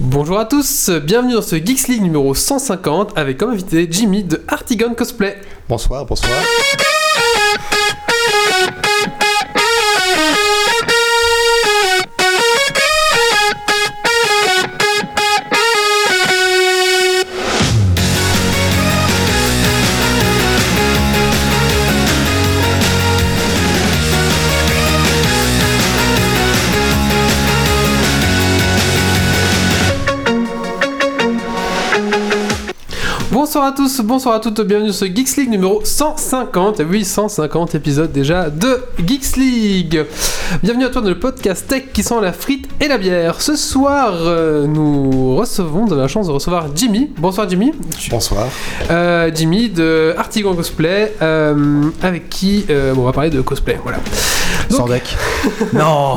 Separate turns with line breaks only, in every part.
Bonjour à tous, bienvenue dans ce Geeks League numéro 150 avec comme invité Jimmy de Artigon Cosplay.
Bonsoir, bonsoir.
Bonsoir à tous, bonsoir à toutes, bienvenue dans ce Geeks League numéro 150. Et Oui, 150 épisodes déjà de Geeks League. Bienvenue à toi dans le podcast tech qui sent la frite et la bière. Ce soir, euh, nous recevons, nous avons la chance de recevoir Jimmy. Bonsoir Jimmy. Tu-
Bonsoir.
Euh, Jimmy de Artigan Cosplay, euh, avec qui euh, bon, on va parler de cosplay. Voilà. Donc-
Sans deck.
Non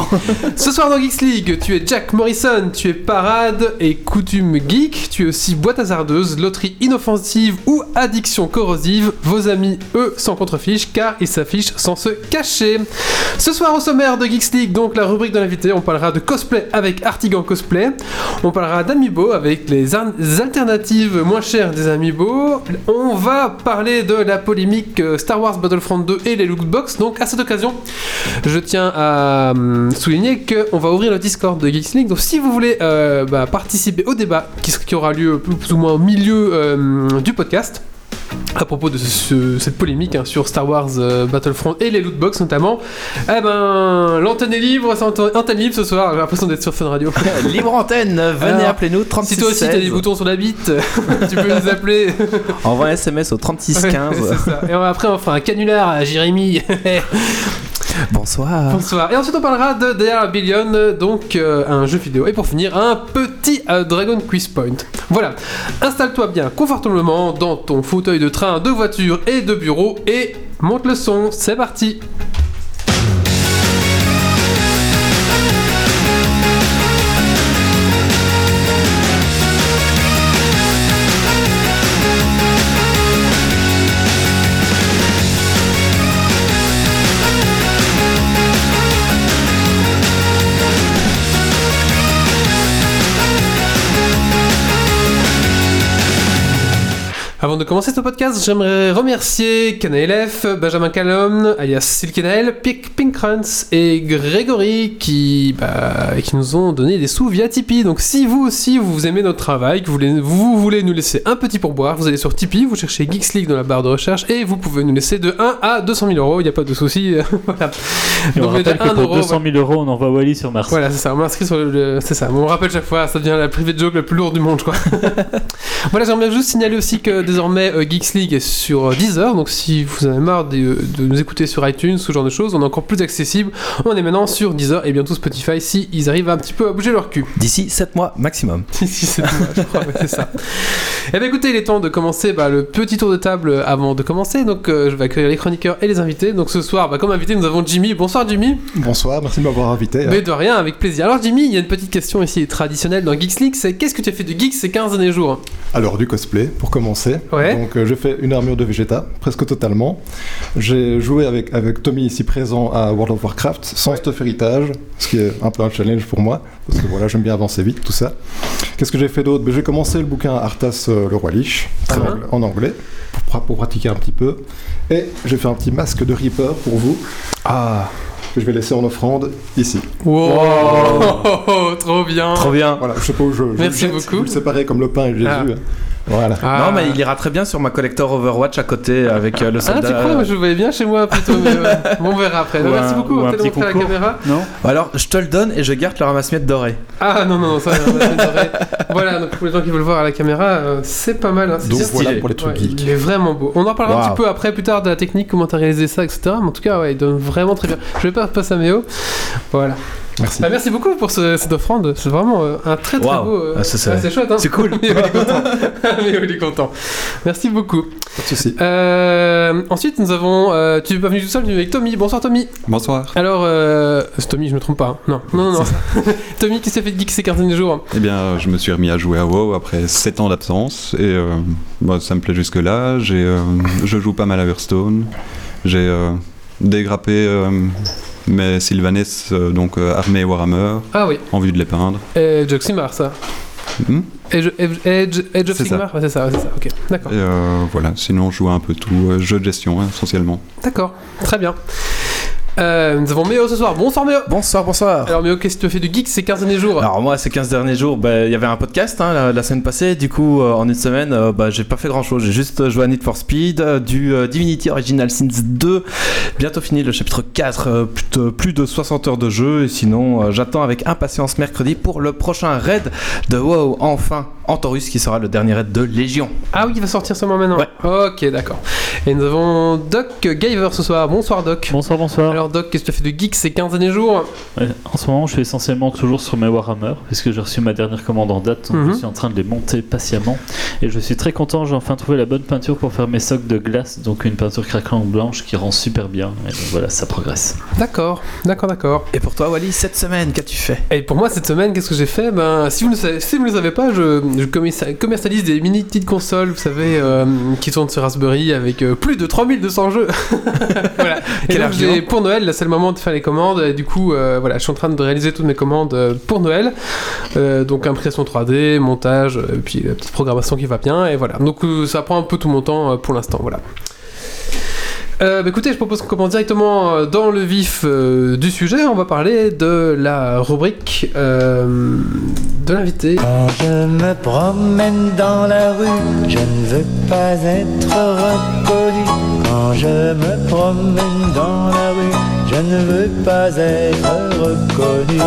Ce soir dans Geeks League, tu es Jack Morrison, tu es parade et coutume geek, tu es aussi boîte hasardeuse, loterie inoffensive ou addiction corrosive. Vos amis, eux, s'en contrefichent car ils s'affichent sans se cacher. Ce soir au sommaire de Geeks League, donc la rubrique de l'invité, on parlera de cosplay avec Artigan Cosplay, on parlera d'amiibo avec les ar- alternatives moins chères des amiibo, on va parler de la polémique euh, Star Wars Battlefront 2 et les lootbox, donc à cette occasion, je tiens à hum, souligner qu'on va ouvrir le Discord de Geeks League. Donc, si vous voulez euh, bah, participer au débat qui, qui aura lieu plus ou moins au milieu euh, du podcast, à propos de ce- cette polémique hein, sur Star Wars euh, Battlefront et les lootbox notamment, eh ben, l'antenne est libre, c'est ante- antenne libre ce soir. J'ai l'impression d'être sur Fun Radio.
Libre antenne, venez
Alors,
appelez-nous 36
si toi aussi t'as des boutons sur la bite, tu peux nous appeler.
Envoie un SMS au 36
C'est
15.
ça. Et on- après, on fera un canular à Jérémy.
Bonsoir.
Bonsoir. Et ensuite, on parlera de Derrière Billion, euh, donc euh, un jeu vidéo. Et pour finir, un petit euh, Dragon Quiz Point. Voilà. Installe-toi bien confortablement dans ton fauteuil de train, de voiture et de bureau et monte le son. C'est parti. Avant de commencer ce podcast, j'aimerais remercier KNLF, Benjamin Callum, alias Silkenel, Pink Pinkrance et Grégory qui, bah, qui nous ont donné des sous via Tipeee. Donc si vous aussi vous aimez notre travail, que vous voulez, vous voulez nous laisser un petit pourboire, vous allez sur Tipeee, vous cherchez Geeks League dans la barre de recherche et vous pouvez nous laisser de 1 à 200 000 euros, il n'y a pas de souci. voilà.
Et on
Donc, mais de
rappelle que
1
pour
euro,
200 000 euros, on envoie Wally sur Mars.
voilà, c'est ça, on m'a inscrit sur le. le- C'est ça, on me rappelle chaque fois, ça devient la privée joke la plus lourde du monde, je crois. voilà, j'aimerais juste signaler aussi que désormais euh, Geeks League est sur euh, Deezer, donc si vous en avez marre de, de nous écouter sur iTunes, ce genre de choses, on est encore plus accessible. On est maintenant sur Deezer et bientôt Spotify si ils arrivent un petit peu à bouger leur cul.
D'ici 7 mois maximum.
Si, si, c'est dommage, je crois, mais c'est ça. Eh bien, écoutez, il est temps de commencer bah, le petit tour de table avant de commencer. Donc, euh, je vais accueillir les chroniqueurs et les invités. Donc, ce soir, bah, comme invité, nous avons Jimmy. Bonsoir, Jimmy.
Bonsoir, merci de m'avoir invité.
Mais de rien, avec plaisir. Alors Jimmy, il y a une petite question ici traditionnelle dans Geeks League, c'est qu'est-ce que tu as fait de Geeks ces 15 derniers jours
Alors du cosplay pour commencer.
Ouais.
Donc euh, j'ai fait une armure de Vegeta, presque totalement. J'ai joué avec, avec Tommy ici présent à World of Warcraft sans stuff héritage, ce qui est un peu un challenge pour moi, parce que voilà, j'aime bien avancer vite, tout ça. Qu'est-ce que j'ai fait d'autre Ben, J'ai commencé le bouquin Arthas euh, le roi Lich
Très
en
bien.
anglais- en anglais pour, pra- pour pratiquer un petit peu. Et j'ai fait un petit masque de Reaper pour vous
Ah,
que je vais laisser en offrande ici.
Wow, oh, trop bien.
trop bien.
Voilà, je sais pas où je. je
Merci
le jette,
beaucoup.
vous le séparez comme le pain et Jésus.
Ah.
Voilà.
Ah.
Non, mais il ira très bien sur ma collector Overwatch à côté avec euh, le
Ah, tu
soldat.
crois Moi, Je le voyais bien chez moi plutôt, mais ouais. Bon, on verra après.
Ou
Donc,
un-
Merci beaucoup,
ou
on va
un
peut-être
petit
montrer à la
concours.
caméra.
Non
Alors, je te le donne et je garde le ramasse-miettes doré.
Ah non, non, non, ça, on va se barrer. Voilà, donc pour les gens qui veulent voir à la caméra, euh, c'est pas mal. hein, c'est
Donc
bien
voilà
stylé.
pour les trucs
Ouais,
geeks.
Il est vraiment beau. On en parlera un
Waouh.
petit peu après, plus tard, de la technique, comment t'as réalisé ça, etc. Mais en tout cas, ouais, il donne vraiment très bien. Je vais pas passer à Méo. Voilà.
Merci.
Bah, merci beaucoup pour ce- cette offrande. C'est vraiment euh, un très très
Waouh.
beau. euh,
Ah, ça, ça-
ouais, c'est chouette. Hein
c'est cool.
Mais il est content. Mais il est content. Merci beaucoup.
Pas de souci.
Euh, ensuite, nous avons. euh, tu es pas venu tout seul, tu es avec Tommy. Bonsoir Tommy.
Bonsoir.
Alors, euh, c'est Tommy, je me trompe pas. hein. Non, non, non. non. Tommy, qui s'est fait de geek ces 15 jours
Eh bien, euh, je me suis remis à jouer à WoW après 7 ans d'absence et euh, bah, ça me plaît jusque-là. J'ai, euh, je joue pas mal à Hearthstone. J'ai euh, dégrappé euh, mes Sylvanes, euh, donc euh, armée Warhammer,
Ah oui,
en vue de les peindre.
et Joximar, ça.
Hmm
Edge, Edge, Edge- Edge of
C'est
Sigmar Ouais, C'est ça, ouais, c'est ça. Ok, d'accord.
Et, euh, voilà, sinon je joue à un peu tout, euh, jeu de gestion hein, essentiellement.
D'accord, très bien. Euh, nous avons Méo ce soir. Bonsoir Méo
Bonsoir, bonsoir.
Alors Méo, qu'est-ce que tu as fait du geek ces 15 derniers jours
Alors moi, ces 15 derniers jours, bah, il y avait un podcast hein, la, la semaine passée. Du coup, euh, en une semaine, euh, bah, j'ai pas fait grand-chose. J'ai juste joué à Need for Speed, euh, du euh, Divinity Original Sins 2, bientôt fini le chapitre 4, euh, plus, de, plus de 60 heures de jeu. Et sinon, euh, j'attends avec impatience mercredi pour le prochain raid de WoW, enfin, Antorus, qui sera le dernier raid de Légion.
Ah oui, il va sortir seulement maintenant.
Ouais.
Ok, d'accord. Et nous avons Doc Gaver ce soir. Bonsoir Doc.
Bonsoir, bonsoir.
Alors Doc, qu'est-ce que tu as fait de geek ces 15 derniers jours
Ouais, en ce moment, je suis essentiellement toujours sur mes Warhammer, parce que j'ai reçu ma dernière commande en date, donc
Mhm.
je suis en train de les monter patiemment. Et je suis très content, j'ai enfin trouvé la bonne peinture pour faire mes socs de glace, donc une peinture craquelante blanche qui rend super bien. Et donc voilà, ça progresse.
D'accord, d'accord, d'accord.
Et pour toi, Wally, cette semaine, qu'as-tu fait
Et pour moi, cette semaine, qu'est-ce que j'ai fait Ben, si vous ne le savez, si vous ne le savez pas, je, je commerci- commercialise des mini petites consoles, vous savez, euh, qui tournent sur Raspberry avec euh, plus de 3200 jeux. voilà. Et
Quel
donc,
argument.
j'ai- pour Noël, là, c'est le moment de faire les commandes. Et du coup, euh, voilà, je suis en train de réaliser toutes mes commandes euh, pour Noël. Euh, donc, impression 3D, montage, euh, et puis la petite programmation qui va bien. Et voilà. Donc, euh, ça prend un peu tout mon temps euh, pour l'instant. Voilà. Euh, bah, écoutez, je propose qu'on commence directement euh, dans le vif euh, du sujet. On va parler de la rubrique euh, de l'invité.
Quand je me promène dans la rue, je ne veux pas être reconnu. Quand je me promène dans la rue, je ne veux pas être reconnu.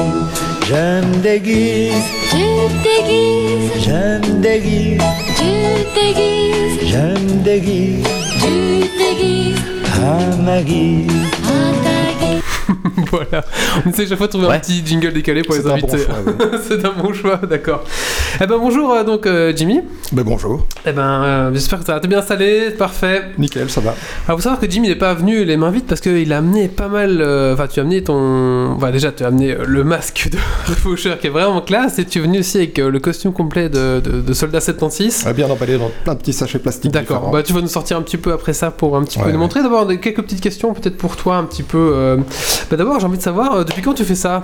Je me déguise,
Tu déguises,
je me déguise,
tu déguises,
je me déguise
tu déguises,
à ma guise.
un tagué.
voilà. On essaie chaque fois de trouver un
Ouais.
petit jingle décalé pour les
C'est un bon
invités.
choix, oui.
C'est un bon choix, d'accord. Eh ben bonjour euh, donc euh, Jimmy.
Mais bonjour.
Eh ben euh, j'espère que ça t'es bien installé, c'est parfait.
Nickel, ça va.
Alors faut savoir que Jimmy n'est pas venu les mains vides parce qu'il a amené pas mal. euh, Enfin tu as amené ton. Enfin déjà tu as amené euh, le masque de Faucheur qui est vraiment classe et tu es venu aussi avec euh, le costume complet de, de, de Soldat 76.
On va bien emballé dans plein de petits sachets plastiques.
D'accord,
différents.
bah, tu vas nous sortir un petit peu après ça pour un petit peu
Ouais,
nous
ouais.
montrer. D'abord, des- quelques petites questions peut-être pour toi un petit peu. euh, Bah, D'abord, j'ai envie de savoir, euh, depuis quand tu fais ça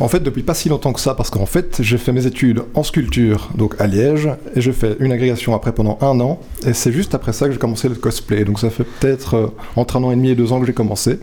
En fait, depuis pas si longtemps que ça, parce qu'en fait, j'ai fait mes études en sculpture, donc à Liège, et j'ai fait une agrégation après pendant un an, et c'est juste après ça que j'ai commencé le cosplay. Donc ça fait peut-être euh, entre un an et demi et deux ans que j'ai commencé.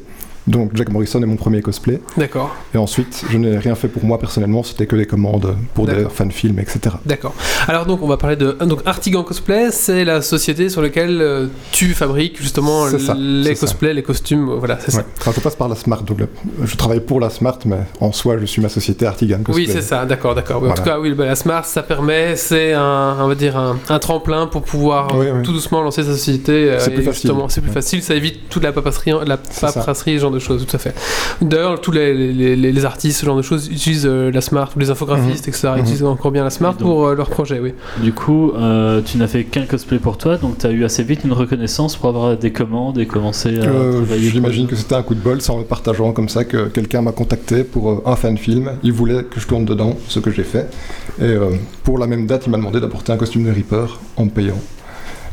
Donc Jack Morrison est mon premier cosplay.
D'accord.
Et ensuite, je n'ai rien fait pour moi personnellement, c'était que des commandes pour des
D'accord.
fan-films, etc.
D'accord. Alors donc on va parler de donc Artigan Cosplay, c'est la société sur laquelle euh, tu fabriques justement
C'est ça,
les
c'est ça.
cosplays, les costumes, euh, voilà, c'est
Ouais.
ça.
Enfin, je passe par la Smart, donc le- je travaille pour la Smart, mais en soi, je suis ma société Artigan Cosplay.
Oui, c'est ça, d'accord, d'accord. Oui, En
Voilà.
tout cas, oui, bah, la Smart, ça permet, c'est un, on va dire un, un tremplin pour pouvoir
Oui, oui.
tout doucement lancer sa société. euh,
C'est plus
et
facile.
justement, C'est plus
Ouais.
facile, ça évite toute la paperasserie, la
C'est ça.
paperasserie, ce genre de choses, tout à fait. D'ailleurs, tous les, les- les- les artistes, ce genre de choses utilisent euh, la Smart, ou les infographistes, etc.
Mhm.
utilisent encore bien la Smart
Et donc-
pour euh, leurs projets, oui.
Du coup, euh, tu n'as fait qu'un cosplay pour toi, donc tu as eu assez vite une reconnaissance pour avoir des commandes et commencer à.
Euh,
travailler.
J'imagine que c'était un coup de bol, c'est en le partageant comme ça que quelqu'un m'a contacté pour euh, un fan film. Il voulait que je tourne dedans, ce que j'ai fait. Et euh, pour la même date, il m'a demandé d'apporter un costume de Reaper en me payant.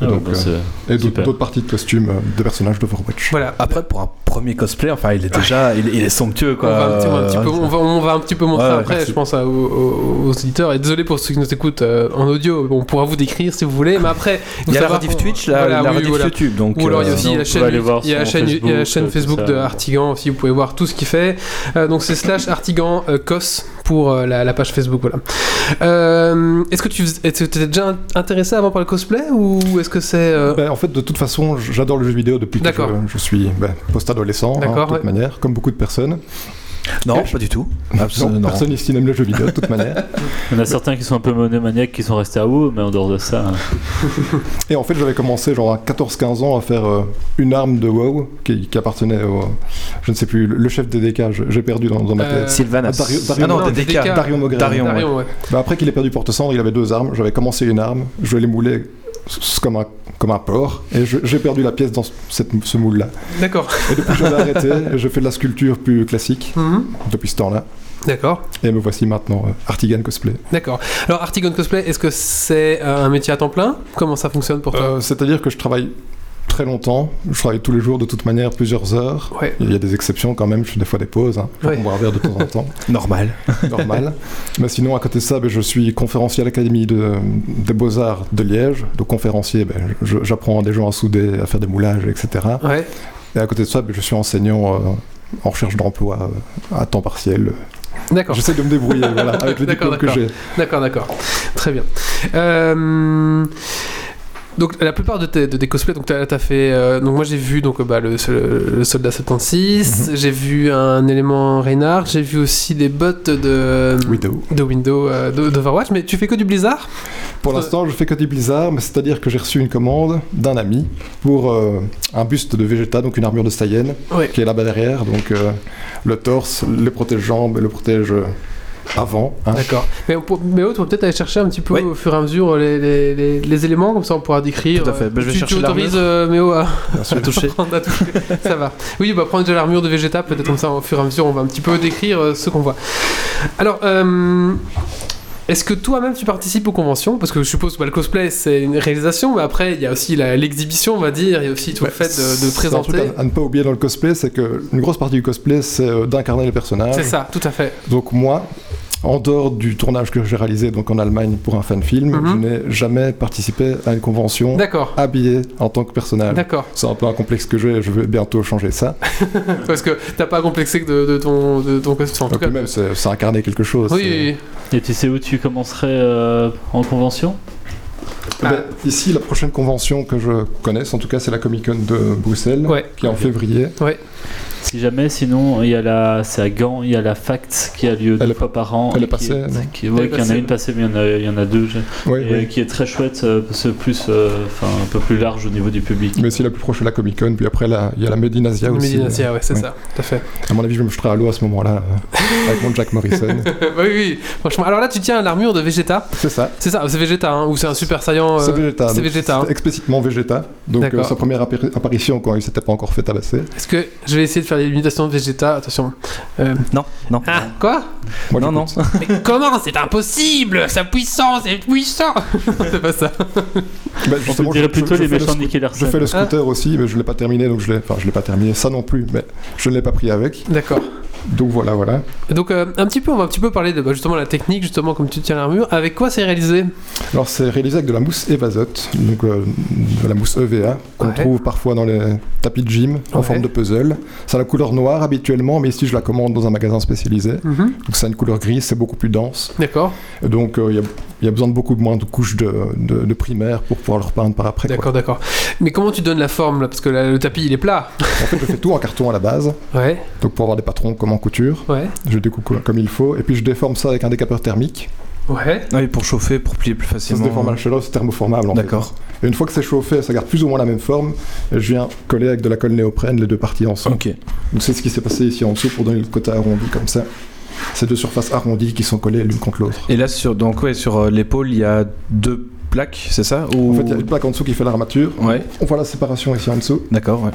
Ah,
donc,
bah,
euh,
c'est-
Et d'autres
Super.
d'autres parties de costumes euh, de personnages d'Overwatch.
Voilà.
Après, pour un premier cosplay, enfin, il est déjà, il, il est somptueux,
On
quoi.
va, un petit, on va un petit peu, on, va, on va un petit peu montrer
euh, Ouais, ouais,
après,
merci.
je pense, à- aux, aux- aux auditeurs. Et désolé pour ceux qui nous écoutent euh, en audio, on pourra vous décrire si vous voulez, mais après,
Il y a la
faut savoir
rediff
qu'on-
Twitch, la,
voilà,
la
oui,
rediff
voilà.
YouTube, donc.
Ou alors il y a
euh,
aussi
sinon,
la
vous pouvez aller
chaîne,
voir
il y a la
sur
chaîne, il y a la
Facebook,
chaîne
euh, tout
Facebook
ça.
de Artigan aussi, vous pouvez voir tout ce qu'il fait. Euh, donc c'est slash Artigan euh, cos pour euh, la, la page Facebook. Voilà. Euh, est-ce que tu fais- est-ce que t'étais déjà intéressé avant par le cosplay ou est-ce que c'est euh,
Ben, en fait, de toute façon, j- j'adore le jeu vidéo depuis que
D'accord.
je, je suis ben, post-adolescent, hein,
D'accord,
de toute
ouais.
manière, comme beaucoup de personnes.
Non, pas du tout.
Euh, Non,
Absolument. non.
personne ici n'aime le jeu vidéo, de toute manière.
Il y en a certains qui sont un peu monomaniaques qui sont restés à WoW, mais en dehors de ça. hein.
Et en fait, j'avais commencé genre à 14-15 ans à faire euh, une arme de WoW qui, qui appartenait au, je ne sais plus, le- le chef des DK, je- j'ai perdu dans, dans ma
Euh,
tête.
Sylvanas.
Dario- Dario-
ah non,
non,
des
DK.
DK.
Dario Mogren.
Dario.
Darion, ouais.
Bah, après qu'il ait perdu porte-cendre, il avait deux armes. J'avais commencé une arme, je l'ai moulée s- comme un, comme un porc, et je- j'ai perdu la pièce dans ce, cette- ce moule-là.
D'accord.
Et depuis, je l'ai arrêté, et je fais de la sculpture plus classique
Mhm.
depuis ce temps-là.
D'accord.
Et me voici maintenant, euh, Artigan Cosplay.
D'accord. Alors Artigon Cosplay, est-ce que c'est euh, un métier à temps plein Comment ça fonctionne pour toi
Euh, C'est-à-dire que je travaille très longtemps. Je travaille tous les jours, de toute manière, plusieurs
Euh.
heures.
Ouais.
Il y a des exceptions quand même, je fais des fois des pauses. Hein. Je
Ouais.
bois un verre de temps en temps,
Normal.
normal. Mais sinon, à côté de ça, ben, je suis conférencier à l'Académie de- des Beaux-Arts de Liège. Donc, conférencier, ben, je- j'apprends à des gens à souder, à faire des moulages, etc.
Ouais.
Et à côté de ça, ben, je suis enseignant euh, en recherche d'emploi euh, à temps partiel.
D'accord.
J'essaie de me débrouiller voilà, avec le
D'accord,
diplôme que
d'accord.
j'ai.
D'accord, d'accord. Très bien. Euh, donc la plupart de tes, de tes cosplays, donc t'as as fait, euh, donc moi j'ai vu donc euh, bah, le, le- le soldat 76, j'ai vu un élément Reynard, j'ai vu aussi des bottes de
Widow.
de Windows euh, de- d'Overwatch, mais tu fais que du Blizzard
Pour l'instant, je fais que du Blizzard, mais c'est-à-dire que j'ai reçu une commande d'un ami pour euh, un buste de Vegeta, donc une armure de Saiyan,
Ouais.
qui est là-bas derrière, donc euh, le torse, le protège-jambes, le protège euh, avant. hein.
D'accord. Mais, pour- mais oh, tu vas peut-être aller chercher un petit peu
Oui.
au fur et à mesure les, les- les- les éléments, comme ça on pourra décrire. euh,
Tout à fait. Ben, je vais
tu,
chercher
tu autorises
l'armure.
euh, Méo à,
À toucher.
prendre à toucher. ça va. Oui, bah, prendre déjà l'armure de Vegeta, peut-être comme ça au fur et à mesure on va un petit peu décrire euh, ce qu'on voit. Alors, euh, est-ce que toi-même tu participes aux conventions Parce que je suppose que bah, le cosplay c'est une réalisation, mais après il y a aussi la- l'exhibition, on va dire, il y a aussi tout le
Bah,
Ouais,
fait de, de
c'est un truc
présenter.
à, à ne pas oublier dans le cosplay, c'est que une grosse partie du cosplay, c'est euh, d'incarner le
Ah
personnage.
C'est ça, tout à fait.
Donc moi, en dehors du tournage que j'ai réalisé donc en Allemagne pour un fan film,
Mhm.
je n'ai jamais participé à une convention
D'accord.
habillée en tant que
Ah
personnage.
D'accord.
C'est un peu un complexe que j'ai, je vais bientôt changer ça.
Parce que t'as pas complexé que de, de ton, de ton costume. En tout
Donc
cas,
même, c'est c'est incarner quelque chose.
Oui,
c'est-
oui, oui.
Et tu sais où tu commencerais euh, en convention
Eh ben,
Ah.
ici, la prochaine convention que je connaisse, en tout cas, c'est la Comic Con de Bruxelles,
Ouais.
qui est en février.
Si jamais, sinon, il y a la, c'est à Gand, il y a la FACT qui a lieu
Elle
deux
est-
fois par an.
elle
et
est passée,
Qui,
non
qui- ouais,
Elle est
qu'il y en a
passée.
une passée, mais il y en a, il y en a deux. je-
Oui,
et,
oui.
Qui est très chouette, euh, parce que plus, euh, enfin, un peu plus large au niveau du public.
Mais si la plus proche est la Comic Con, puis après, la- il y a la Medinasia aussi.
Medinasia, ouais, c'est
oui.
ça, tout à fait.
À mon avis, je me jeterai à l'eau à ce moment-là, euh, avec mon Jack Morrison.
Bah oui, oui, franchement. Alors là, tu tiens l'armure de Vegeta.
C'est ça.
C'est ça, c'est Vegeta, hein, ou c'est un super saiyan. euh,
C'est Vegeta.
C'est
donc
Vegeta. hein.
c'est explicitement Vegeta. Donc,
D'accord.
euh, sa première appari- apparition quand il s'était pas encore fait tabasser.
Est-ce que je vais essayer de faire l'imitation de Vegeta Attention. Euh,
Non, non.
Ah, quoi
Moi,
non, non.
j'écoute.
Mais comment C'est impossible Sa puissance est puissant C'est pas ça.
Bah,
On
justement,
dirait
je- je-
plutôt
je
les
fais le
méchants de
scoop.
Nicky
Je
Larson.
fais le scooter aussi, mais je l'ai pas terminé, donc je l'ai. Enfin, je l'ai pas terminé, ça non plus, mais je ne l'ai pas pris avec.
D'accord.
Donc voilà, voilà.
Donc, euh, un petit peu, on va un petit peu parler de bah, justement la technique, justement, comme tu tiens l'armure. Avec quoi c'est réalisé
Alors c'est réalisé avec de la mousse Evasote, donc euh, de la mousse EVA qu'on
Ouais.
trouve parfois dans les tapis de gym en
Ouais.
forme de puzzle. C'est la couleur noire habituellement, mais ici je la commande dans un magasin spécialisé.
Mhm,
Donc c'est une couleur grise, c'est beaucoup plus dense.
D'accord,
Et donc euh, il y, a- il y a besoin de beaucoup moins de couches de, de- de primaire pour pouvoir le repeindre par après. quoi.
d'accord, d'accord. Mais comment tu donnes la forme là Parce que là, le tapis il est plat.
En fait je fais tout en carton à la base,
Ouais,
donc pour avoir des patrons comme en couture.
ouais,
Je découpe comme il faut, et puis je déforme ça avec un décapeur thermique.
ouais.
Oui, pour chauffer, pour plier plus
Ça
facilement.
se déforme à la chaleur, c'est thermoformable en fait.
D'accord.
Et une fois que c'est chauffé, ça garde plus ou moins la même forme. Et je viens coller avec de la colle néoprène les deux parties ensemble.
Ok.
Donc c'est ce qui s'est passé ici en dessous pour donner le côté arrondi comme ça. Ces deux surfaces arrondies qui sont collées l'une contre l'autre.
Et là, sur, donc, ouais, sur euh, l'épaule, il y a deux plaques, c'est ça
En
Ou...
fait, il y a une plaque en dessous qui fait l'armature.
Ouais,
On voit la séparation ici en dessous.
d'accord, ouais.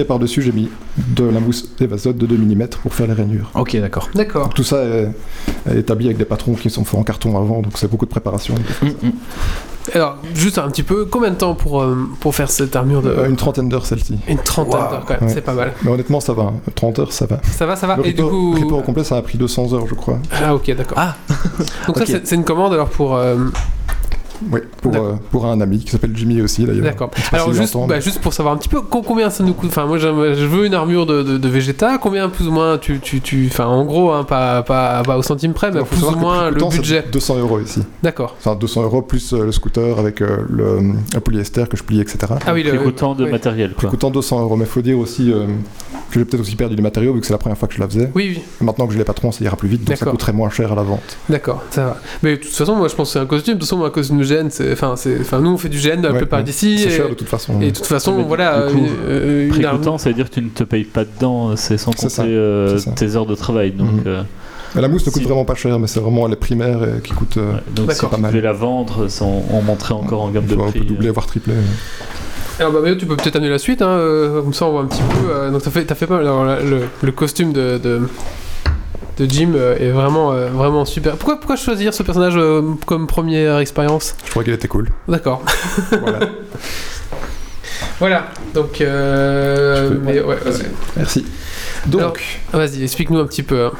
Et par-dessus, j'ai mis de la mousse évasote de 2 mm pour faire les rainures.
Ok, d'accord.
D'accord.
Tout ça est, est établi avec des patrons qui sont faits en carton avant, donc c'est beaucoup de préparation.
Mm,
Alors, juste un petit peu, combien de temps pour, euh, pour faire cette armure de.
Euh, une trentaine d'heures celle-ci.
Une trentaine
Waouh.
d'heures quand même,
Ouais.
c'est pas mal.
Mais honnêtement, ça va. hein. 30 heures, ça va.
Ça va, ça va.
Le
Ah, Et du
Reaper-
coup.
Reaper au complet, ça a pris 200 heures, je crois.
Ah, ok, d'accord.
Ah.
Donc,
Ok.
ça, c'est- c'est une commande alors pour. euh,
Oui, pour,
D'accord.
euh, pour un ami qui s'appelle Jimmy aussi d'ailleurs.
D'accord.
pas
Alors,
s'il
juste,
entend,
bah,
mais-
juste pour savoir un petit peu co- combien ça nous coûte. Enfin, moi, j'aime- je veux une armure de, de, de Vegeta. Combien, plus ou moins, tu. tu, tu... Enfin, en gros, hein, pas, pas, pas au centime près, mais
Alors, faut
plus ou
savoir que
moins
tout
le
temps, c'est
budget.
200 euros ici.
D'accord.
Enfin, 200 euros plus euh, le scooter avec euh, le, le polyester que je plie, etc.
Ah oui,
Qui
le.
autant de
oui.
matériel,
Qui
quoi.
coûtant 200 euros. Mais faut dire aussi euh, que j'ai peut-être aussi perdu des matériaux vu que c'est la première fois que je la faisais.
Oui, oui,
Maintenant que j'ai les patrons, ça ira plus vite, donc ça
D'accord.
coûterait moins cher à la vente.
d'accord, ça va. Mais de toute façon, moi je pense que c'est un costume. De toute façon, moi, un costume GN, c'est. Enfin, c'est- enfin, nous on fait du GN la
Ouais,
plupart
ouais.
d'ici.
C'est
Et, euh,
cher de toute façon.
et de toute façon,
Mais du-
voilà,
du coup,
une- euh, une
Prix
armure-
coûtant, ça veut dire que tu ne te payes pas dedans, c'est sans
C'est
compter
ça,
euh,
c'est ça.
tes heures de travail. Donc,
Mhm.
euh,
Mais la mousse ne coûte
Si-
vraiment pas cher, mais c'est vraiment les primaires euh, qui coûtent. euh,
ouais. donc si
D'accord.
tu
Pas mal.
devais la vendre, sans on montrait encore en gamme de
tu vois, on
prix. euh.
peut doubler, voire tripler.
Alors bah Méo, tu peux peut-être amener la suite, hein, euh, comme ça on voit un petit peu. euh, donc t'as fait, t'as fait pas mal. Alors, la- le, le costume de, de, de Jim euh, est vraiment, euh, vraiment super. Pourquoi, pourquoi choisir ce personnage euh, comme première expérience
Je trouvais qu'elle était cool.
D'accord.
voilà.
Voilà, donc. euh,
Je peux-
mais ouais, ouais.
Merci. Donc,
Alors- Vas-y, explique-nous un petit peu. hein.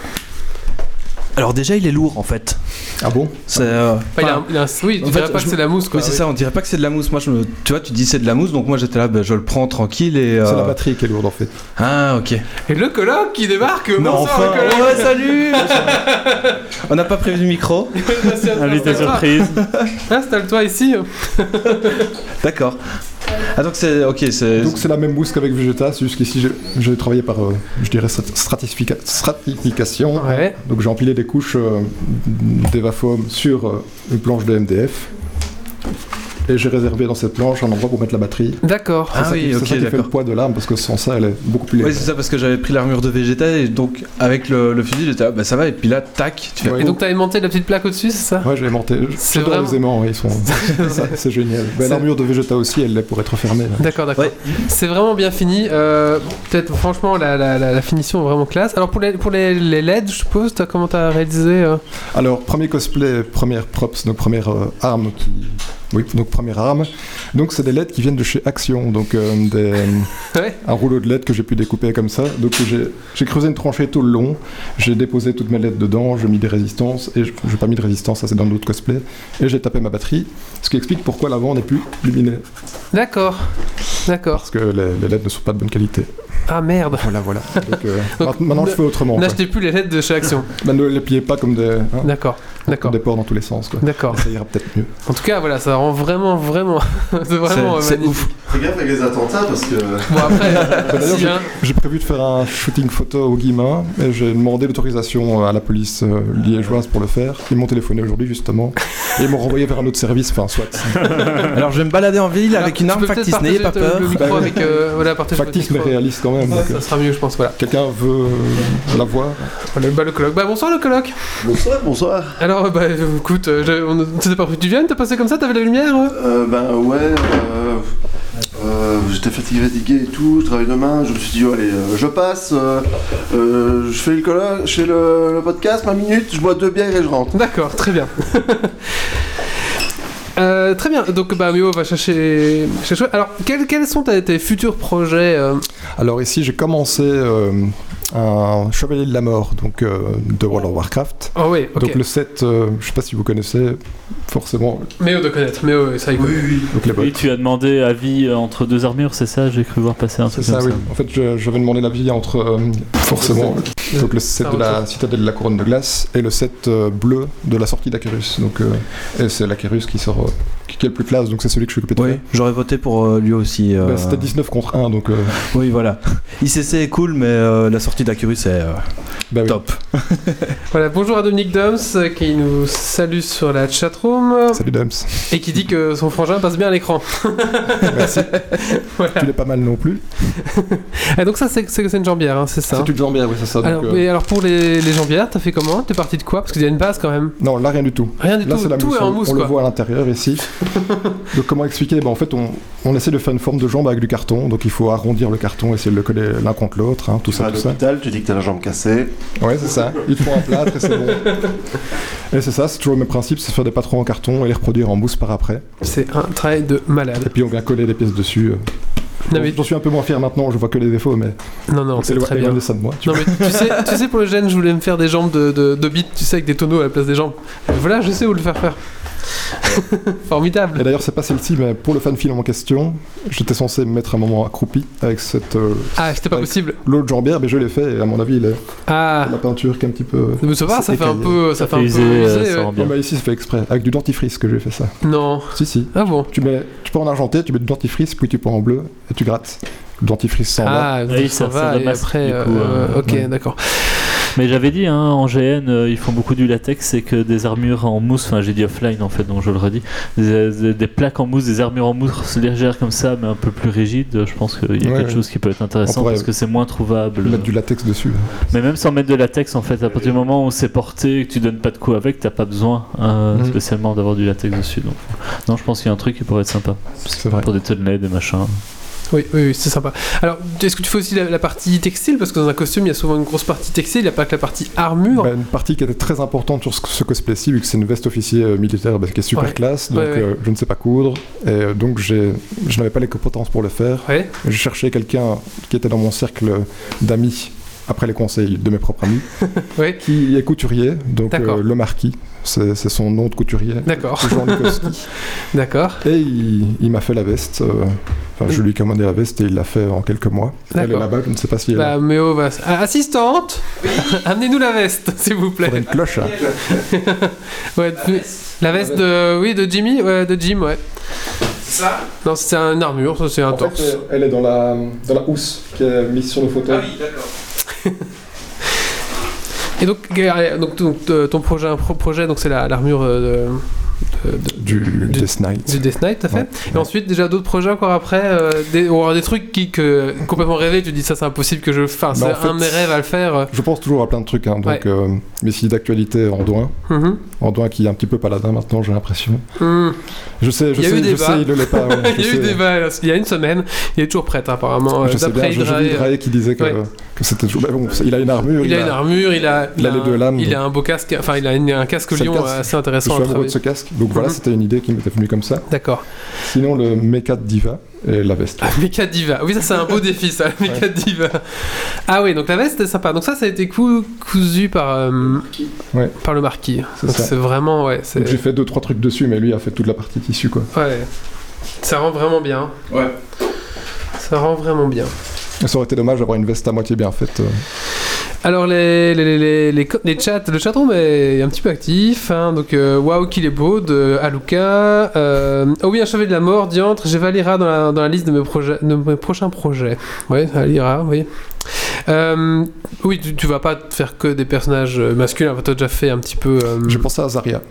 Alors déjà, il est lourd en fait.
ah bon
C'est. euh,
Enfin, il a un- il a un- oui,
en
tu dirais
fait,
pas que
je-
c'est la mousse, quoi.
oui, c'est ça, on dirait pas que c'est de la mousse. Moi, je me- tu vois, tu dis c'est de la mousse, donc moi j'étais là, ben, je le prends tranquille et. euh,
C'est la batterie qui est lourde en fait.
Ah, ok.
Et le colloque qui débarque
non,
bonsoir,
enfin,
le colloque.
ouais, salut On n'a pas prévu de micro.
Installe-toi,
Invite à
installe-toi.
surprise.
Installe-toi ici.
D'accord. Ah, donc c'est. Ok,
euh,
c'est.
Donc c'est la même mousse qu'avec Vegeta, c'est juste qu'ici j'ai- j'ai travaillé par, euh, je dirais, strat- stratifica- stratification.
Ouais.
Donc j'ai empilé des couches euh, d'Evafoam sur euh, une planche de MDF. Et j'ai réservé dans cette planche un endroit pour mettre la batterie.
D'accord.
Ah
C'est ça qui-
oui,
c'est ça
ok,
qui fait le
d'accord.
poids de l'arme parce que sans ça elle est beaucoup plus
Oui,
légère.
c'est ça, parce que j'avais pris l'armure de Vegeta et donc avec le, le fusil, j'étais ah, bah ça va, et puis là, tac, tu fais.
Ouais.
Et donc t'as aimanté la petite plaque au-dessus, c'est ça
Ouais, je l'ai monté.
C'est
J'adore
vraiment-
les aimants, ouais, ils sont. ça, c'est génial. Ben,
C'est-
L'armure de Vegeta aussi, elle l'est pour être fermée. hein. là.
D'accord, d'accord.
Ouais.
C'est vraiment bien fini. euh, Peut-être, franchement, la, la- la- la finition est vraiment classe. Alors, pour les, pour les, les LED, je suppose, t'as- comment t'as réalisé euh
Alors, premier cosplay, première props, donc première euh, arme qui. Oui, donc première arme. Donc, c'est des LED qui viennent de chez Action. Donc, euh, des,
Ouais.
un rouleau de LED que j'ai pu découper comme ça. Donc, j'ai j'ai creusé une tranchée tout le long. J'ai déposé toutes mes LED dedans. J'ai mis des résistances. Et je n'ai pas mis de résistance, ça c'est dans l'autre cosplay. Et j'ai tapé ma batterie. Ce qui explique pourquoi l'avant n'est plus lumineux.
D'accord. D'accord.
Parce que les, les LED ne sont pas de bonne qualité.
Ah merde.
Voilà, voilà. Donc, euh,
Donc,
maintenant, je
ne-
fais autrement. quoi.
N'achetez plus les LED de chez Action.
Ben, ne les pliez pas comme des, hein,
D'accord.
comme
D'accord.
des ports dans tous les sens. Quoi.
D'accord.
Ça ira peut-être mieux.
En tout cas, voilà, ça rend vraiment, vraiment, c'est vraiment euh,
C'est- c'est
magnifique.
Fais gaffe avec les attentats parce que.
Bon après,
D'ailleurs,
si, hein.
J'ai prévu de faire un shooting photo au Guillemin et j'ai demandé l'autorisation à la police euh, liégeoise pour le faire. Ils m'ont téléphoné aujourd'hui justement et ils m'ont renvoyé vers un autre service, enfin soit.
Alors je vais me balader en ville avec une
Alors,
arme
tu peux peut-être
factice, n'ayez pas
partager
peur.
Le micro avec, euh, voilà, partage votre
Factice mais
micro.
réaliste quand même. donc, euh,
Ça sera mieux, je pense. Voilà.
Quelqu'un veut euh, la voir
Le, bah, le colloque. Bah, bonsoir, le colloque.
Bonsoir, bonsoir.
Alors, bah, euh, écoute, euh, je- on ne t'étais pas prévu que tu viennes, t'as passé comme ça, t'avais la lumière euh
Euh, ben ouais, euh, euh, j'étais fatigué, fatigué et tout, je travaille demain, je me suis dit, oh, allez, euh, je passe, euh, euh, je fais, le, colloque- je fais le, le podcast, ma minute, je bois deux bières et je rentre.
D'accord, très bien. Euh, très bien, donc bah Méo va chercher. chercher- Alors, quels, quels sont tes, tes futurs projets euh,
Alors ici j'ai commencé euh, un Chevalier de la Mort donc euh, de World of Warcraft.
Oh, oui, ok.
Donc le set, euh, je sais pas si vous connaissez forcément,
Méo de connaître, Méo, ça y est.
donc les bots.
Oui, tu as demandé avis euh, entre deux armures, c'est ça J'ai cru voir passer un
C'est
truc
ça,
comme ça.
oui. En fait, je, je vais demander l'avis entre euh, forcément euh, donc le set de
Ah,
la citadelle de la couronne de glace et le set euh, bleu de la sortie d'Aquerus. Donc euh, et c'est l'Aquerus qui sort, euh, qui, qui est le plus classe. Donc c'est celui que je suis occupé de
Oui,
faire.
j'aurais voté pour euh, lui aussi. euh,
Bah, C'était 19 contre 1, donc euh,
Oui, voilà. ICC est cool, mais euh, la sortie d'Akuru, c'est euh,
bah oui.
top.
Voilà, bonjour à Dominique Doms euh, qui nous salue sur la chatroom
Salut Dams.
et qui dit que son frangin passe bien à l'écran.
Merci.
Voilà.
Tu l'es pas mal non plus.
Ah, donc ça, c'est c'est- c'est une jambière, hein, c'est ça. hein.
C'est une jambière, oui, c'est ça. donc,
Alors,
euh,
mais alors pour les, les jambières, t'as fait comment T'es parti de quoi Parce qu'il y a une base quand même.
Non, là rien du tout.
Rien du
Là,
tout,
c'est la
tout
mousse.
est en
on-
mousse
on
quoi.
le voit à l'intérieur ici. donc, comment expliquer Ben, En fait, on, on essaie de faire une forme de jambe avec du carton. Donc, il faut arrondir le carton, essayer de le coller l'un contre l'autre, hein, tout
Tu vas
ça,
Ah,
à
tout ça.
l'hôpital, tu dis que t'as la jambe cassée.
Ouais, c'est ça. Ils te font un plâtre et c'est bon. Et c'est ça, c'est toujours le même principe, c'est faire des patrons en carton et les reproduire en mousse par après.
C'est un travail de malade.
Et puis on vient coller des pièces dessus. euh.
Non
J'en-
mais,
J'en suis un peu moins fier maintenant, je vois que les défauts, mais
non, non,
c'est
c'est très bien.
ça de moi. tu
Non mais tu sais, tu sais pour le gène, je voulais me faire des jambes de, de, de bite, tu sais, avec des tonneaux à la place des jambes. Et voilà, je sais où le faire faire.
vois. Et
Formidable.
d'ailleurs, c'est pas celle-ci, mais pour le fanfilm en question, j'étais censé me mettre un moment accroupi avec cette euh,
Ah, c'était pas
Ouais.
possible.
l'autre jambière, mais je l'ai fait, et à mon avis, il est-
Ah,
la peinture qui est un petit peu.
mais ça va, ça
C'est
fait un
écaillé.
peu, ça fait un peu
Usé, euh,
usé, ouais.
ça rend
Non,
bien.
bah ici, c'est fait exprès, avec du dentifrice que j'ai fait ça.
Non.
Si, si.
Ah bon.
Tu, mets, tu peux en argenté, tu mets du dentifrice, puis tu prends en bleu, et tu grattes. Le dentifrice s'en va.
Ah, donc
Oui,
ça
ça- ça
va. Et
damasse,
après,
du coup,
euh,
euh,
ok,
ouais.
d'accord.
Mais j'avais dit, hein, en GN, euh, ils font beaucoup du latex et que des armures en mousse, enfin j'ai dit offline en fait, donc je le redis, des, des- des plaques en mousse, des armures en mousse légères comme ça, mais un peu plus rigides, je pense qu'il y a
Ouais,
quelque
ouais.
chose qui peut être intéressant
On pourrait-
parce que c'est moins trouvable.
Mettre du Euh, latex dessus.
Mais même sans mettre de latex, en fait, à partir du moment où c'est porté et que tu donnes pas de coup avec, t'as pas besoin euh,
Mhm.
spécialement d'avoir du latex dessus. Donc, non, je pense qu'il y a un truc qui pourrait être sympa
C'est vrai.
pour des tonnettes, des machins.
Oui, oui, oui, c'est sympa. Alors, est-ce que tu fais aussi la, la partie textile Parce que dans un costume, il y a souvent une grosse partie textile, il n'y a pas que la partie armure.
Bah, une partie qui était très importante sur ce, ce cosplay-ci, vu que c'est une veste officier euh, militaire bah, qui est super
Ouais.
classe, donc
Ouais, ouais.
euh, je ne sais pas coudre, et euh, donc j'ai- je n'avais pas les compétences pour le faire.
Ouais.
Je cherchais quelqu'un qui était dans mon cercle d'amis, après les conseils de mes propres amis,
Ouais.
qui est couturier, donc
D'accord.
euh, le marquis, c'est c'est son nom de couturier.
D'accord,
Jean Lukowski.
d'accord.
Et il, il m'a fait la veste, euh, enfin je lui ai commandé la veste et il l'a fait en quelques mois. Elle est
D'accord.
là-bas, je ne sais pas si elle
Bah, Méo va. Ah, assistante Amenez-nous la veste, s'il vous
faudrait
plaît.
une cloche. hein.
Ouais, la veste, de. Oui, de Jimmy Ouais, de Jim, ouais.
Ça
Non, c'est un armure, ça, c'est un
En fait,
torse.
euh, elle est dans la, dans la housse qui est mise sur le fauteuil.
d'accord.
Et donc, euh, donc, donc, euh, ton projet, un pro- projet donc c'est la- l'armure euh, de, de- de-
Du, Death Knight.
du Death Knight, t'as fait
Ouais,
Et ensuite, déjà d'autres projets encore après, euh, des, ou alors des trucs qui, que, complètement rêvés, tu dis ça c'est impossible que je le fasse,
Bah, en
c'est un de
fait,
mes rêves à le faire. euh.
Je pense toujours à plein de trucs, hein, donc,
Ouais.
euh, mais si d'actualité, Andouin.
Mhm.
Andouin qui est un petit peu paladin maintenant, j'ai l'impression.
Mhm.
Je sais, je
Il y a eu
sais, je
débat.
sais, il ne l'est pas. ouais,
il y
je
a eu
sais.
des balles, il y a une semaine, il est toujours prêt apparemment. euh,
Je sais bien,
D'après
j'ai
Hydrae,
j'ai vu Hydrae qui disait que,
Ouais.
que c'était toujours. mais bon, il a une armure,
il a une armure, il a,
il a les
un-
deux lames,
il
donc.
a un beau casque, enfin il a une- un casque
C'est le
lion
casque.
assez
Je
intéressant
suis
à
amoureux
travailler.
de ce casque. Donc voilà,
Mhm.
c'était une idée qui m'était venue comme ça.
D'accord.
Sinon, le mecha de Diva et la veste.
Mecha Diva. Oui, ça c'est un beau défi, ça, le Mecha Diva. Ah oui, donc la veste, c'est sympa. Donc ça, ça a été cou- cousu par, euh,
Ouais.
par le marquis.
C'est
Donc
ça.
c'est vraiment, ouais, c'est
Donc j'ai fait deux trois trucs dessus, mais lui a fait toute la partie tissu quoi.
ouais. Ça rend vraiment bien.
Ouais.
Ça rend vraiment bien.
Ça aurait été dommage d'avoir une veste à moitié bien faite. euh.
Alors les les, les, les, les co- les chats, le chaton ben, est un petit peu actif. hein. donc euh, waouh qu'il est beau de Aluka. Euh, oh oui un chevet de la mort diantre. J'ai Valira dans la, dans la liste de mes projets, de mes prochains projets. Ouais Valira oui. Euh, oui tu, tu vas pas te faire que des personnages euh, masculins. T'as déjà fait un petit peu. euh,
J'ai pensé à Zarya.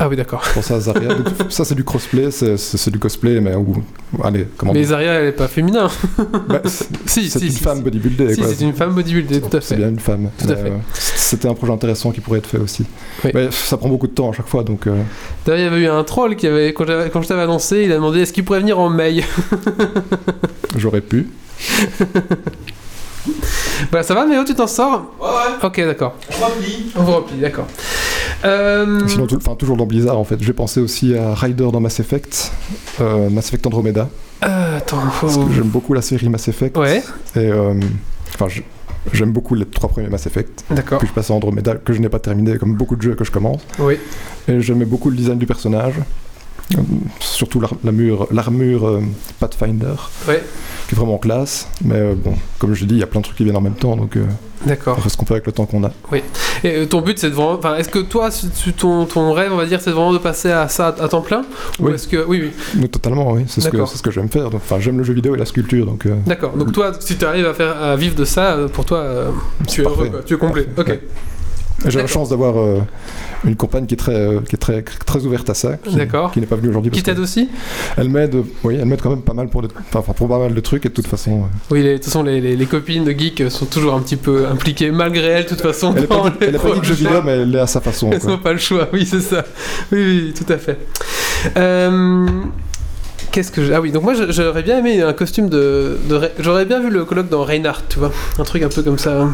Ah oui d'accord.
Je pensais à Zarya. Donc, ça c'est du crossplay, c'est- c'est c'est du cosplay, mais où... allez, comment
Mais
dire
Zarya elle est pas féminin.
Bah, C'est
si
c'est
si
une
si,
femme
si.
bodybuildée.
Si,
quoi.
c'est une femme bodybuildée tout à
C'est
fait.
bien une femme.
Tout à
mais,
fait.
euh, C'était un projet intéressant qui pourrait être fait aussi.
Oui.
Mais ça prend beaucoup de temps à chaque fois, donc euh,
D'ailleurs, il y avait eu un troll qui avait quand, j'avais- quand je t'avais annoncé, il a demandé est-ce qu'il pourrait venir en mail.
j'aurais pu.
Voilà, Bah, ça va, Méo, tu t'en sors
Ouais, ouais,
Ok, d'accord.
je replie.
On vous replie, d'accord. Euh,
Sinon, tout- enfin, toujours dans Blizzard en fait. J'ai pensé aussi à Ryder dans Mass Effect, euh, Mass Effect Andromeda.
euh, attends, faut-
Parce que j'aime beaucoup la série Mass Effect.
Ouais,
Et euh, enfin, je- j'aime beaucoup les trois premiers Mass Effect.
d'accord.
Puis je passe à Andromeda, que je n'ai pas terminé, comme beaucoup de jeux que je commence.
Oui.
Et j'aimais beaucoup le design du personnage. Euh, Surtout l'ar- l'armure, l'armure euh, Pathfinder,
Ouais.
qui est vraiment classe. Mais euh, bon, comme je l'ai dit, il y a plein de trucs qui viennent en même temps, donc euh, on
D'accord.
fait ce qu'on peut avec le temps qu'on a.
Et euh, ton but, c'est de vraiment. Enfin, est-ce que toi, si tu- ton, ton rêve, on va dire, c'est vraiment de passer à ça à temps plein Ou
Oui.
est-ce que. Oui, oui.
Mais totalement, oui, c'est ce que,
D'accord.
c'est ce que j'aime faire. Donc, Enfin, j'aime le jeu vidéo et la sculpture, donc euh,
D'accord. Donc, toi, si tu arrives à, faire, à vivre de ça, euh, pour toi, euh, tu es
parfait.
heureux, quoi. Tu es complet. Ok.
Parfait. j'ai la
D'accord.
chance d'avoir euh, une compagne qui est très, euh, qui est très, très ouverte à ça, qui,
D'accord.
qui n'est pas venue aujourd'hui.
Qui
parce
t'aide aussi
Elle m'aide, oui, elle m'aide quand même pas mal pour, de- enfin, enfin, pour pas mal de trucs et de toute façon. euh,
Oui, les- de toute façon, les, les- les copines de Geek sont toujours un petit peu impliquées, malgré elles, de toute façon.
Elle est
dans
pas,
Oh, les
elle est pas dit que je
projets.
vidéo, mais elle est à sa façon.
Elles
quoi.
n'ont pas le choix, oui, c'est ça. Oui, oui, tout à fait. Euh, Qu'est-ce que j'ai Ah oui, donc moi je- j'aurais bien aimé un costume de. de Ray- J'aurais bien vu le colloque dans Reinhardt, tu vois. Un truc un peu comme ça. hein.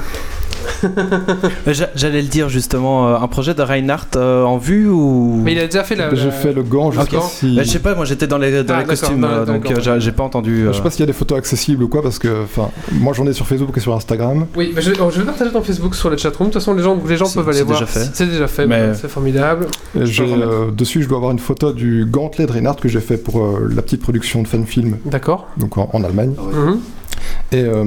J'allais le dire justement, euh, un projet de Reinhardt euh, en vue ou.
Mais il a déjà fait la.
J'ai
la-
fait le gant
Ok.
jusqu'ici.
Bah, je sais pas, moi j'étais dans les, dans
Ah,
les
d'accord,
costumes,
dans les-
euh,
dans le
donc
gant.
euh, j'a- j'ai pas entendu.
Je
euh,
sais pas s'il y a des photos accessibles ou quoi, parce que enfin, moi j'en ai sur Facebook et sur Instagram.
Oui, bah, je, vais- oh, je vais partager dans Facebook sur le chatroom. De toute façon, les gens, les gens
C'est-
peuvent aller
c'est
voir.
déjà fait.
C'est déjà fait,
Mais-
bah, c'est formidable.
Et j'ai,
remettre.
euh, dessus, je dois avoir une photo du gantelet de Reinhardt que j'ai fait pour euh, la petite production de fan film,
D'accord.
donc en, en Allemagne.
Mhm.
Et euh,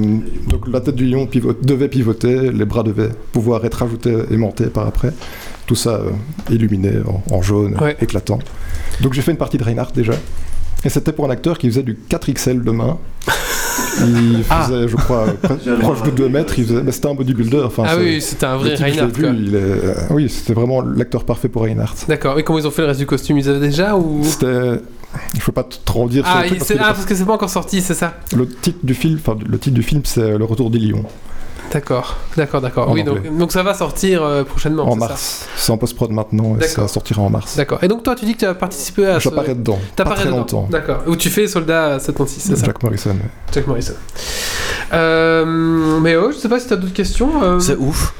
donc la tête du lion pivote- devait pivoter, les bras devaient pouvoir être ajoutés, aimantés par après. Tout ça euh, illuminé en, en jaune,
Ouais.
éclatant. Donc j'ai fait une partie de Reinhardt déjà. Et c'était pour un acteur qui faisait du 4XL de main. Il faisait, je crois,
J'ai
pre-
le
proche de
droit.
2 mètres. Il faisait... mais C'était un bodybuilder. Enfin,
ah
c'est-
oui, c'était un
le
vrai
type que j'ai
Reinhardt,
vu,
quoi.
il est- euh, Oui, c'était vraiment l'acteur parfait pour Reinhardt.
D'accord. Et comment ils ont fait le reste du costume Ils avaient déjà ou.
C'était... Je peux pas t- trop en dire sur
Ah,
le
il-
truc parce
c'est-
qu'il est
ah, parce que c'est pas encore sorti, c'est ça
Le titre du film, enfin, le titre du film, c'est Le euh, Retour des Lions.
D'accord, d'accord, d'accord.
En
Oui, donc,
anglais.
donc ça va sortir euh, prochainement.
en
c'est ça
mars. C'est en post-prod maintenant et
D'accord.
ça sortira en mars.
D'accord. Et donc toi, tu dis que tu as participé à ce...
J'apparais dedans. Pas
T'apparais
très
dedans.
longtemps.
D'accord. Où tu fais soldat 76, c'est ça
Jack Morrison. ouais.
Jack Morrison. Euh, mais oh, je sais pas si t'as d'autres questions. euh,
C'est ouf.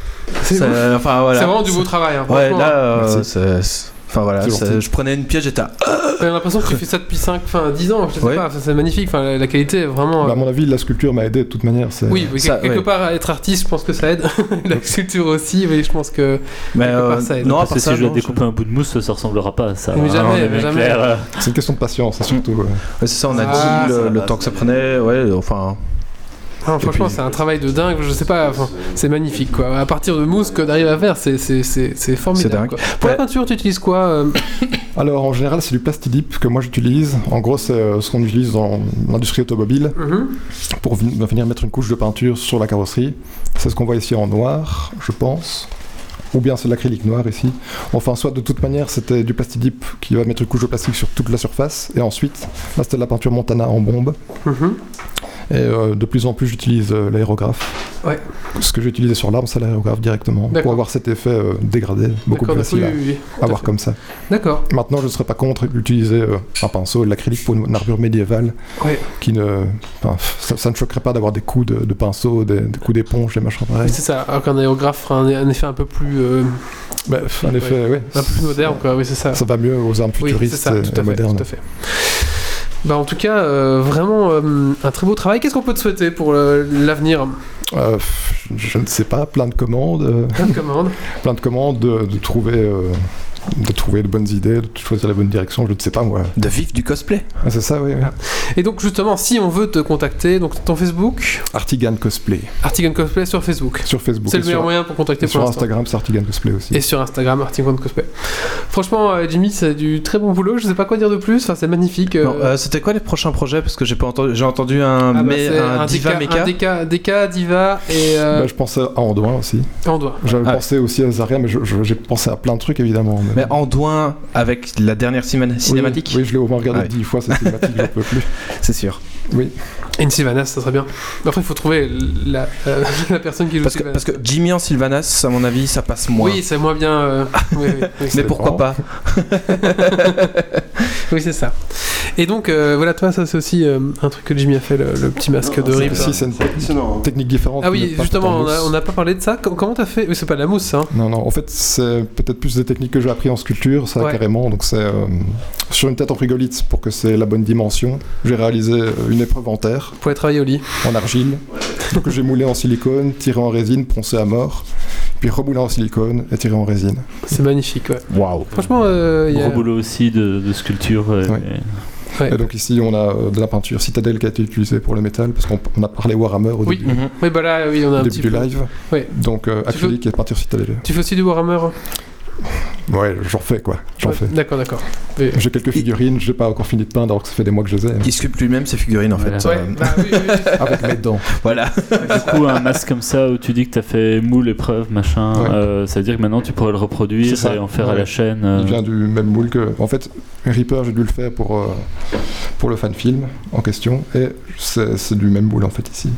c'est
C'est-
ouf.
Enfin,
C'est
voilà.
vraiment du beau travail. hein,
Ouais,
franchement.
là, euh,
Merci.
c'est- c'est- Enfin voilà,
C'est
c'est-
gentil.
je prenais une pièce, j'étais ah, à
J'ai l'impression que tu fais ça depuis 5, enfin 10 ans, je sais
Ouais.
pas, ça, c'est magnifique, enfin, la, la qualité est vraiment... euh,
Bah, à mon avis, la sculpture m'a aidé de toute manière. c'est-
oui, oui,
ça,
quelque
ouais.
part, être artiste, je pense que ça aide. la culture aussi, mais je pense que...
Mais
Quelque part,
euh,
ça aide.
non, à
Parce
part
que
ça,
si je dois
non,
découper un bout de mousse, ça ressemblera pas à ça.
Mais
hein,
jamais,
on est bien
jamais.
clair, euh.
C'est une question de patience, hein, surtout. ouais.
Ouais, c'est ça, on a
Ah,
dit
ça
le,
va,
le temps que ça prenait. Ouais, enfin.
Non, franchement,
puis-
c'est un travail de dingue, je sais pas, enfin, c'est magnifique, quoi. À partir de mousse que d'arriver à faire, c'est- c'est c'est- c'est formidable.
C'est dingue.
quoi. Pour la
Ouais.
peinture, tu utilises quoi euh,
Alors, en général, c'est du plastidip que moi j'utilise. En gros, c'est euh, ce qu'on utilise dans l'industrie automobile
mhm.
pour ven- venir mettre une couche de peinture sur la carrosserie. C'est ce qu'on voit ici en noir, je pense. Ou bien c'est de l'acrylique noir ici. Enfin, soit de toute manière, c'était du plastidip qui va mettre une couche de plastique sur toute la surface. Et ensuite, là, c'était de la peinture Montana en bombe. Mm-hmm.
mhm.
Et euh, de plus en plus, j'utilise euh, l'aérographe.
Ouais.
Ce que j'ai utilisé sur l'arme, c'est l'aérographe directement.
D'accord.
Pour avoir cet effet euh, dégradé, beaucoup
D'accord,
plus
d'accord,
facile
oui, oui, oui, tout
à
à
avoir
fait.
comme ça.
D'accord,
Maintenant, je ne serais pas contre d'utiliser euh, un pinceau et de l'acrylique pour une, une armure médiévale.
Ouais.
Qui ne, enfin, ça, ça ne choquerait pas d'avoir des coups de, de pinceau, des, des coups d'éponge, des machins pareils.
c'est ça, alors qu'un aérographe fera un, un effet un peu plus, euh,
Bref, en effet, oui.
un peu plus moderne, quoi, oui, c'est ça.
Ça euh, va mieux aux armes
Oui,
futuristes
c'est ça,
et-
tout
et
à fait,
modernes.
tout à fait. Bah, en tout cas, euh, vraiment euh, un très beau travail. Qu'est-ce qu'on peut te souhaiter pour le- l'avenir hein,
Euh, pff, je ne sais pas, plein de commandes, euh,
Plein de commandes.
plein de commandes, de, de trouver. euh, de trouver de bonnes idées, de choisir la bonne direction, je ne sais pas moi.
De vivre du cosplay.
Ah, c'est ça, oui. oui.
Et donc, justement, si on veut te contacter, donc ton Facebook,
Artigan Cosplay
Artigan Cosplay sur Facebook.
sur Facebook.
C'est
et
le meilleur
sur,
moyen pour contacter
et
pour
sur
l'instant.
Instagram, c'est Artigan Cosplay aussi.
Et sur Instagram, Artigan Cosplay. Franchement, euh, Jimmy, c'est du très bon boulot. Je sais pas quoi dire de plus. Enfin, c'est magnifique. euh,
Non, euh, C'était quoi les prochains projets Parce que j'ai pas entendu. J'ai entendu un,
ah bah,
mais,
c'est
un Diva
DK,
Mecha.
un DK, DK, Diva et euh,
Bah, je pensais à Andouin aussi.
Andoin.
J'avais
Ah.
pensé aussi à Zarya, mais je- je- j'ai pensé à plein de trucs évidemment. mais-
Mais en douin avec la dernière cinéma-
Oui,
cinématique.
Oui, je l'ai au moins regardé
Ah oui.
dix fois cette cinématique, j'en peux plus.
C'est sûr.
Et une Sylvanas, ça serait bien. Après, il faut trouver la, euh, la personne qui joue
Parce que,
Sylvanas.
parce que Jimmy en Sylvanas, à mon avis, ça passe moins.
Oui, c'est moins bien. euh, oui, oui, oui.
mais
ça
pourquoi
dépend.
pas
Oui, c'est ça. Et donc, euh, voilà, toi, ça, c'est aussi euh, un truc que Jimmy a fait, le, le petit masque
Non,
de
c'est
rip.
Si,
ça.
c'est une
C'est impressionnant. hein.
technique différente.
bah, Ah
mais
oui,
pas
justement,
tout en
on a-
mousse.
on n'a pas parlé de ça. Com- Comment t'as fait Mais c'est pas de la mousse, hein.
Non, non, en fait, c'est peut-être plus des techniques que j'ai appris en sculpture, ça
Ouais.
carrément. Donc, c'est euh, sur une tête en frigolite pour que c'est la bonne dimension. J'ai réalisé euh, une épreuve en terre,
Pour aller travailler au lit.
en argile, que j'ai moulé en silicone, tiré en résine, poncé à mort, puis remoulé en silicone et tiré en résine.
C'est magnifique, ouais.
Waouh
Franchement, euh, il y a-
Gros boulot aussi de, de sculpture. euh,
Ouais.
et-
Ouais.
Et donc, ici, on a euh, de la peinture citadelle qui a été utilisée pour le métal, parce qu'on on a parlé Warhammer au
Oui.
début,
Mhm.
Oui, bah là, oui, on a un
début
petit
du
peu.
live.
Oui.
Donc, euh,
Tu veux-
acrylique et peinture citadelle.
Tu fais aussi du Warhammer hein?
Ouais, j'en fais quoi, j'en
Ouais,
fais.
D'accord, d'accord. Mais-
J'ai quelques figurines, j'ai pas encore fini de peindre alors que ça fait des mois que je les ai. hein.
Il sculpte lui-même ses figurines en
Voilà.
fait.
Ouais,
Euh,
bah oui, oui, oui.
Avec mes dents.
voilà.
Du coup, un masque comme ça où tu dis que t'as fait moule, épreuve, machin,
Ouais.
euh, ça veut dire que maintenant tu pourrais le
C'est
reproduire
ça.
et en faire à
Ouais.
la chaîne. euh,
Il vient du même moule que. En fait, Reaper, j'ai dû le faire pour, euh, pour le fan film en question. Et c'est c'est du même moule en fait ici.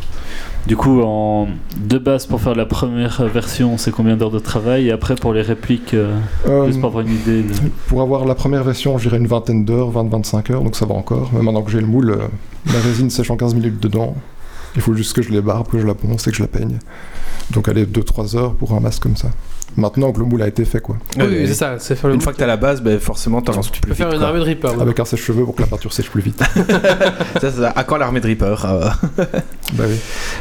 Du coup, en... de base, pour faire la première version, c'est combien d'heures de travail Et après, pour les répliques, euh,
Euh,
juste pour avoir une idée. de-
pour avoir la première version, j'irai une vingtaine d'heures, 20-25 heures, donc ça va encore. Mais maintenant que j'ai le moule, euh, la résine sèche en 15 minutes dedans. Il faut juste que je les barbe, que je la ponce et que je la peigne. Donc allez, 2-3 heures pour un masque comme ça. Maintenant que le moule a été fait quoi.
Oui, oui, c'est ça. C'est faire le
Une fois que t'as la base, ben, forcément t'avances plus
Tu peux
vite.
faire une
quoi.
armée de Reaper. donc.
Avec un sèche-cheveux pour que la peinture sèche plus vite.
Ça, ça- à quand l'armée de Reaper euh
bah oui,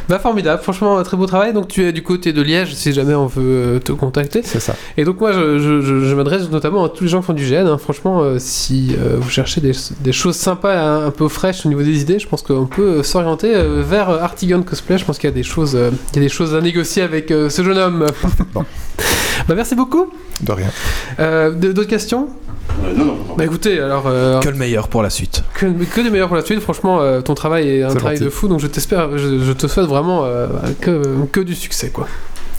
Bah formidable, franchement très beau travail. Donc tu es du côté de Liège si jamais on veut euh, te contacter.
c'est ça.
Et donc moi je, je- je- je m'adresse notamment à tous les gens qui font du GN. hein. Franchement euh, si euh, vous cherchez des, des choses sympas, hein, un peu fraîches au niveau des idées, je pense qu'on peut euh, s'orienter euh, vers euh, Artigan Cosplay. Je pense qu'il y a des choses, euh, il y a des choses à négocier avec euh, ce jeune homme. bah merci beaucoup.
De rien.
Euh, d- D'autres questions
Euh, non, non, non.
Bah écoutez alors euh,
Que le meilleur pour la suite.
que, que du meilleur pour la suite. Franchement euh, ton travail est un
C'est
travail
gentil.
de fou donc je t'espère, je, je te souhaite vraiment euh, que, que du succès quoi.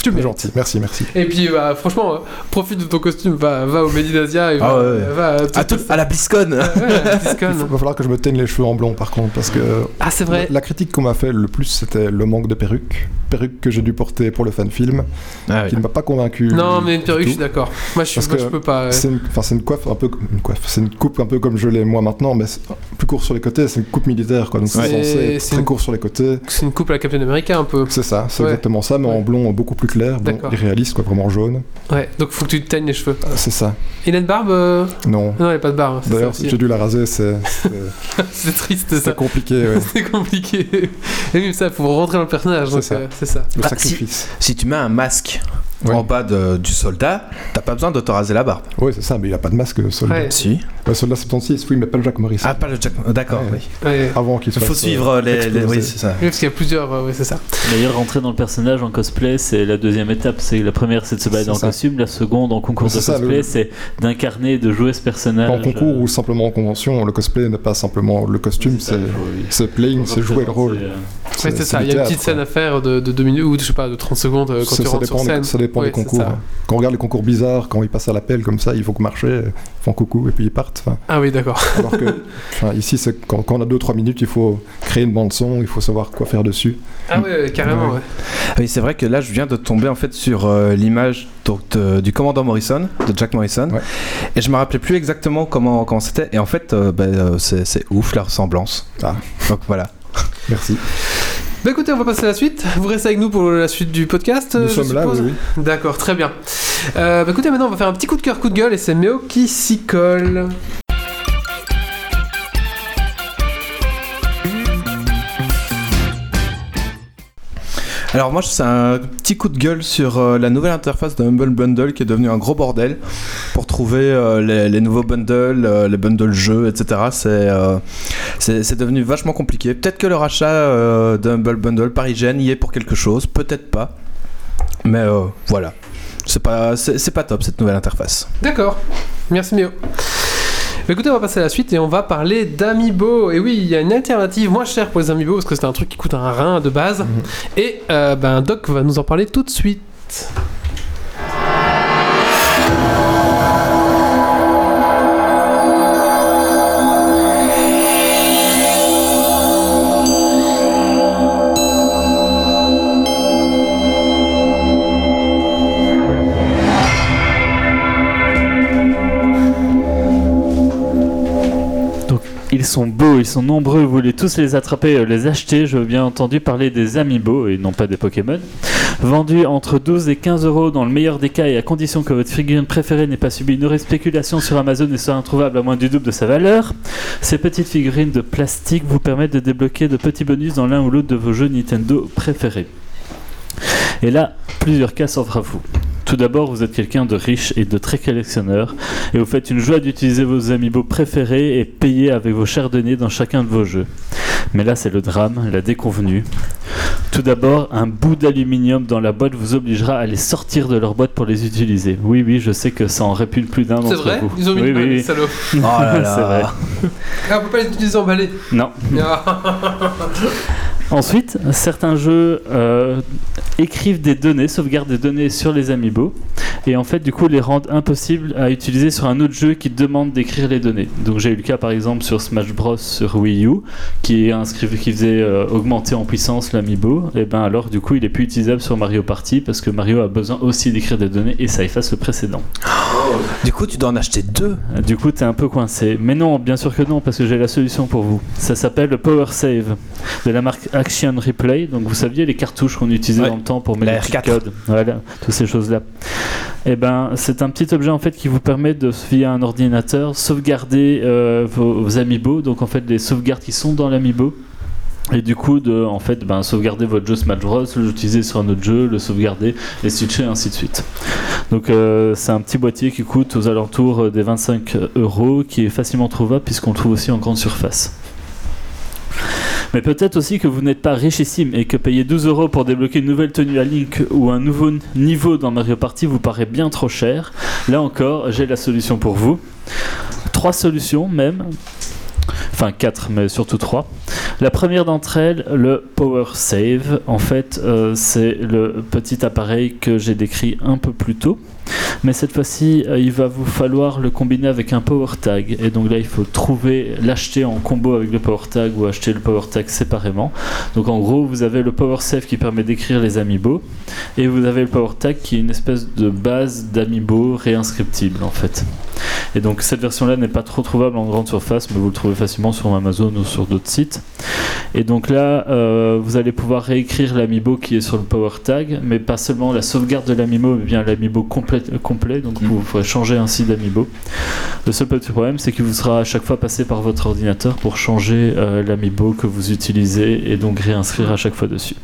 Tu
C'est
mets.
gentil, merci, merci.
Et puis, bah, franchement, euh, profite de ton costume, va, va au Médinasia et va,
Ah ouais.
va à tout-
À, tout- à la BlizzCon
Ouais, à la Discon.
Il faut- va falloir que je me teigne les cheveux en blond par contre, parce que
Ah, c'est
la,
vrai.
la critique qu'on m'a fait le plus c'était le manque de perruque. Perruque que j'ai dû porter pour le fan film,
Ah oui.
qui ne m'a pas convaincu.
Non, mais une perruque, je suis d'accord. Moi, je, suis-
Parce
moi,
que
je peux pas. euh,
C'est une, enfin, c'est une coiffe un peu comme- une coiffe, c'est une coupe un peu comme je l'ai moi maintenant, mais c'est plus court sur les côtés, c'est une coupe militaire quoi, donc c'est
Ouais.
censé
C'est-
être
c'est
très
une-
court sur les côtés.
euh, C'est une coupe à la Captain America un peu.
C'est ça, c'est
Ouais.
exactement ça, mais en
Ouais.
blond beaucoup plus clair, bon,
D'accord. Euh,
irréaliste quoi, vraiment jaune.
Ouais, donc faut que tu te teignes les cheveux.
C'est ça.
Il a une barbe euh
Non.
Non, il a pas de barbe. hein, c'est ça
D'ailleurs,
aussi.
j'ai dû la raser, c'est c'est-
c'est triste
c'est
ça.
compliqué, ouais.
C'est compliqué. Et même ça, faut rentrer dans le personnage.
C'est
donc,
ça.
euh, C'est ça.
le
Bah,
sacrifice.
Si tu mets un masque
Oui.
en bas de- du soldat, t'as pas besoin de te raser la barbe.
Oui, c'est ça, mais il a pas de masque, le soldat.
Ouais.
Si.
Le soldat 76, oui, mais pas le Jack Morris.
Ah, pas le Jack. D'accord.
Ouais.
oui.
Ouais.
Avant qu'il euh,
Il
soit.
faut suivre les. les-
exploser.
Oui, c'est ça.
Oui, parce qu'il y a plusieurs. euh, ouais, c'est ça.
D'ailleurs, rentrer dans le personnage en cosplay, c'est la deuxième étape. C'est la première, c'est de se balader
C'est
en
ça.
costume. La seconde, en concours de
C'est ça,
cosplay,
le-
c'est d'incarner, de jouer ce personnage.
En concours ou simplement en convention, le cosplay n'est pas simplement le costume,
C'est ça,
c'est
il faut- il
c'est playing, c'est jouer le rôle.
euh,
Ouais, c'est ça.
du
Il y a une
théâtre,
petite
quoi.
scène à faire de, de 2 minutes ou de, je sais pas, de 30 secondes euh, quand
Ça-
tu
ça
rentres
dépend,
sur
des-
scène.
ça dépend
Ouais,
des
c'est
concours.
ça.
Quand on regarde les concours bizarres, quand ils passent à l'appel comme ça, ils font que marcher, ils font coucou et puis ils partent. Enfin,
Ah oui, d'accord.
alors que enfin, ici, c'est quand, quand on a 2-3 minutes, il faut créer une bande-son, il faut savoir quoi faire dessus.
Ah ouais, carrément. Ouais.
Ah Oui, c'est vrai que là, je viens de tomber en fait sur euh, l'image donc, de- du commandant Morrison, de Jack Morrison,
Ouais.
et je me rappelais plus exactement comment comment c'était. Et en fait, euh, bah, euh, c'est c'est ouf la ressemblance.
Ah.
Donc voilà.
Merci.
Bah écoutez, on va passer à la suite. Vous restez avec nous pour la suite du podcast. euh,
Nous
je
sommes là,
suppose.
oui, oui.
D'accord, très bien. Euh, bah écoutez, maintenant on va faire un petit coup de cœur, coup de gueule, et c'est Méo qui s'y colle.
Alors moi, c'est un petit coup de gueule sur euh, la nouvelle interface de Humble Bundle qui est devenue un gros bordel pour trouver euh, les, les nouveaux bundles, euh, les bundles jeux, etc. C'est euh, c'est c'est devenu vachement compliqué. Peut-être que le rachat euh, de Humble Bundle par IGN y est pour quelque chose, peut-être pas. Mais euh, voilà. C'est pas, c'est c'est pas top cette nouvelle interface.
D'accord, merci Méo. Bah Écoutez, on va passer à la suite et on va parler d'Amiibo. Et oui, il y a une alternative moins chère pour les Amiibo parce que c'est un truc qui coûte un rein de base.
Mhm.
Et euh, ben, Doc va nous en parler tout de suite.
Ils sont beaux, ils sont nombreux, vous voulez tous les attraper, euh, les acheter. Je veux bien entendu parler des Amiibo et non pas des Pokémon. Vendus entre 12 et 15 euros dans le meilleur des cas et à condition que votre figurine préférée n'ait pas subi une horrible spéculation sur Amazon et soit introuvable à moins du double de sa valeur, ces petites figurines de plastique vous permettent de débloquer de petits bonus dans l'un ou l'autre de vos jeux Nintendo préférés. Et là, plusieurs cas s'offrent à vous. Tout d'abord, vous êtes quelqu'un de riche et de très collectionneur et vous faites une joie d'utiliser vos amiibo préférés et payer avec vos chers deniers dans chacun de vos jeux. Mais là, c'est le drame, la déconvenue. Tout d'abord, un bout d'aluminium dans la boîte vous obligera à les sortir de leur boîte pour les utiliser. Oui, oui, je sais que ça en répugne plus d'un
C'est
d'entre
vrai
vous.
Ils ont mis
Oui,
une balle,
oui,
les
oui.
salauds.
Oh là
C'est vrai.
là.
Ah, on peut pas les utiliser emballés.
Non.
Ah,
Ensuite, certains jeux euh, écrivent des données, sauvegardent des données sur les amiibo, et en fait, du coup, les rendent impossibles à utiliser sur un autre jeu qui demande d'écrire les données. Donc, j'ai eu le cas par exemple sur Smash Bros sur Wii U, qui, inscrivait, qui faisait euh, augmenter en puissance l'amiibo, et ben alors, du coup, il est plus utilisable sur Mario Party parce que Mario a besoin aussi d'écrire des données et ça efface le précédent.
Du coup, tu dois en acheter deux.
Du coup, t'es un peu coincé. Mais non, bien sûr que non, parce que j'ai la solution pour vous. Ça s'appelle le Power Save de la marque Action Replay. Donc, vous saviez les cartouches qu'on utilisait
Ouais.
dans le temps pour mettre
La
les petits
R4.
codes. Voilà, toutes ces choses-là. Et ben, c'est un petit objet en fait qui vous permet de, via un ordinateur, sauvegarder euh, vos, vos amiibo. Donc, en fait, les sauvegardes qui sont dans l'amiibo. Et du coup, de, en fait, ben, sauvegarder votre jeu Smash Bros, l'utiliser sur un autre jeu, le sauvegarder et switcher, ainsi de suite. Donc euh, c'est un petit boîtier qui coûte aux alentours euh, des 25 euros, qui est facilement trouvable puisqu'on le trouve aussi en grande surface. Mais peut-être aussi que vous n'êtes pas richissime et que payer 12 euros pour débloquer une nouvelle tenue à Link ou un nouveau n- niveau dans Mario Party vous paraît bien trop cher. Là encore, j'ai la solution pour vous. Trois solutions même. Enfin quatre, mais surtout trois. La première d'entre elles, le Power Save. En fait, euh, c'est le petit appareil que j'ai décrit un peu plus tôt. Mais cette fois-ci, euh, il va vous falloir le combiner avec un Power Tag. Et donc là, il faut trouver, l'acheter en combo avec le Power Tag ou acheter le Power Tag séparément. Donc en gros, vous avez le Power Save qui permet d'écrire les amiibo. Et vous avez le Power Tag qui est une espèce de base d'amiibo réinscriptible en fait. Et donc cette version-là n'est pas trop trouvable en grande surface, mais vous le trouvez facilement sur Amazon ou sur d'autres sites. Et donc là, euh, vous allez pouvoir réécrire l'amiibo qui est sur le Power Tag, mais pas seulement la sauvegarde de l'amiibo, mais bien l'amiibo complet, euh, complet. Donc vous pourrez changer ainsi d'amiibo. Le seul petit problème, c'est qu'il vous sera à chaque fois passé par votre ordinateur pour changer euh, l'amiibo que vous utilisez et donc réinscrire à chaque fois dessus.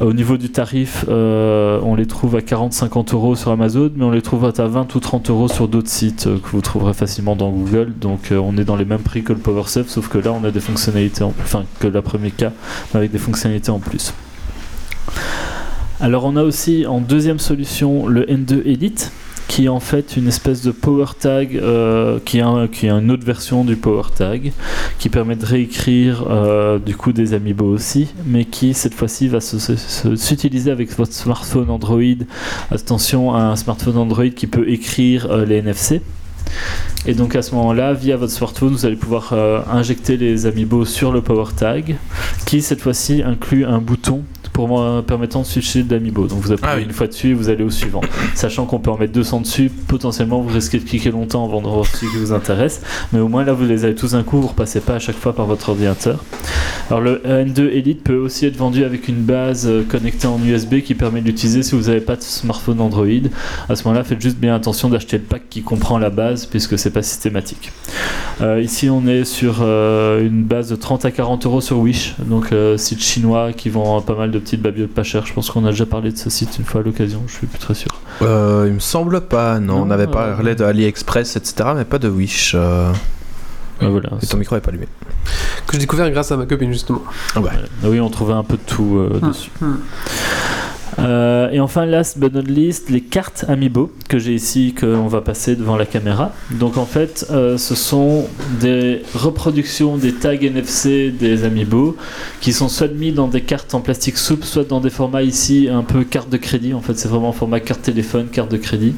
Au niveau du tarif, euh, on les trouve à 40-50 euros sur Amazon, mais on les trouve à 20 ou 30 euros sur d'autres sites euh, que vous trouverez facilement dans Google. Donc euh, on est dans les mêmes prix que le PowerSave, sauf que là on a des fonctionnalités, en... enfin que la première cas, mais avec des fonctionnalités en plus. Alors on a aussi en deuxième solution le N2 Elite qui est en fait une espèce de power tag euh, qui, est un- qui est une autre version du power tag qui permet de réécrire euh, du coup des amiibo aussi mais qui cette fois-ci va se- se- se- s'utiliser avec votre smartphone Android attention à un smartphone Android qui peut écrire euh, les NFC et donc à ce moment-là, via votre smartphone, vous allez pouvoir euh, injecter les amiibo sur le power tag, qui cette fois-ci inclut un bouton pour euh, permettant de switcher d'amiibo. Donc vous appuyez
Ah oui.
une fois dessus et vous allez au suivant sachant qu'on peut en mettre 200 dessus, potentiellement vous risquez de cliquer longtemps avant de voir celui qui vous intéresse, mais au moins là vous les avez tous d'un coup, vous repassez pas à chaque fois par votre ordinateur. Alors le N2 Elite peut aussi être vendu avec une base euh, connectée en USB qui permet de l'utiliser si vous n'avez pas de smartphone Android. À ce moment-là, faites juste bien attention d'acheter le pack qui comprend la base puisque c'est pas systématique. Euh, ici on est sur euh, une base de 30 à 40 euros sur Wish, donc euh, site chinois qui vend pas mal de petites babioles pas chères. Je pense qu'on a déjà parlé de ce site une fois à l'occasion, je suis plus très sûr.
Euh, il me semble pas, non.
Non,
on n'avait pas
euh,
parlé de AliExpress, etc., mais pas de Wish. euh.
Ah, voilà,
Et ton micro est pas allumé.
Que j'ai découvert grâce à ma copine, justement.
Ah oui, on trouvait un peu de tout euh,
Hmm,
dessus.
hmm.
Euh, et enfin, last but not least, les cartes Amiibo que j'ai ici, qu'on va passer devant la caméra. Donc en fait, euh, ce sont des reproductions des tags NFC des Amiibo qui sont soit mis dans des cartes en plastique souple, soit dans des formats ici un peu carte de crédit. En fait, c'est vraiment format carte téléphone, carte de crédit.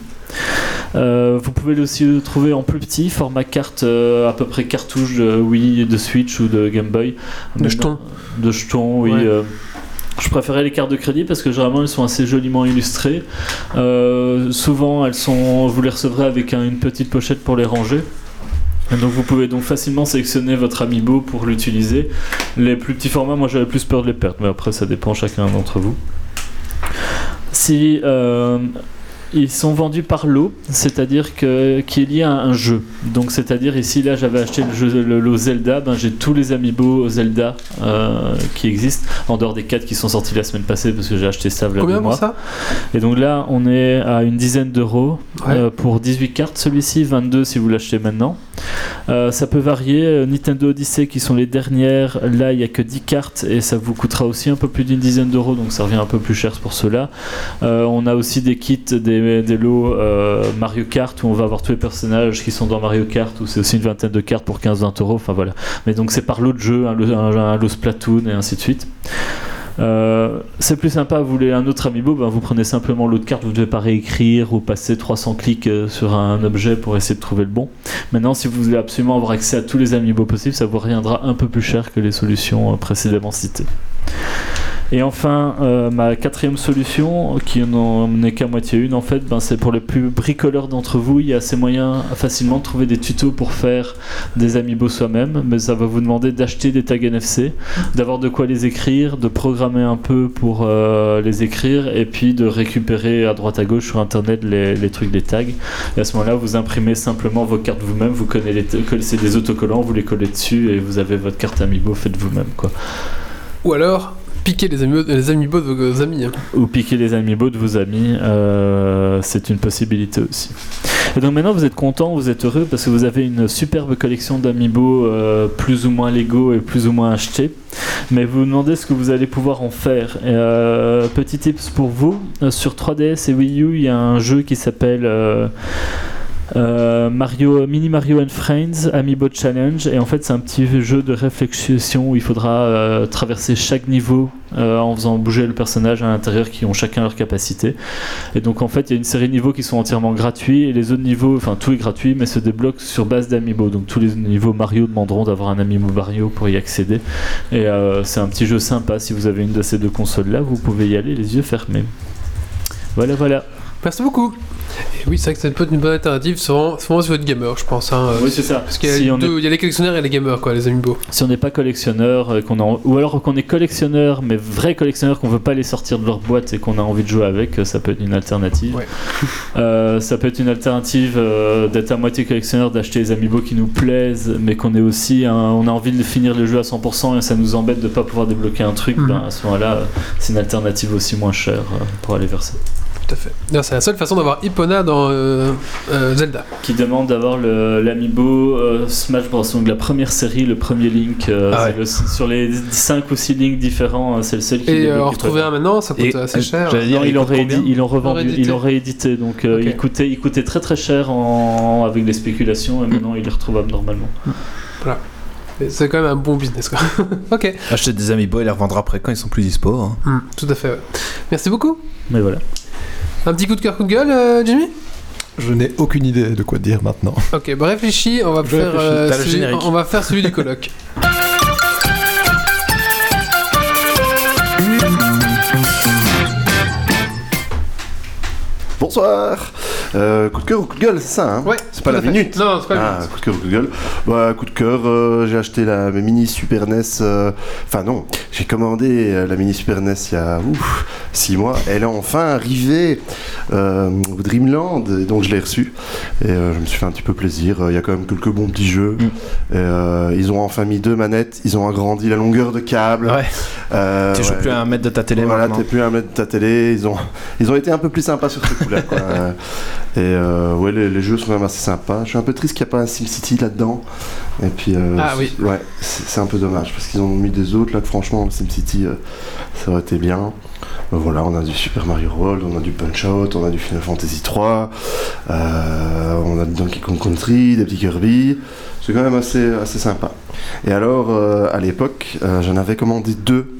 Euh, vous pouvez aussi le trouver en plus petit, format carte euh, à peu près cartouche de Wii, de Switch ou de Game Boy.
De jetons.
De jetons, oui.
Ouais.
euh, je préférais les cartes de crédit parce que généralement elles sont assez joliment illustrées. Euh, souvent elles sont, vous les recevrez avec un- une petite pochette pour les ranger. Et donc vous pouvez donc facilement sélectionner votre amiibo pour l'utiliser. Les plus petits formats, moi j'avais plus peur de les perdre, mais après ça dépend chacun d'entre vous. Si euh, ils sont vendus par lot, c'est-à-dire que qui est lié à un jeu. Donc c'est-à-dire ici là j'avais acheté le jeu le lot Zelda, ben j'ai tous les amiibo Zelda euh, qui existent en dehors des quatre qui sont sortis la semaine passée parce que j'ai acheté ça voilà
Combien
deux mois.
pour ça
Et donc là, on est à une dizaine d'euros
Ouais.
euh, pour 18 cartes. Celui-ci, 22 si vous l'achetez maintenant. Euh, ça peut varier. Euh, Nintendo Odyssey, qui sont les dernières, là, il n'y a que 10 cartes et ça vous coûtera aussi un peu plus d'une dizaine d'euros, donc ça revient un peu plus cher pour cela. Euh, on a aussi des kits, des, des lots euh, Mario Kart où on va avoir tous les personnages qui sont dans Mario Kart, où c'est aussi une vingtaine de cartes pour 15-20 euros. Enfin voilà. Mais donc c'est par lot de jeu, un, lot- un- un lot Splatoon et ainsi de suite. Euh, c'est plus sympa, vous voulez un autre amiibo, ben vous prenez simplement l'autre carte, vous ne devez pas réécrire ou passer 300 clics euh, sur un objet pour essayer de trouver le bon. Maintenant, si vous voulez absolument avoir accès à tous les amiibo possibles, ça vous reviendra un peu plus cher que les solutions euh, précédemment citées. Et enfin, euh, ma quatrième solution, qui n'en est qu'à moitié une en fait, ben c'est pour les plus bricoleurs d'entre vous. Il y a assez moyen facilement de trouver des tutos pour faire des amiibo soi-même, mais ça va vous demander d'acheter des tags NFC d'avoir de quoi les écrire, de programmer un peu pour euh, les écrire et puis de récupérer à droite à gauche sur internet les, les trucs des tags. Et à ce moment-là, vous imprimez simplement vos cartes vous-même, vous connaissez les t- que- c'est des autocollants, vous les collez dessus et vous avez votre carte Amiibo faite vous-même quoi.
Ou alors, piquer les amiibo, les amiibo de vos amis. hein.
Ou piquer les Amiibo de vos amis, euh, c'est une possibilité aussi. Et donc maintenant vous êtes content, vous êtes heureux parce que vous avez une superbe collection d'amiibo euh, plus ou moins légaux et plus ou moins achetés. Mais vous vous demandez ce que vous allez pouvoir en faire. Et, euh, petit tips pour vous, euh, sur 3DS et Wii U, il y a un jeu qui s'appelle... euh, euh, Mario, Mini Mario and Friends, Amiibo Challenge. Et en fait, c'est un petit jeu de réflexion où il faudra euh, traverser chaque niveau euh, en faisant bouger le personnage à l'intérieur qui ont chacun leur capacité. Et donc, en fait, il y a une série de niveaux qui sont entièrement gratuits et les autres niveaux, enfin, tout est gratuit, mais se débloquent sur base d'Amiibo. Donc, tous les niveaux Mario demanderont d'avoir un Amiibo Mario pour y accéder. Et euh, c'est un petit jeu sympa. Si vous avez une de ces deux consoles-là, vous pouvez y aller les yeux fermés. Voilà, voilà.
Merci beaucoup. Et oui, c'est vrai que ça peut être une bonne alternative, souvent, souvent si vous êtes gamer, je pense. hein, euh,
Oui, c'est ça.
Parce qu'il y, a
Si on
deux- il y a les collectionneurs et les gamers, quoi, les amiibo.
si on n'est pas collectionneur, euh, qu'on a en- ou alors qu'on est collectionneur, mais vrai collectionneur, qu'on veut pas les sortir de leur boîte et qu'on a envie de jouer avec, euh, ça peut être une alternative.
Ouais.
Euh, ça peut être une alternative euh, d'être à moitié collectionneur, d'acheter les amiibo qui nous plaisent, mais qu'on est aussi, un- on a envie de finir le jeu à 100% et ça nous embête de pas pouvoir débloquer un truc.
Mhm.
ben, à ce moment-là, euh, c'est une alternative aussi moins chère euh, pour aller vers ça.
Tout à fait. D'ailleurs, C'est la seule façon d'avoir Hippona dans euh, euh, Zelda.
Qui demande d'avoir le- l'amiibo euh, Smash Bros. Donc la première série, le premier Link. euh,
Ah
c'est
ouais.
le- sur les 5 ou 6 Links différents, euh, c'est le seul qui
Et
débloque
euh, en
les
retrouver un maintenant, ça coûte
Et-
assez cher.
J'allais dire,
Non,
il
il
coûte
aurait
combien
dit- ils l'ont revendu,
Réédité.
ils l'ont réédité, donc euh,
Ok.
il, coûtait, il coûtait très très cher en, avec les spéculations et maintenant il est retrouvable normalement.
Mais C'est quand même un bon business, quoi. ok,
Acheter des amiibo et les revendre après quand ils sont plus dispo. hein.
Hmm, tout à fait. ouais. Merci beaucoup.
Mais voilà.
Un petit coup de cœur, coup de gueule, euh, Jimmy
Je n'ai aucune idée de quoi dire maintenant.
Ok, bah réfléchis, on va,
Je
faire,
réfléchis.
euh,
T'as le
celui-
générique.
on va faire celui du colloque.
Bonsoir Euh, Coup de cœur ou coup de gueule, c'est ça, hein
Ouais,
C'est pas la
tout à fait.
minute
Non, c'est pas la
Ah,
minute.
coup de cœur ou coup de gueule bah, Coup de cœur, euh, j'ai acheté la mini Super NES. euh, Enfin, non, j'ai commandé euh, la mini Super NES il y a 6 mois. Elle est enfin arrivée euh, au Dreamland, et donc je l'ai reçue. Et euh, je me suis fait un petit peu plaisir. Il y a quand même quelques bons petits jeux.
Mm.
Et, euh, ils ont enfin mis deux manettes, ils ont agrandi la longueur de câble.
Ouais. Ah
Euh,
tu joues
ouais.
plus à un mètre de ta télé
Voilà,
maintenant.
t'es plus à mettre ta télé. Ils ont, ils ont été un peu plus sympas sur ce coup-là. quoi. Euh, Et euh, ouais, les, les jeux sont quand même assez sympas. Je suis un peu triste qu'il n'y a pas un SimCity là-dedans. Et puis, euh,
Ah oui.
c'est- ouais, c'est c'est un peu dommage parce qu'ils ont mis des autres là. que Franchement, le SimCity, euh, ça aurait été bien. Euh, Voilà, on a du Super Mario World, on a du Punch Out, on a du Final Fantasy 3, on a du Donkey Kong Country, des petits Kirby. C'est quand même assez, assez sympa. Et alors, euh, à l'époque, euh, j'en avais commandé deux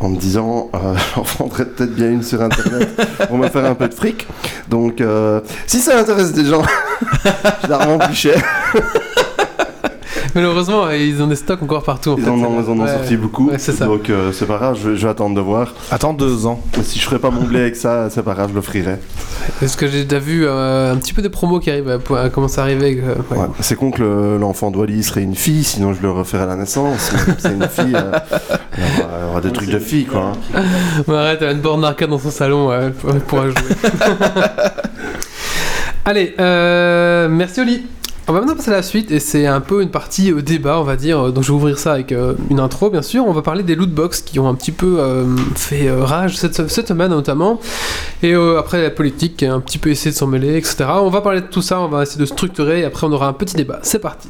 en me disant, euh, j'en prendrais peut-être bien une sur Internet pour me faire un peu de fric. Donc, euh, si ça intéresse des gens, je la revends plus cher.
Malheureusement, ils ont des stocks encore partout. En
Ils
fait.
en ont, ils en ont
Ouais.
sorti beaucoup.
Ouais, c'est ça.
Donc, euh, c'est pas grave, je, vais- je vais attendre de voir.
Attends deux ans.
Si je ferais pas mon blé avec ça, c'est pas grave, je l'offrirai.
Parce que j'ai déjà vu euh, un petit peu des promos qui arrivent, à, à commencer à arriver. euh, ouais.
Ouais. C'est con que le- l'enfant de Wally serait une fille, sinon je le referais à la naissance. Mais comme c'est une fille, euh, il y aura- il y aura des trucs de fille, quoi. hein.
Mais Bah, arrête, elle a une borne d'arcade dans son salon, ouais, elle pourra jouer. Allez, euh, merci Oli. On va maintenant passer à la suite et c'est un peu une partie euh, débat, on va dire. Donc je vais ouvrir ça avec euh, une intro, bien sûr. On va parler des loot box qui ont un petit peu euh, fait euh, rage cette, cette semaine notamment. Et euh, après la politique qui a un petit peu essayé de s'en mêler, etc. On va parler de tout ça, on va essayer de structurer et après on aura un petit débat. C'est parti.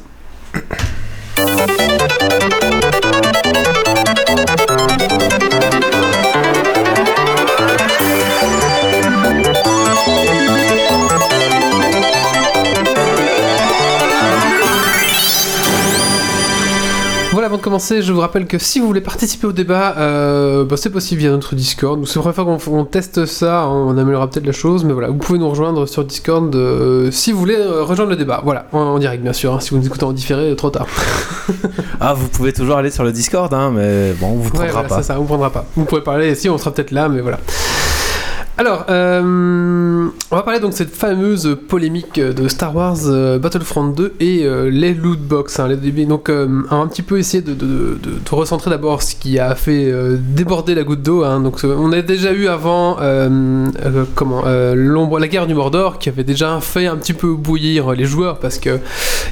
Voilà, avant de commencer, je vous rappelle que si vous voulez participer au débat, euh, bah, c'est possible via notre Discord. Nous, C'est la première fois qu'on f- on teste ça, hein, on améliorera peut-être la chose, mais voilà, vous pouvez nous rejoindre sur Discord euh, si vous voulez euh, rejoindre le débat. Voilà, en, en direct bien sûr, hein, si vous nous écoutez en différé, euh, trop tard.
Ah, vous pouvez toujours aller sur le Discord, hein, mais bon, on vous
Ouais,
prendra
voilà,
pas.
c'est ça, on prendra pas. Vous pouvez parler, si on sera peut-être là, mais voilà. Alors, euh, on va parler donc de cette fameuse polémique de Star Wars euh, Battlefront 2 et euh, les loot box. hein, les DB. Donc, euh, on va un petit peu essayer de, de- de- de recentrer d'abord ce qui a fait euh, déborder la goutte d'eau. hein. Donc, euh, on a déjà eu avant euh, euh, comment euh, l'ombre, la guerre du Mordor, qui avait déjà fait un petit peu bouillir les joueurs parce que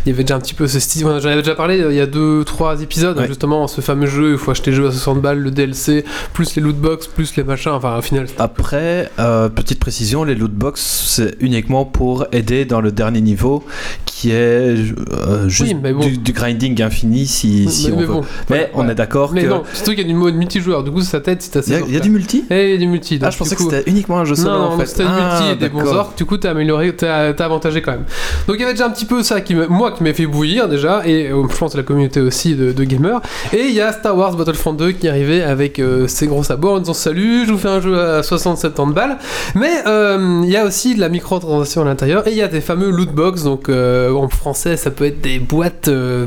il y avait déjà un petit peu ce style. J'en avais déjà parlé euh, il y a deux, trois épisodes, hein,
Ouais.
justement, ce fameux jeu, il faut acheter le jeu à 60 balles, le DLC, plus les loot box, plus les machins, enfin, au final.
Après, euh, petite précision, les loot box, c'est uniquement pour aider dans le dernier niveau, qui- qui est euh, juste
Oui, mais bon.
du, du grinding infini si, si on
mais
veut.
bon.
Mais
Voilà,
on
voilà.
est d'accord que.
Mais non, surtout qu'il y a du mode multijoueur, du coup sa tête c'est
Il y
assez.
a, il y a du multi
Eh, il y a du multi.
Ah,
donc,
je
du
pensais
coup-
que c'était uniquement un jeu solo
non, non,
en fait.
c'était le
Ah,
multi et des bons
d'accord.
orques, du coup t'as amélioré, t'as t'as avantagé quand même. Donc il y avait déjà un petit peu ça qui me- moi qui m'a fait bouillir déjà, et euh, je pense la communauté aussi de, de gamers. Et il y a Star Wars Battlefront 2 qui arrivait avec euh, ses gros sabots en disant salut, je vous fais un jeu à 60-70 balles. Mais euh, il y a aussi de la microtransaction à l'intérieur, et il y a des fameux loot box, donc euh, en français ça peut être des boîtes. euh,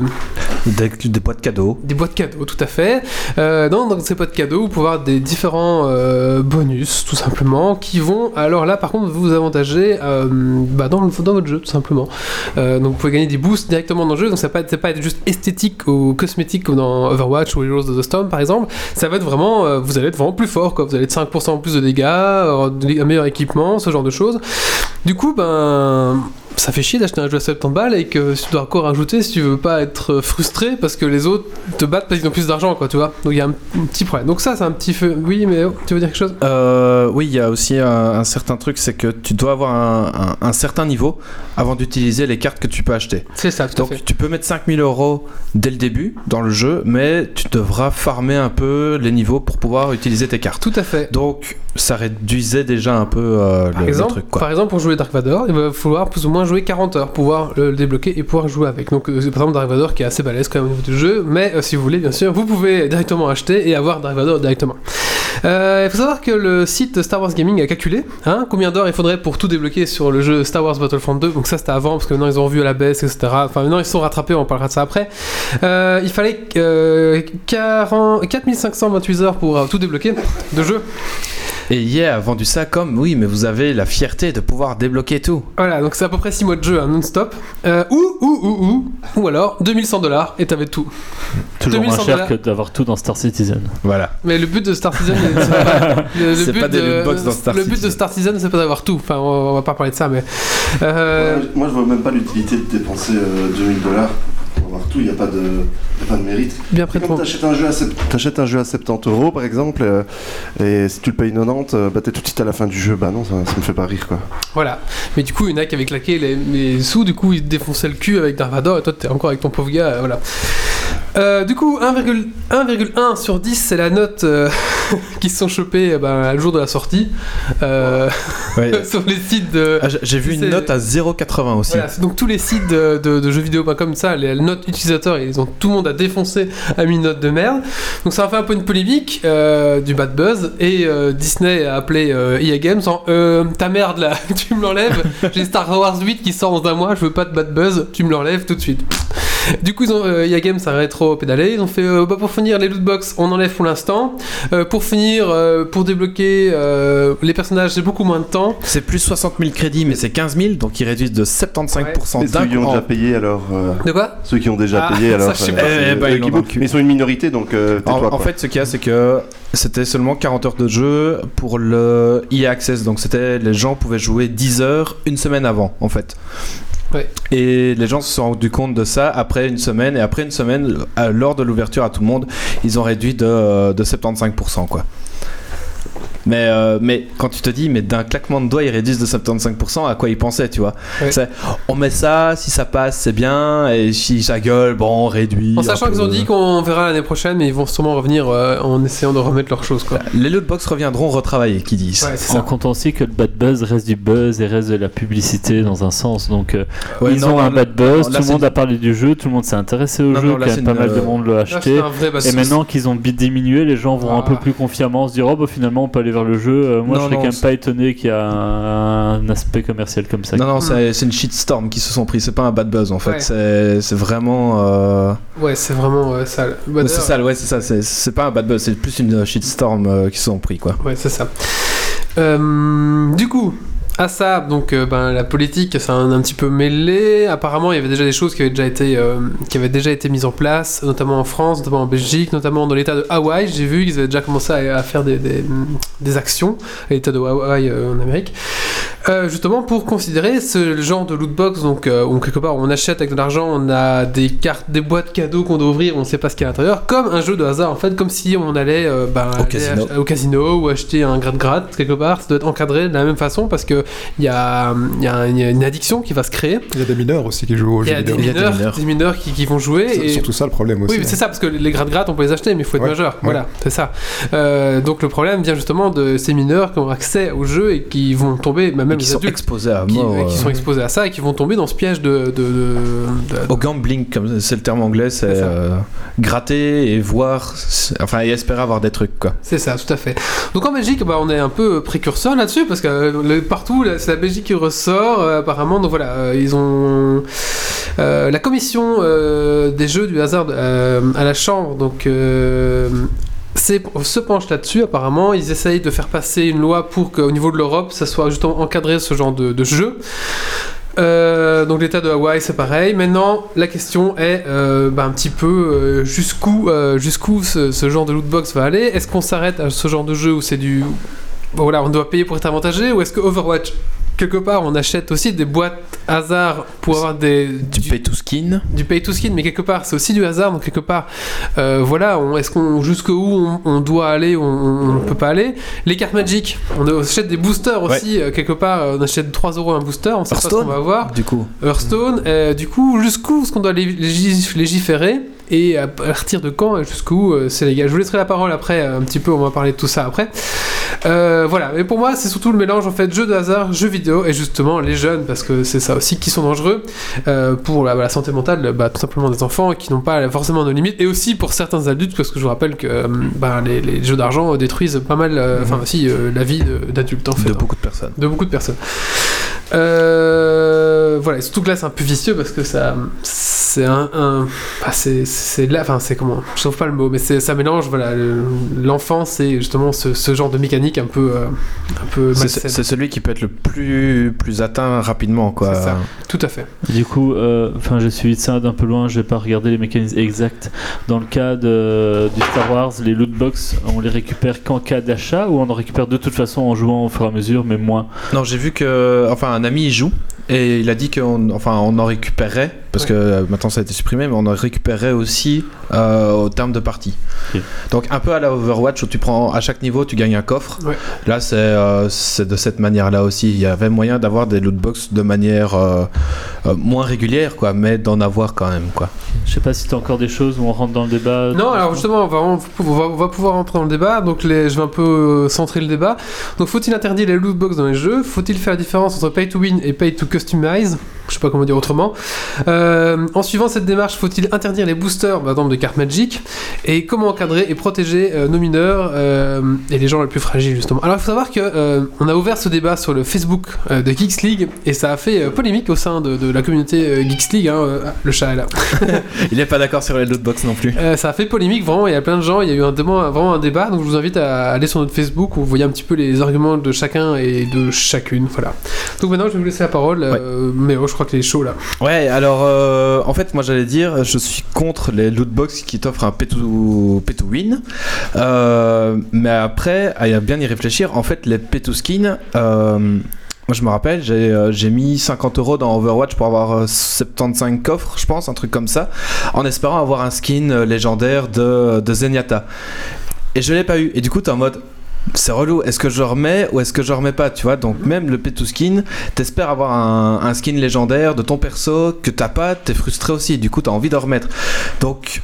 Des, des boîtes cadeaux.
des boîtes cadeaux, tout à fait. Euh, dans, dans ces boîtes cadeaux, vous pouvez avoir des différents euh, bonus, tout simplement, qui vont, alors là par contre, vous avantager euh, bah, dans, le- dans votre jeu, tout simplement. Euh, donc vous pouvez gagner des boosts directement dans le jeu, donc ça va pas être, ça va pas être juste esthétique ou cosmétique comme dans Overwatch ou Heroes of the Storm par exemple, ça va être vraiment, euh, vous allez être vraiment plus fort, quoi. vous allez être 5% en plus de dégâts, avoir de- un meilleur équipement, ce genre de choses. Du coup, ben, ça fait chier d'acheter un jeu à 70 balles et que tu dois encore ajouter si tu veux pas être frustré parce que les autres te battent parce qu'ils ont plus d'argent, quoi, tu vois. Donc il y a un, un petit problème. Donc ça, c'est un petit feu. Oui, mais oh, tu veux dire quelque chose
Euh, oui, il y a aussi un, un certain truc, c'est que tu dois avoir un, un- un certain niveau avant d'utiliser les cartes que tu peux acheter.
C'est ça, tout à fait.
Donc tu peux mettre 5000 euros dès le début dans le jeu, mais tu devras farmer un peu les niveaux pour pouvoir utiliser tes cartes.
Tout à fait.
Donc ça réduisait déjà un peu euh, le-
Par
le,
exemple,
truc. Quoi.
par exemple, pour jouer Dark Vador, il va falloir plus ou moins jouer 40 heures pour pouvoir le, le débloquer et pouvoir jouer avec. Donc, euh, c'est par exemple, Dark Vador qui est assez balèze quand même au niveau du jeu, mais euh, si vous voulez, bien sûr, vous pouvez directement acheter et avoir Dark Vador directement. Euh, Il faut savoir que le site Star Wars Gaming a calculé hein, combien d'heures il faudrait pour tout débloquer sur le jeu Star Wars Battlefront 2. Donc, ça c'était avant parce que maintenant ils ont revu à la baisse, etc. Enfin, maintenant ils se sont rattrapés, on parlera de ça après. Euh, il fallait euh, 40 4528 heures pour euh, tout débloquer de jeu.
Et EA a vendu ça comme oui, mais vous avez la fierté de pouvoir débloquer tout.
Voilà, donc c'est à peu près 6 mois de jeu hein, non-stop. Euh, ou, ou, ou, ou, ou alors 2100 dollars et t'avais tout.
Toujours moins
2100
cher
dollars.
que d'avoir tout dans Star Citizen.
Voilà.
Mais le but de Star Citizen, c'est pas, le, le
C'est
but
pas des
de-
loot box dans Star
le but de
Citizen.
Star Citizen, c'est pas d'avoir tout. Enfin, on, on va pas parler de ça, mais. Euh,
Ouais, moi, je vois même pas l'utilité de dépenser euh, 2000 dollars pour avoir tout. Il n'y a pas de, y a pas de mérite.
bien
C'est
près de
Comme
toi.
t'achètes un jeu à sept- t'achètes un jeu à 70 euros par exemple, euh, et si tu le payes 90, euh, bah t'es tout de suite à la fin du jeu. Bah non, ça, ça me fait pas rire quoi.
Voilà. Mais du coup, il y en a qui avaient claqué les, les sous, du coup, ils te défonçaient le cul avec Darvador, et toi, t'es encore avec ton pauvre gars, euh, voilà. Euh, du coup, 1,1 1,1 sur 10, c'est la note euh, qui se sont chopés euh, ben, le jour de la sortie euh, sur les sites de,
Ah, j'ai- J'ai vu
C'est-
une note à 0,80 aussi.
Voilà, c'est donc tous les sites de, de- de jeux vidéo pas comme ça, les notes utilisateurs, ils ont tout le monde à défoncer, a mis une note de merde. Donc ça a fait un peu une polémique, euh, du bad buzz, et euh, Disney a appelé euh, EA Games en euh, ta merde là, tu me l'enlèves, j'ai Star Wars 8 qui sort dans un mois, je veux pas de bad buzz, tu me l'enlèves tout de suite. Du coup, ils ont, euh, EA Games a rétro-pédalé. Ils ont fait euh, bah, pour finir les loot box, on enlève pour l'instant. Euh, pour finir, euh, pour débloquer euh, les personnages, j'ai beaucoup moins de temps.
C'est plus 60 000 crédits, mais c'est 15 000, donc ils réduisent de 75%
Et ceux
d'un
qui ont
cran.
déjà payé alors. euh,
De quoi
Ceux qui ont déjà
Ah,
payé
ça,
alors.
je sais
euh,
pas.
c'est-
Eh ben, ils
euh, qui
l'ont dans le
bouffent.
cul.
Mais ils sont une minorité donc euh,
En,
tais-toi,
en
quoi.
fait, ce qu'il y a, c'est que c'était seulement 40 heures de jeu pour le EA Access. Donc, c'était les gens pouvaient jouer 10 heures une semaine avant, en fait.
Ouais.
Et les gens se sont rendus compte de ça après une semaine. Et après une semaine, à- lors de l'ouverture à tout le monde, ils ont réduit de, de 75%, quoi. Mais, euh, mais quand tu te dis, mais d'un claquement de doigts, ils réduisent de 75%, à quoi ils pensaient, tu vois
Ouais.
C'est, On met ça, si ça passe, c'est bien, et si ça gueule, bon, on réduit.
En
un
sachant qu'ils ont
peu.
dit qu'on verra l'année prochaine, mais ils vont sûrement revenir euh, en essayant de remettre leurs choses, quoi.
Les lootbox reviendront retravaillés, qui disent.
Ouais, c'est
En
ça.
comptant aussi que le bad buzz reste du buzz et reste de la publicité dans un sens. Donc euh,
Ouais,
ils
non,
ont
non,
un bad buzz,
non, là,
tout le monde
c'est-
a parlé du jeu, tout le monde s'est intéressé au
Non,
jeu,
non, là,
quand
c'est
même pas
une,
mal de
euh,
monde l'a
Là,
acheté.
c'est un vrai
Et
bastos.
maintenant qu'ils ont bi- diminué, les gens vont un
Ah.
peu plus confiamment se dire oh bah finalement on peut aller vers le jeu. Euh, moi
Non,
je serais
non,
quand même
c'est-
pas étonné qu'il y a un aspect commercial comme ça.
Non, non, c'est c'est une shitstorm qui se sont pris. C'est pas un bad buzz en fait.
Ouais.
C'est c'est vraiment. euh,
Ouais, c'est vraiment euh, sale. Bah,
c'est
d'ailleurs-
ça, ouais, c'est ça. C'est- C'est pas un bad buzz, c'est plus une shitstorm euh, qui se sont pris quoi.
Ouais, c'est ça. Euh, du coup. À ça, donc euh, ben, la politique, c'est un, un petit peu mêlé. Apparemment, il y avait déjà des choses qui avaient déjà été, euh, qui avaient déjà été mises en place, notamment en France, notamment en Belgique, notamment dans l'État de Hawaï. J'ai vu qu'ils avaient déjà commencé à, à faire des, des, des actions à l'État de Hawaï euh, en Amérique. euh, justement pour considérer ce genre de loot box, donc euh, où quelque part on achète avec de l'argent, on a des cartes, des boîtes cadeaux qu'on doit ouvrir, on ne sait pas ce qu'il y a à l'intérieur, comme un jeu de hasard en fait, comme si on allait euh, ben, aller
casino.
ach- au casino ou acheter un gratte-gratte quelque part, ça doit être encadré de la même façon parce que il y a, hum, il y a- il y a une addiction qui va se créer,
Il y a des mineurs aussi qui jouent aux
il y
jeux
a des
vidéo.
Il y a des
mineurs,
mineurs.
des mineurs qui, qui vont jouer
C'est
et
surtout ça le problème aussi. hein.
oui, mais c'est ça, parce que les grades-grades, on peut les acheter, mais il faut être
Ouais,
majeur.
ouais.
Voilà, c'est ça. Euh, donc le problème vient justement de ces mineurs qui ont accès au jeu et qui vont tomber, bah,
Et
même
qui
les
sont
adultes
exposés à
qui,
mort.
qui
euh,
sont exposés à ça et qui vont tomber dans ce piège de. de, de- de-
Au gambling, comme c'est le terme anglais, c'est
C'est ça.
euh, gratter et voir, c'est- enfin, et espérer avoir des trucs, quoi.
C'est ça, tout à fait. Donc en Belgique, bah, on est un peu précurseur là-dessus, parce que euh, le- partout, là, c'est la Belgique qui ressort, euh, apparemment. Donc voilà, euh, ils ont. euh, la commission euh, des jeux du hasard euh, à la Chambre, donc. euh, c'est- se penche là-dessus apparemment, ils essayent de faire passer une loi pour qu'au niveau de l'Europe, ça soit justement encadré ce genre de, de jeu. Euh, donc l'état de Hawaï, c'est pareil. Maintenant, la question est euh, bah, un petit peu euh, jusqu'où euh, jusqu'où ce, ce genre de lootbox va aller. Est-ce qu'on s'arrête à ce genre de jeu où c'est du bon, voilà, on doit payer pour être avantagé ou est-ce que Overwatch quelque part on achète aussi des boîtes hasard pour avoir des
Tu payes tout skin.
du pay to skin, mais quelque part c'est aussi du hasard, donc quelque part, euh, voilà, on- est-ce qu'on jusque où on, on doit aller, on- on ne peut pas aller. Les cartes Magic, on achète des boosters aussi, euh, quelque part, euh, on achète 3 euros un booster, on sait pas ce qu'on
Hearthstone
va avoir.
Du coup,
Hearthstone, euh, du coup, jusqu'où est-ce qu'on doit lég- légif- légiférer et à partir de quand et jusqu'où euh, c'est légal Je vous laisserai la parole après, euh, un petit peu, on va parler de tout ça après. Euh, voilà, mais pour moi, c'est surtout le mélange en fait jeu de hasard, jeu vidéo et justement les jeunes, parce que c'est ça aussi qui sont dangereux euh, pour la, la santé mentale, bah, tout simplement des enfants qui n'ont pas forcément de limites et aussi pour certains adultes, parce que je vous rappelle que euh, bah, les, les jeux d'argent détruisent pas mal, euh, enfin, aussi euh, la vie de- d'adultes en fait.
Mm-hmm. de
hein
beaucoup de personnes.
de beaucoup de personnes. Euh, voilà, et surtout que là c'est un peu vicieux parce que ça, c'est un, un- ah, c'est, c'est là, enfin c'est comment, je trouve pas le mot, mais c'est, ça mélange voilà le- l'enfance et justement ce, ce genre de mécanique un peu, euh, un peu
C'est
malsaine.
c'est celui qui peut être le plus, plus atteint rapidement, quoi.
C'est ça. Tout à fait.
Du coup, euh, enfin, j'ai suivi ça d'un peu loin, j'ai pas regardé les mécanismes exacts. Dans le cas de, du Star Wars, les loot box, on les récupère qu'en cas d'achat ou on en récupère de toute façon en jouant au fur et à mesure, mais moins.
Non, j'ai vu que, enfin, un ami y joue et il a dit qu'on, enfin, on en récupérait parce que euh, maintenant ça a été supprimé, mais on en récupérait aussi euh, au terme de partie.
Ok.
Donc un peu à la Overwatch où tu prends à chaque niveau, tu gagnes un coffre.
Ouais.
Là, c'est euh, c'est de cette manière-là aussi. Il y avait moyen d'avoir des loot box de manière euh, euh, moins régulière, quoi, mais d'en avoir quand même, quoi.
Je sais pas si t'as encore des choses où on rentre dans le débat.
Non, alors justement, on va, on va, on va pouvoir rentrer dans le débat. Donc, les, je vais un peu euh, centrer le débat. Donc, faut-il interdire les loot box dans les jeux Faut-il faire la différence entre pay to win et pay to customize Je sais pas comment dire autrement. Euh, en suivant cette démarche, faut-il interdire les boosters, par exemple de cartes Magic Et comment encadrer et protéger euh, nos mineurs euh, et les gens les plus fragiles justement Alors, il faut savoir que euh, on a ouvert ce débat sur le Facebook euh, de Geeks League et ça a fait euh, polémique au sein de, de la communauté euh, Geeks League. hein. Euh, ah, le chat est là.
Il est pas d'accord sur les loot box non plus.
Euh, ça a fait polémique, vraiment, il y a plein de gens, il y a eu un, débat- vraiment un débat, donc je vous invite à aller sur notre Facebook où vous voyez un petit peu les arguments de chacun et de chacune, voilà. Donc maintenant, je vais vous laisser la parole, euh, mais oh, je crois que les chaud là.
Ouais, alors euh, en fait, moi j'allais dire, je suis contre les loot box qui t'offrent un pay to, pay to win. Euh, mais après, à y- bien y réfléchir, en fait, les pay to skin, euh, moi je me rappelle, j'ai euh, j'ai mis 50 euros dans Overwatch pour avoir euh, 75 coffres, je pense, un truc comme ça, en espérant avoir un skin euh, légendaire de, de Zenyatta. Et je l'ai pas eu. Et du coup, t'es en mode. C'est relou, est-ce que je remets ou est-ce que je remets pas, tu vois Donc même le pay to skin, T'espères avoir un, un skin légendaire de ton perso que t'as pas, t'es frustré aussi, du coup t'as envie d'en remettre. Donc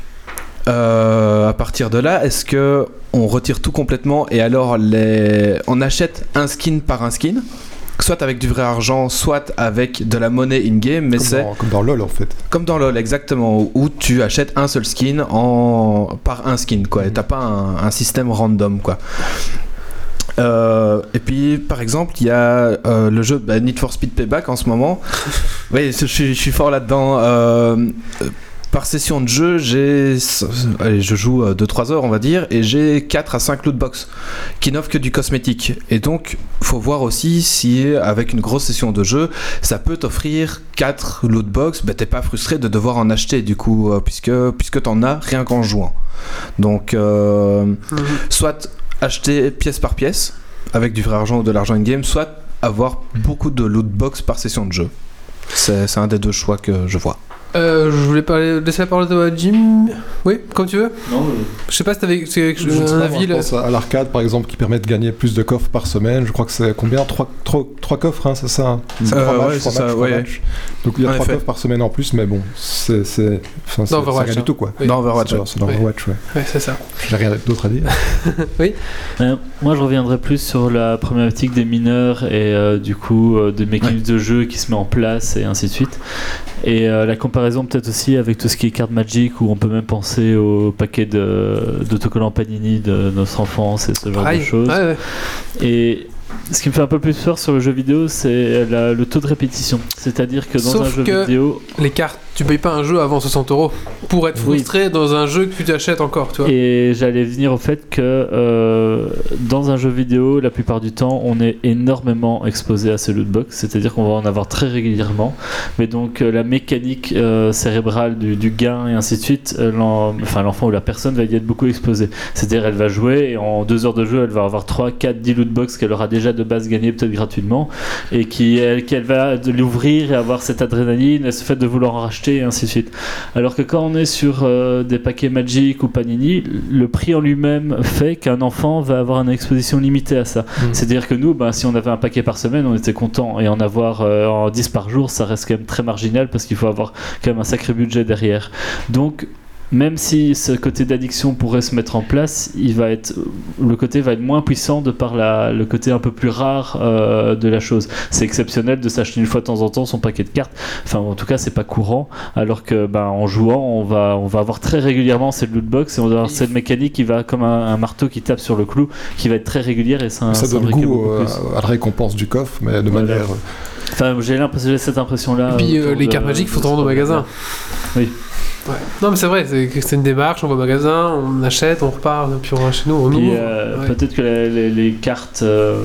euh, à partir de là, est-ce que on retire tout complètement et alors les... on achète un skin par un skin Soit avec du vrai argent, soit avec de la monnaie in-game, mais
Comme
c'est
dans, comme dans LoL en fait.
comme dans LoL exactement, où- où tu achètes un seul skin en... par un skin, quoi, et t'as pas un, un système random, quoi. Euh, et puis, par exemple, il y a euh, le jeu bah, Need for Speed Payback en ce moment. oui, je suis, je suis fort là-dedans. Euh, euh, par session de jeu, j'ai, allez, je joue 2-3 heures, on va dire, et j'ai 4 à 5 lootbox qui n'offrent que du cosmétique. Et donc, faut voir aussi si, avec une grosse session de jeu, ça peut t'offrir 4 lootbox, bah, t'es pas frustré de devoir en acheter du coup, euh, puisque, puisque t'en as rien qu'en jouant. Donc, euh, soit acheter pièce par pièce, avec du vrai argent ou de l'argent in-game, soit avoir beaucoup de loot box par session de jeu. C'est c'est un des deux choix que je vois.
Euh, je voulais parler, laisser la parole à Jim. Oui, comme tu veux. Je sais pas si t'avais si t'avais
Je ne sais
un
pas, moi,
avis
je
là.
pense à à l'arcade par exemple qui permet de gagner plus de coffres par semaine. Je crois que c'est combien 3 coffres, hein, c'est ça hein C'est
Euh,
trois matchs,
ouais,
trois
c'est ça,
matchs, trois
ouais.
matchs. Donc il y
En
a 3
effet.
coffres par semaine en plus, mais bon, c'est c'est- enfin, c'est- c'est
Overwatch,
rien
hein.
du tout quoi.
Oui.
Dans Overwatch.
C'est
ouais.
c'est dans Overwatch, ouais.
Ouais, Ah, c'est ça.
J'ai rien d'autre à dire.
Euh, moi, je reviendrai plus sur la problématique des mineurs et euh, du coup euh, des mécanismes de jeu qui se met en place et ainsi de suite. Et euh, la comparaison peut-être aussi avec tout ce qui est carte magique où on peut même penser au paquet de- d'autocollants Panini de notre enfance et ce genre
Pareil.
de choses.
Ouais, ouais.
Et ce qui me fait un peu plus peur sur le jeu vidéo, c'est la- le taux de répétition. C'est-à-dire que dans
Sauf
un jeu
que-
vidéo,
Les cartes, tu payes pas un jeu avant 60 euros pour être
Oui.
frustré dans un jeu que tu t'achètes encore, tu vois.
Et j'allais venir au fait que euh, dans un jeu vidéo, la plupart du temps, on est énormément exposé à ces loot box, c'est-à-dire qu'on va en avoir très régulièrement. Mais donc euh, la mécanique euh, cérébrale du, du gain et ainsi de suite, euh, l'en- enfin l'enfant ou la personne va y être beaucoup exposée. C'est-à-dire elle va jouer et en deux heures de jeu, elle va avoir 3, 4, 10 loot box qu'elle aura déjà de base gagné peut-être gratuitement et qui- elle- qu'elle va de l'ouvrir et avoir cette adrénaline, et ce fait de vouloir en racheter et ainsi de suite. Alors que quand on est sur euh, des paquets Magic ou Panini, le prix en lui-même fait qu'un enfant va avoir une exposition limitée à ça. C'est-à-dire que nous, ben, si on avait un paquet par semaine, on était content et en avoir euh, en 10 par jour, ça reste quand même très marginal parce qu'il faut avoir quand même un sacré budget derrière. Donc même si ce côté d'addiction pourrait se mettre en place, il va être, le côté va être moins puissant de par la, le côté un peu plus rare euh, de la chose. C'est exceptionnel de s'acheter une fois de temps en temps son paquet de cartes. Enfin, en tout cas, c'est pas courant. Alors que, ben, en jouant, on va, on va avoir très régulièrement cette loot box et on va avoir cette mécanique qui va comme un, un marteau qui tape sur le clou, qui va être très régulière et ça,
ça
ça
donne
briquet
goût
beaucoup
euh,
plus.
à, à la récompense du coffre, mais de
Voilà.
manière. euh,
Enfin, j'ai l'impression, j'ai cette impression-là.
Et puis euh,
Ah, autour
les
de-
cartes magiques, faut
de
te rendre
ce
au magasin.
problème-là. Oui.
Ouais. Non, mais c'est vrai, c'est que c'est une démarche, on va au magasin, on achète, on repart, puis on va chez nous, on
Puis,
ouvre.
euh,
Ouais.
peut-être que la- les, les cartes. euh,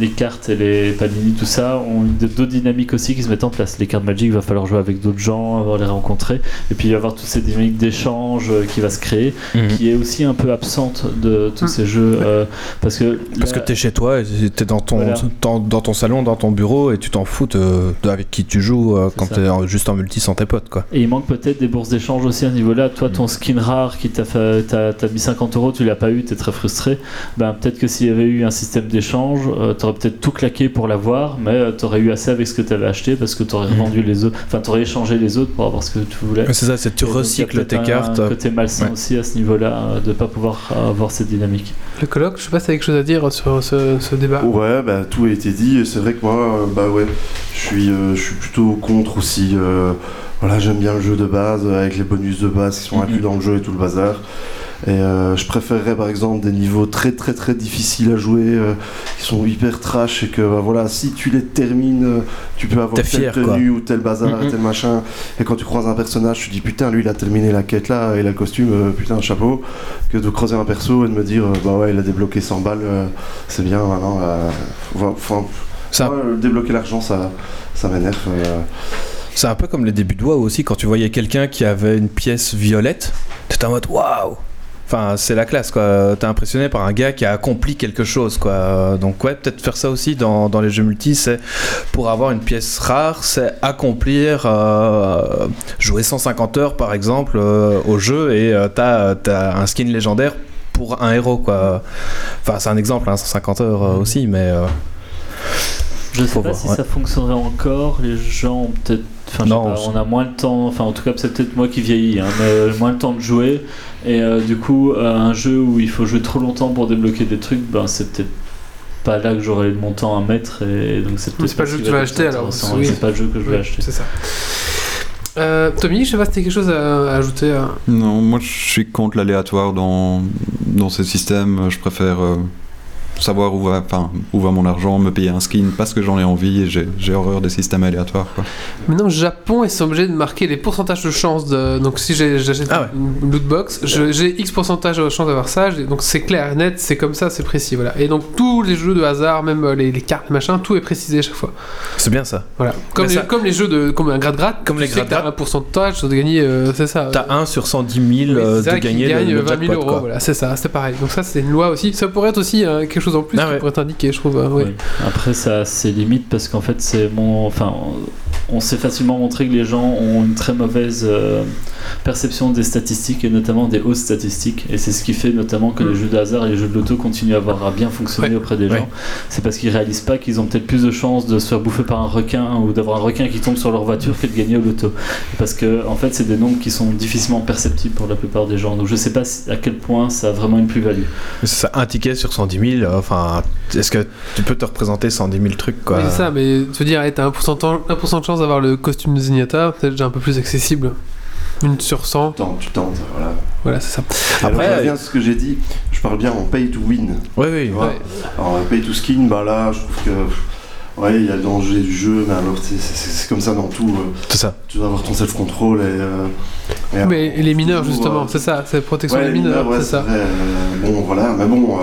Les cartes et les panini, tout ça, ont d- d'autres dynamiques aussi qui se mettent en place. Les cartes Magic, il va falloir jouer avec d'autres gens, avoir les rencontrer, et puis il va y avoir toutes ces dynamiques d'échange euh, qui va se créer,
Mhm.
qui est aussi un peu absente de tous
Mm.
ces jeux, euh, parce que
Parce que
là-
t'es chez toi, et t'es dans ton,
Voilà.
dans, dans ton salon, dans ton bureau, et tu t'en fous de, de avec qui tu joues euh, quand
ça.
t'es en- juste en multi sans tes potes, quoi.
Et il manque peut-être des bourses d'échange aussi à ce niveau-là. Toi,
Mm.
ton skin rare qui t'a fait- t'as t'as mis 50 euros, tu l'as pas eu, t'es très frustré. Ben, peut-être que s'il y avait eu un système d'échange, euh, t'aurais peut-être tout claqué pour l'avoir, mais euh, t'aurais eu assez avec ce que t'avais acheté parce que t'aurais
Mhm.
vendu les autres, enfin t'aurais échangé les autres pour avoir ce que tu voulais.
C'est ça, c'est tu
Et donc, il y a
recycles
peut-être
tes
un
cartes.
côté malsain
Ouais.
aussi à ce niveau-là, euh, de pas pouvoir avoir cette dynamique.
Le colloque, je sais pas si t'as quelque chose à dire sur ce, ce
euh,
débat.
Ouais, bah tout a été dit. et C'est vrai que moi, euh, bah ouais, je suis, euh, je suis plutôt contre aussi. euh, voilà, j'aime bien le jeu de base euh, avec les bonus de base qui
Mm-hmm.
sont inclus dans le jeu et tout le bazar. Et euh, je préférerais par exemple des niveaux très très très difficiles à jouer, euh, qui sont hyper trash et que bah, voilà, si tu les termines, euh, tu peux avoir
T'es
telle
fier, quoi.
tenue ou tel bazar,
Mm-hmm.
Mhm.
tel machin. Et quand tu croises un personnage, tu dis putain, lui il a terminé la quête là et la costume, euh, putain, chapeau. Que de croiser un perso et de me dire euh, bah ouais, il a débloqué 100 balles, euh, c'est bien maintenant. euh, enfin, Enfin,
Ça-
moi, euh, débloquer l'argent, ça, ça m'énerve. euh.
C'est un peu comme les débuts de WoW aussi, quand tu voyais quelqu'un qui avait une pièce violette, t'étais en mode waouh Enfin, c'est la classe, quoi. T'es impressionné par un gars qui a accompli quelque chose, quoi. Donc, ouais, peut-être faire ça aussi dans, dans les jeux multi, c'est pour avoir une pièce rare, c'est accomplir, euh, jouer 150 heures par exemple euh, au jeu et euh, t'as euh, t'as un skin légendaire pour un héros, quoi. Enfin, c'est un exemple, hein, 150 heures
Mm.
euh, aussi, mais. euh,
Je sais
Faut
pas
voir,
si
ouais.
ça fonctionnerait encore. Les gens ont peut-être. Enfin, je sais
Non,
pas,
c'est-
on a moins le temps. Enfin, en tout cas, c'est peut-être moi qui vieillis, hein, mais euh, moins le temps de jouer. Et euh, du coup, euh, un jeu où il faut jouer trop longtemps pour débloquer des trucs, ben c'est peut-être pas là que j'aurai mon temps à mettre. Et donc, c'est
Mais
peut-être.
c'est pas le
ce
jeu que
qui
tu
va
vas
être
acheter alors.
intéressant.
Oui.
C'est pas le jeu que je vais
Oui,
acheter.
C'est ça. Euh, Tommy, je sais pas si t'as quelque chose à, à ajouter. hein. à-
Non, moi je suis contre l'aléatoire dans, dans ces systèmes. Je préfère euh, savoir où va, enfin, où va mon argent, me payer un skin parce que j'en ai envie et j'ai j'ai horreur des systèmes aléatoires. Quoi.
Maintenant, Japon, ils sont obligés de marquer les pourcentages de chance. De... Donc, si j'ai- j'achète
Ah ouais.
une loot box, je- j'ai X pourcentage de chance d'avoir ça. j'ai- Donc, c'est clair, net, c'est comme ça, c'est précis. Voilà. Et donc, tous les jeux de hasard, même euh, les, les cartes, les machins, tout est précisé à chaque fois.
C'est bien ça.
Voilà. Comme,
Mais
les,
ça-
comme les jeux de. Comme un grade-grade.
Comme
tu
les
sais que t'as un
grade-grade.
pourcentage de gagner, euh, c'est ça.
T'as 1 sur 110 000
Oui,
euh,
c'est
de
ça, qui
gagner le,
gagne
le
20 000
jackpot,
euros,
quoi.
voilà, c'est ça, c'est pareil. Donc ça, c'est une loi aussi. Ça pourrait être aussi euh, quelque chose chose en plus
Ah
qui
ouais.
pourrait t'indiquer, je trouve. hein, ouais.
Oui. Après, ça, c'est limite parce qu'en fait, c'est mon. Enfin, on- on s'est facilement montré que les gens ont une très mauvaise euh, perception des statistiques et notamment des hausses statistiques. Et c'est ce qui fait notamment que les jeux de hasard et les jeux de loto continuent à avoir à bien fonctionner
Ouais.
auprès des
Ouais.
gens. C'est parce qu'ils réalisent pas qu'ils ont peut-être plus de chances de se faire bouffer par un requin ou d'avoir un requin qui tombe sur leur voiture que de gagner au loto. Parce que, en fait, c'est des nombres qui sont difficilement perceptibles pour la plupart des gens. Donc, je sais pas si- à quel point ça a vraiment une plus-value.
Ça, un ticket sur 110 000, euh, enfin, est-ce que tu peux te représenter 110 000 trucs, quoi
Oui, c'est ça, mais tu veux dire, hey, t'as 1%, 1 de chance d'avoir le costume de Zenyatta, peut-être déjà un peu plus accessible. Une sur 100,
Tu tentes, tu tentes, voilà.
voilà, c'est ça.
Après,
Après,
je
euh,
reviens à ce que j'ai dit, je parle bien en pay to win.
Oui, oui.
Tu vois.
Ouais.
Alors, euh, pay to skin, bah là, je trouve que. pff, Ouais, il y a le danger du jeu, mais alors c'est- c'est c'est comme ça dans tout. euh,
Tout ça.
Tu dois avoir ton self-control et. euh, et
Mais
alors,
et les mineurs,
toujours,
justement,
euh,
c'est ça, c'est protection
Ouais,
des
les
mineurs,
mineurs, ouais,
c'est ça.
vrai, euh, bon, voilà, mais bon. Euh,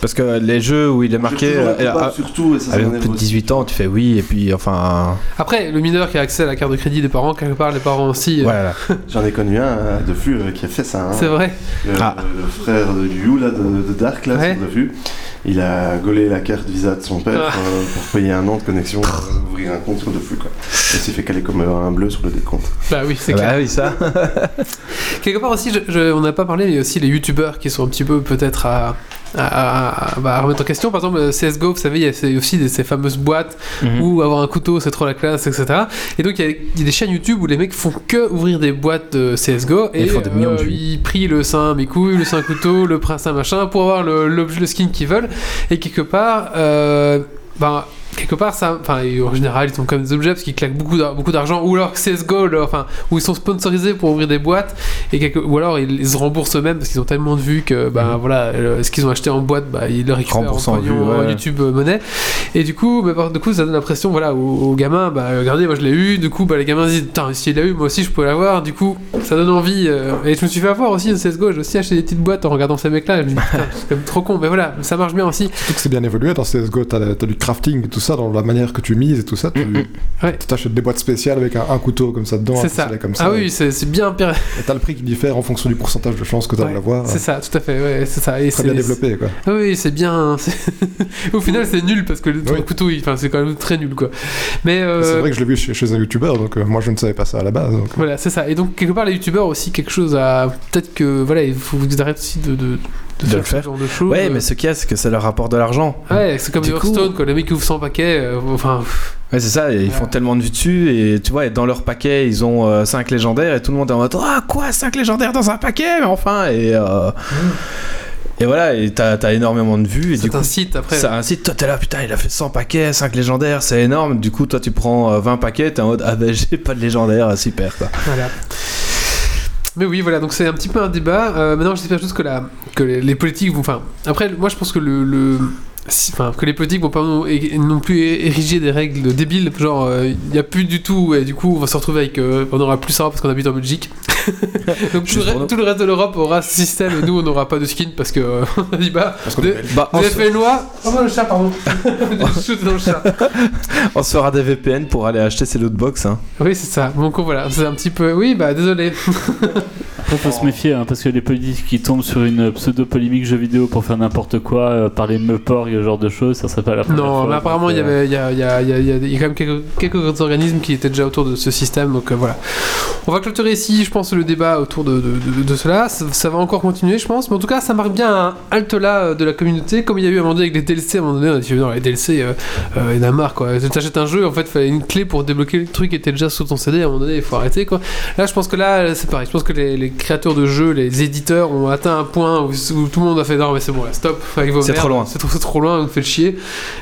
Parce que les jeux où il est marqué.
j'ai toujours
euh,
la coupable, surtout, et ça, ça
Avec
m'énerve
plus de
aussi.
18 ans, tu fais oui, et puis enfin.
Après, le mineur qui a accès à la carte de crédit des parents, quelque part, les parents aussi. euh,
Voilà.
J'en ai connu un euh, de fût euh, qui a fait ça. hein.
C'est vrai.
Le,
Ah.
le frère de You, là, de, de Dark, là,
Ouais.
on l'a vu. Il a gaulé la carte Visa de son père
Ah.
euh, pour payer un an de connexion, euh, ouvrir un compte de flux, quoi. Il s'est fait caler comme euh, un bleu sur le décompte.
Bah oui, c'est
Ah
clair.
bah oui, ça.
Quelque part aussi, je- je- on n'a pas parlé, mais il y a aussi les youtubeurs qui sont un petit peu peut-être à, à- à- à- bah, à remettre en question. Par exemple, CSGO, vous savez, il y a ces- aussi des- ces fameuses boîtes
Mhm.
où avoir un couteau, c'est trop la classe, etc. Et donc, il y, a- il y a des chaînes YouTube où les mecs font que ouvrir des boîtes de CSGO et euh,
Ils font des millions de vues.
ils prient le saint mes couilles, le saint couteau, le prince à machin pour avoir le, l'objet- le skin qu'ils veulent. Et quelque part, euh, ben, quelque part ça enfin et en général ils sont comme des objets parce qu'ils claquent beaucoup d'ar- beaucoup d'argent ou alors CSGO leur- enfin où ils sont sponsorisés pour ouvrir des boîtes et quelque- ou alors ils, ils se remboursent eux-mêmes parce qu'ils ont tellement de vues que ben voilà euh, ce qu'ils ont acheté en boîte bah, ils le récupèrent en,
Remboursent Mm-hmm. en
pognon,
vues,
en
ouais.
YouTube euh, monnaie et du coup bah, par- du coup ça donne l'impression voilà aux, aux gamins bah regardez moi je l'ai eu du coup bah les gamins se disent putain si il l'a eu moi aussi je peux l'avoir du coup ça donne envie euh, et je me suis fait avoir aussi au CSGO j'ai aussi acheté des petites boîtes en regardant ces mecs là je me dis putain c'est quand même trop con mais voilà ça marche bien aussi
Surtout que c'est bien évolué dans CSGO, t'as as du crafting, tout ça, dans la manière que tu mises et tout ça. Tu
Ouais.
t'achètes des boîtes spéciales avec un, un couteau comme ça dedans, un
c'est ça.
pistolet comme ça.
ah oui c'est c'est bien pire
Et t'as le prix qui diffère en fonction du pourcentage de chance que t'as
Ouais,
de l'avoir.
C'est ça, tout à fait, ouais, c'est ça. Et
Très
c'est-
bien développé, quoi.
c'est- Oui, c'est bien. c'est- Au final, c'est nul parce que le
Oui.
couteau, il- enfin, c'est quand même très nul, quoi. Mais euh,
C'est vrai que je l'ai vu chez, chez un youtubeur, donc euh, moi je ne savais pas ça à la base. donc,
voilà, c'est ça. Et donc, quelque part, les youtubeurs ont aussi quelque chose à. Peut-être que, voilà, il faut qu'ils arrêtent aussi de, de,
De le faire.
ce genre de choses.
Ouais, mais ce qu'il y a, c'est que ça leur rapporte de l'argent.
Ouais, c'est comme
Du coup-
Hearthstone, quoi. Les mecs qui ouvrent 100 paquets, euh, enfin. pff,
Ouais, c'est ça, et ils font tellement de vues dessus, et tu vois, et dans leur paquet, ils ont 5 légendaires, et tout le monde est en mode Ah, quoi, 5 légendaires dans un paquet Mais enfin Et, euh, et voilà, et t'as t'as énormément de vues, et
C'est
du coup,
un site après.
ça incite, toi t'es là, putain, il a fait 100 paquets, 5 légendaires, c'est énorme, du coup, toi tu prends euh, 20 paquets, t'es en mode Ah, ben j'ai pas de légendaire, super quoi.
Voilà. Mais oui, voilà, donc c'est un petit peu un débat. Euh, maintenant, j'espère juste que, la, que les, les politiques vont. Enfin, après, moi je pense que le. le- si- Enfin, que les politiques vont pas non, é- non plus é- ériger des règles débiles, genre il n'y a plus du tout, et du coup on va se retrouver avec. euh, on aura plus ça parce qu'on habite en Belgique. Donc tout le,
Juste pour
reste,
nous.
tout le reste de l'Europe aura ce système, et nous on n'aura pas de skin parce que. euh, on a dit bah.
Parce qu'on
des-
est belge.
Bah, on,
Vous avez
se-
fait une loi. Oh, non, le chat, pardon. J'ai shooté dans le chat.
on se fera des VPN pour aller acheter ces lootbox, hein.
Oui, c'est ça. Bon, coup, voilà, c'est un petit peu. Oui, bah désolé.
Après, faut se méfier, hein, parce que les politiques qui tombent sur une pseudo-polémique jeu vidéo pour faire n'importe quoi, euh, parler de meuporg, ce genre de choses, ça serait pas la première
Non,
fois,
mais apparemment,
donc,
il y,
euh,
avait, il, y a, il, y a, il y a- il y a- il y a quand même quelques, quelques organismes qui étaient déjà autour de ce système, donc euh, voilà. On va clôturer ici, je pense, le débat autour de, de, de- de cela. Ça, ça va encore continuer, je pense, mais en tout cas, ça marque bien un halte là euh, de la communauté, comme il y a eu à un moment donné avec les DLC. À un moment donné, on a dit, non, les DLC, euh, euh, il y en a marre quoi. Tu t'achètes un jeu, en fait, il fallait une clé pour débloquer le truc qui était déjà sous ton CD, à un moment donné, il faut arrêter quoi. Là, je pense que là, c'est pareil. Je pense que les, les créateurs de jeux, les éditeurs ont atteint un point où, où tout le monde a fait non, mais c'est bon, là, stop, avec vos
C'est
merdes,
trop loin.
C'est trop, c'est trop loin, vous faites chier.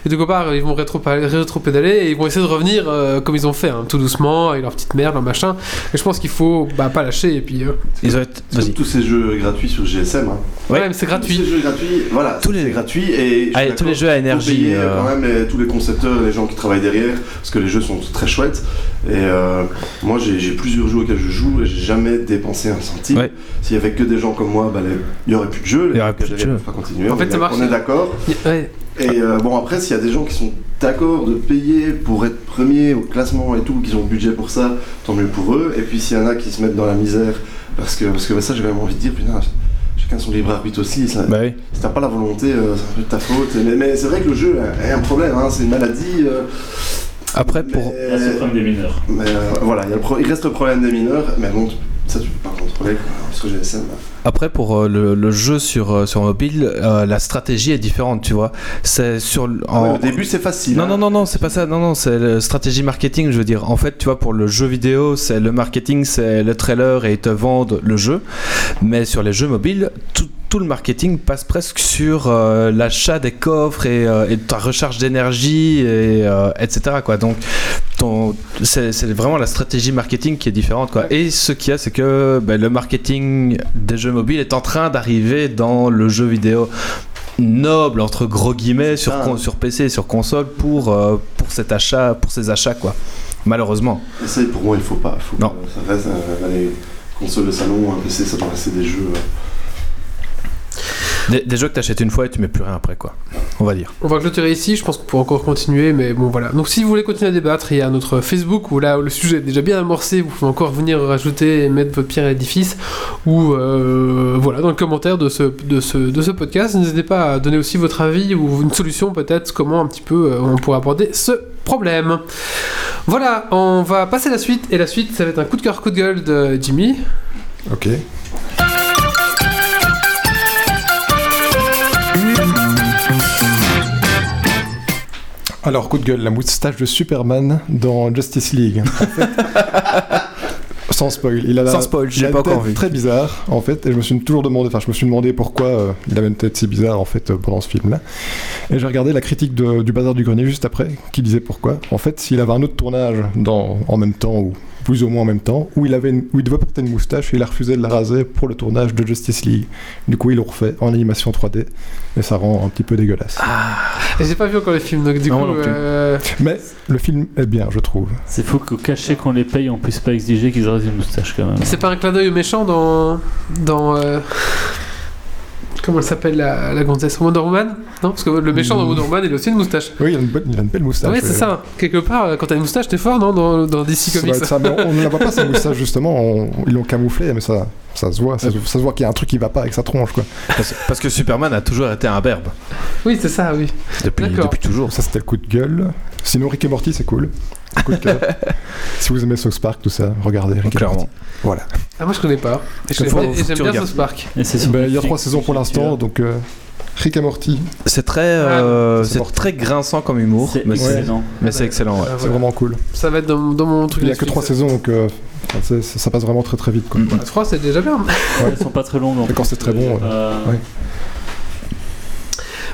Et de part, ils vont rétro- rétro-pédaler et ils vont essayer de revenir euh, comme ils ont fait, hein, tout doucement, avec leur petite merde, leur machin. Et je pense qu'il faut bah, pas lâcher. Et puis, euh,
Ils ont été-
C'est comme
Vas-y.
tous ces jeux gratuits sur GSM. hein.
Ouais.
ouais, mais c'est
Tous
gratuit.
ces jeux gratuits, voilà,
Tous
tous
les-
les gratuits et. je suis
Allez,
d'accord,
tous les jeux à
faut
énergie.
payer,
euh,
quand même les- tous les concepteurs, les gens qui travaillent derrière, parce que les jeux sont très chouettes. Et euh, moi, j'ai j'ai plusieurs jeux auxquels je joue et j'ai jamais dépensé un centime.
Ouais.
S'il y avait que des gens comme moi, bah, les- il y aurait plus de jeux.
Il y aurait plus de jeux.
On pas continuer.
En
on
fait,
est
ça
d'ac-
marche.
On est d'accord.
Ouais.
Et euh, bon, après, s'il y a des gens qui sont d'accord de payer pour être premier au classement et tout, qu'ils ont le budget pour ça, tant mieux pour eux. Et puis s'il y en a qui se mettent dans la misère, parce que, parce que bah, ça, j'ai vraiment envie de dire, putain, j'ai chacun son libre arbitre aussi. ça-
Bah oui.
Si t'as pas la volonté, euh, c'est un peu de ta faute. Mais, mais c'est vrai que le jeu a un problème, hein, c'est une maladie. euh,
Après, pour.
mais-
Là, Ah, c'est le problème des mineurs.
mais, euh, voilà, il, y a le pro- il reste le problème des mineurs, mais bon, tu- ça tu peux pas le contrôler, quoi, parce que GSM.
Après, pour euh, le, le jeu sur, euh, sur mobile, euh, la stratégie est différente, tu vois. C'est sur. l-
Ah ouais,
en-
au début, c'est facile.
Oh. Non,
hein.
non, non, non, c'est pas ça. Non, non, c'est la stratégie marketing, je veux dire. En fait, tu vois, pour le jeu vidéo, c'est le marketing, c'est le trailer et ils te vendent le jeu. Mais sur les jeux mobiles, tout, tout le marketing passe presque sur euh, l'achat des coffres et, euh, et ta recharge d'énergie, et, euh, etc. Quoi. Donc, ton- c'est c'est vraiment la stratégie marketing qui est différente. Quoi. Et ce qu'il y a, c'est que ben, le marketing des jeux mobiles est en train d'arriver dans le jeu vidéo noble entre gros guillemets sur,
ça.
con- sur PC et sur console pour, euh, pour cet achat pour ces achats quoi malheureusement
Et ça, pour moi, il faut pas. Faut
Non.
que Ça reste euh, les consoles de salon, un PC, ça doit rester des jeux. euh.
des, des jeux que t'achètes une fois et tu mets plus rien après quoi on va dire
On va clôturer ici, je pense qu'on pourra encore continuer, mais bon voilà. Donc si vous voulez continuer à débattre, il y a notre Facebook où là le sujet est déjà bien amorcé, vous pouvez encore venir rajouter et mettre votre pierre à l'édifice, ou euh, voilà, dans le commentaire de ce, de ce, de ce podcast, n'hésitez pas à donner aussi votre avis ou une solution peut-être, comment un petit peu euh, on pourrait aborder ce problème. Voilà, on va passer à la suite, et la suite ça va être un coup de cœur, coup de gueule de Jimmy.
Ok. Alors, coup de gueule, la moustache de Superman dans Justice League. En fait, Sans spoil, il a Bah, la,
Sans spoil,
il
j'ai
a
pas
une tête
encore vu.
Très bizarre, en fait, et je me suis toujours demandé, enfin, je me suis demandé pourquoi euh, il avait une tête si bizarre, en fait, euh, pendant ce film-là. Et j'ai regardé la critique de- du Bazar du Grenier juste après, qui disait pourquoi. En fait, s'il avait un autre tournage dans, en même temps, ou plus ou moins en même temps, où il, avait une- où il devait porter une moustache et il a refusé de la raser pour le tournage de Justice League. Du coup, ils l'ont refait en animation 3D, et ça rend un petit peu dégueulasse.
Ah.
Et J'ai pas vu encore le film, donc du
Non,
coup...
moi non plus.
euh,
Mais le film est bien, je trouve.
C'est fou qu'au cachet qu'on les paye, on puisse pas exiger qu'ils rasent une moustache quand même.
C'est pas un clin d'œil au méchant dans. dans. euh, Comment elle s'appelle la, la gonzesse Wonder Woman Non Parce que le méchant dans Wonder Woman, il a aussi une moustache.
Oui, il a une, bonne- il a une belle moustache.
ouais, c'est
euh,
ça. Quelque part, euh, quand t'as une moustache, t'es fort, non dans, dans DC
ça doit
Comics.
être ça, mais on ne la voit pas sa moustache justement, on- ils l'ont camouflé, mais ça, ça se voit, ça, se- ça se voit qu'il y a un truc qui va pas avec sa tronche quoi.
parce, parce que Superman a toujours été un berbe
Oui, c'est ça, oui.
depuis,
D'accord.
depuis toujours
Ça c'était le coup de gueule. Sinon Rick et Morty c'est cool. Coup de cœur. si vous aimez South Park tout ça, regardez Rick et
clairement
Morty. Voilà.
Ah, moi, je connais pas. Et je
Faut-
connais pas- et
faut que
j'aime
tu
bien
regardes.
South Park.
Et c'est sur
Ben, il y a
Netflix,
trois saisons pour
c'est
l'instant,
celui-là.
donc euh, Rick et Morty,
Ah,
c'est très euh,
Ah, c'est
c'est
mortel.
très grinçant comme humour
C'est
mais c'est
excellent.
mais c'est excellent ouais.
Ah,
c'est
voilà.
vraiment cool.
Ça va être dans, dans mon truc.
Il y a que trois saisons donc euh, enfin, c'est- ça, ça passe vraiment très très vite quoi.
Mm.
3, Ah, c'est déjà bien.
Elles sont pas très longues. en
Mais quand
plus,
c'est très
euh,
bon,
j'ai pas-
ouais.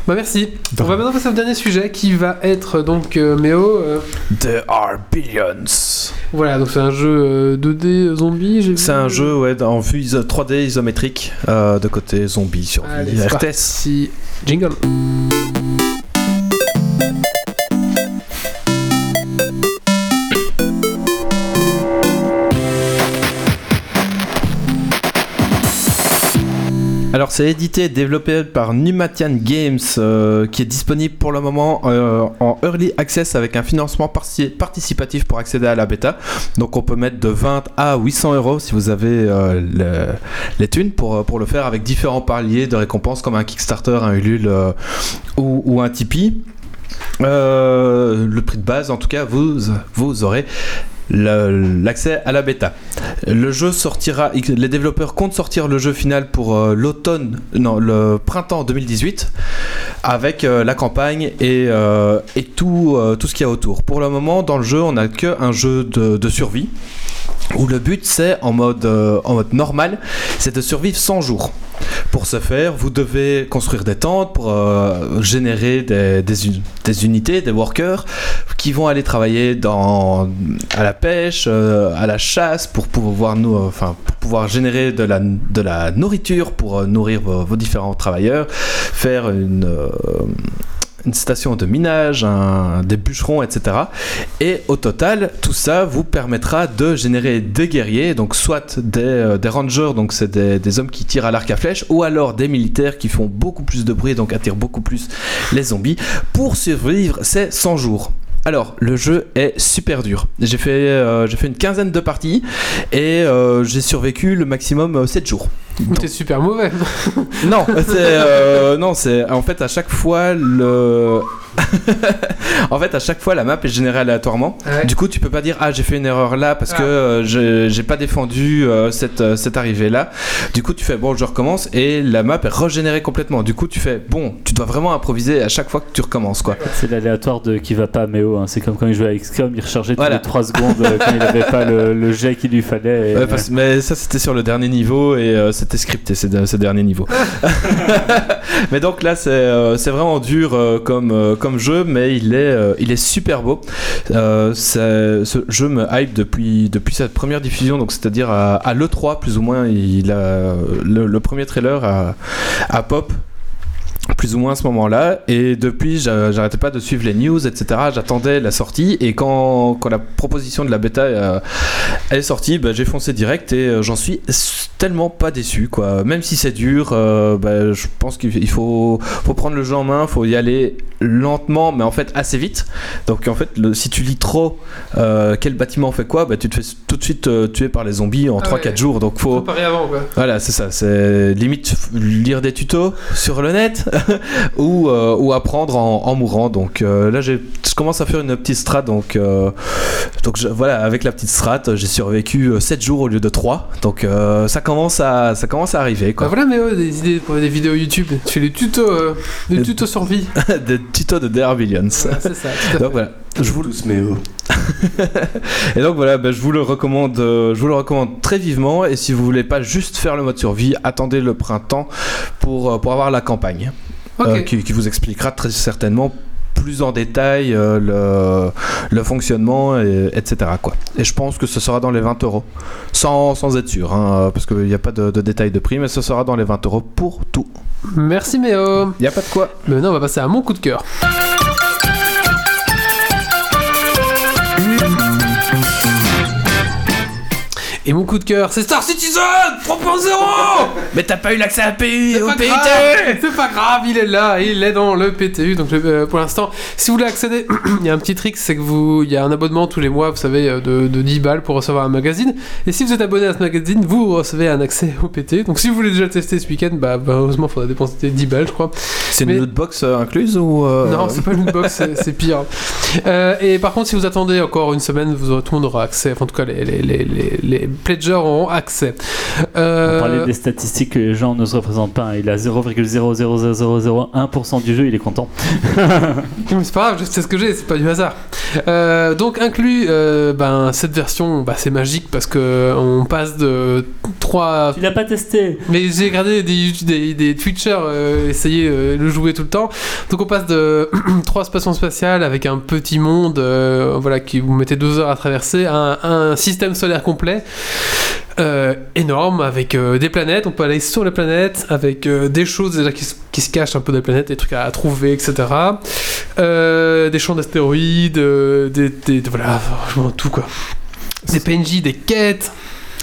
Bah, merci.
De
On va
rien.
maintenant passer au dernier sujet qui va être donc euh, Méo. euh,
There are billions
voilà, donc c'est un jeu euh, 2D zombie. j'ai vu.
c'est un jeu ouais, en vue iso- 3D isométrique euh, de côté zombie survie
Allez, c'est
RTS
Si. Jingle.
Alors c'est édité et développé par Numatian Games euh, qui est disponible pour le moment euh, en early access avec un financement parti- participatif pour accéder à la bêta. Donc on peut mettre de 20 à 800 euros si vous avez euh, le- les thunes pour, euh, pour le faire avec différents paliers de récompenses comme un Kickstarter, un Ulule euh, ou, ou un Tipeee. Euh, le prix de base en tout cas vous, vous aurez le- l'accès à la bêta. Le jeu sortira, les développeurs comptent sortir le jeu final pour euh, l'automne, non, le printemps 2018, avec euh, la campagne et, euh, et tout, euh, tout ce qu'il y a autour. Pour le moment, dans le jeu, on n'a qu'un jeu de, de survie, où le but c'est, en mode, euh, en mode normal, c'est de survivre 100 jours. Pour ce faire, vous devez construire des tentes pour euh, générer des, des un- des unités, des workers, qui vont aller travailler dans, à la pêche, euh, à la chasse pour pouvoir nous, euh, enfin, pour pouvoir générer de la, de la nourriture pour euh, nourrir vos, vos différents travailleurs, faire une, euh, une station de minage, un- des bûcherons, etc. Et au total, tout ça vous permettra de générer des guerriers, donc soit des, euh, des rangers, donc c'est des, des hommes qui tirent à l'arc à flèche, ou alors des militaires qui font beaucoup plus de bruit, donc attirent beaucoup plus les zombies, pour survivre ces 100 jours. Alors, le jeu est super dur. J'ai fait, euh, j'ai fait une quinzaine de parties et euh, j'ai survécu le maximum 7 jours.
Ou t'es super mauvais.
Non, c'est euh, non, c'est en fait à chaque fois le en fait à chaque fois la map est générée aléatoirement.
Ouais.
Du coup, tu peux pas dire ah j'ai fait une erreur là parce
Ah.
que euh, je- j'ai pas défendu euh, cette euh, cette arrivée là. Du coup, tu fais bon, je recommence et la map est régénérée complètement. Du coup, tu fais bon, tu dois vraiment improviser à chaque fois que tu recommences quoi.
C'est l'aléatoire de qui va pas à Méo. hein. C'est comme quand il jouait à XCOM, il rechargeait
Voilà.
toutes les 3 secondes euh, quand il avait pas le, le jet qu'il lui fallait. et-
Ouais, parce- mais ça c'était sur le dernier niveau et euh, c'était scripté ces, de- ces derniers niveaux. mais donc là c'est euh, c'est vraiment dur euh, comme, euh, comme jeu mais il est, euh, il est super beau. Euh, c'est- ce jeu me hype depuis, depuis sa première diffusion donc c'est-à-dire à, à l'E3 plus ou moins il a, le, le premier trailer à, à Pop plus ou moins à ce moment-là. Et depuis, j'a- j'arrêtais pas de suivre les news, etc. J'attendais la sortie. Et quand, quand la proposition de la bêta euh, est sortie, bah, j'ai foncé direct et euh, j'en suis s- tellement pas déçu. Quoi. Même si c'est dur, euh, bah, je pense qu'il il faut, faut prendre le jeu en main, faut y aller lentement, mais en fait assez vite. Donc en fait, le- si tu lis trop euh, quel bâtiment fait quoi, bah, tu te fais s- tout de suite euh, tuer par les zombies en
Ah
3-4
ouais.
jours. Donc faut,
Comparé avant, quoi.
voilà, c'est ça. C'est limite f- lire des tutos sur le net ou, euh, ou apprendre en, en mourant. Donc euh, là, j'ai- je commence à faire une petite strat. Donc, euh, donc je- voilà, avec la petite strat, j'ai survécu 7 jours au lieu de 3. Donc euh, ça, commence à, ça commence à arriver.
Bah
Quoi.
voilà, mais ouais, des idées pour des vidéos YouTube. Tu fais des tutos, euh, des
Et-
tutos survie.
des tutos de Dare Billions.
Voilà, c'est ça. tout à fait.
Donc voilà. Ah Je vous,
Tous mais oh.
Et donc voilà, bah, je vous le recommande, euh, je vous le recommande très vivement. Et si vous voulez pas juste faire le mode survie, attendez le printemps pour, euh, pour avoir la campagne,
Ok.
Euh, qui, qui vous expliquera très certainement plus en détail euh, le, le fonctionnement, et, etc. Quoi. Et je pense que ce sera dans les 20 euros, sans, sans être sûr, hein, euh, parce qu'il n'y a pas de, de détails de prix, mais ce sera dans les 20 euros pour tout.
Merci, Méo.
Il n'y a pas de quoi.
Maintenant, on va passer à mon coup de cœur. Et mon coup de cœur, c'est Star Citizen 3.0
Mais t'as pas eu l'accès à PU,
C'est pas grave, C'est pas grave, il est là, il est dans le PTU. Donc euh, pour l'instant, si vous voulez accéder, il y a un petit trick, c'est que vous, il y a un abonnement tous les mois, vous savez, euh, de, de 10 balles pour recevoir un magazine. Et si vous êtes abonné à ce magazine, vous recevez un accès au PTU. Donc si vous voulez déjà tester ce week-end, bah, bah, heureusement, il faudra dépenser 10 balles, je crois.
C'est une
Mais-
lootbox euh, incluse ou euh,
Non, c'est pas une box, c'est- c'est pire. Euh, et par contre, si vous attendez encore une semaine, vous aurez- tout le monde aura accès. Enfin, en tout cas, les, les, les, les, les pledgers auront accès.
On
Euh,
parlait des statistiques que les gens ne se représentent pas. hein. Il a 0,00001% du jeu, il est content.
Mais C'est pas grave, c'est ce que j'ai, c'est pas du hasard. Euh, donc inclus, euh, ben, cette version, bah, c'est magique parce que on passe de 3...
Tu l'as pas testé
Mais j'ai regardé des, YouTube- des, des Twitchers euh, essayer euh, le jouer tout le temps. Donc on passe de 3 stations spatiales avec un petit monde euh, voilà, qui vous mettez 2 heures à traverser à un, un système solaire complet. euh, énorme avec euh, des planètes, on peut aller sur les planètes avec euh, des choses déjà qui, se- qui se cachent un peu des planètes, des trucs à, trouver, etc. Euh, des champs d'astéroïdes, euh, des, des- voilà, franchement tout quoi. Des PNJ, des quêtes.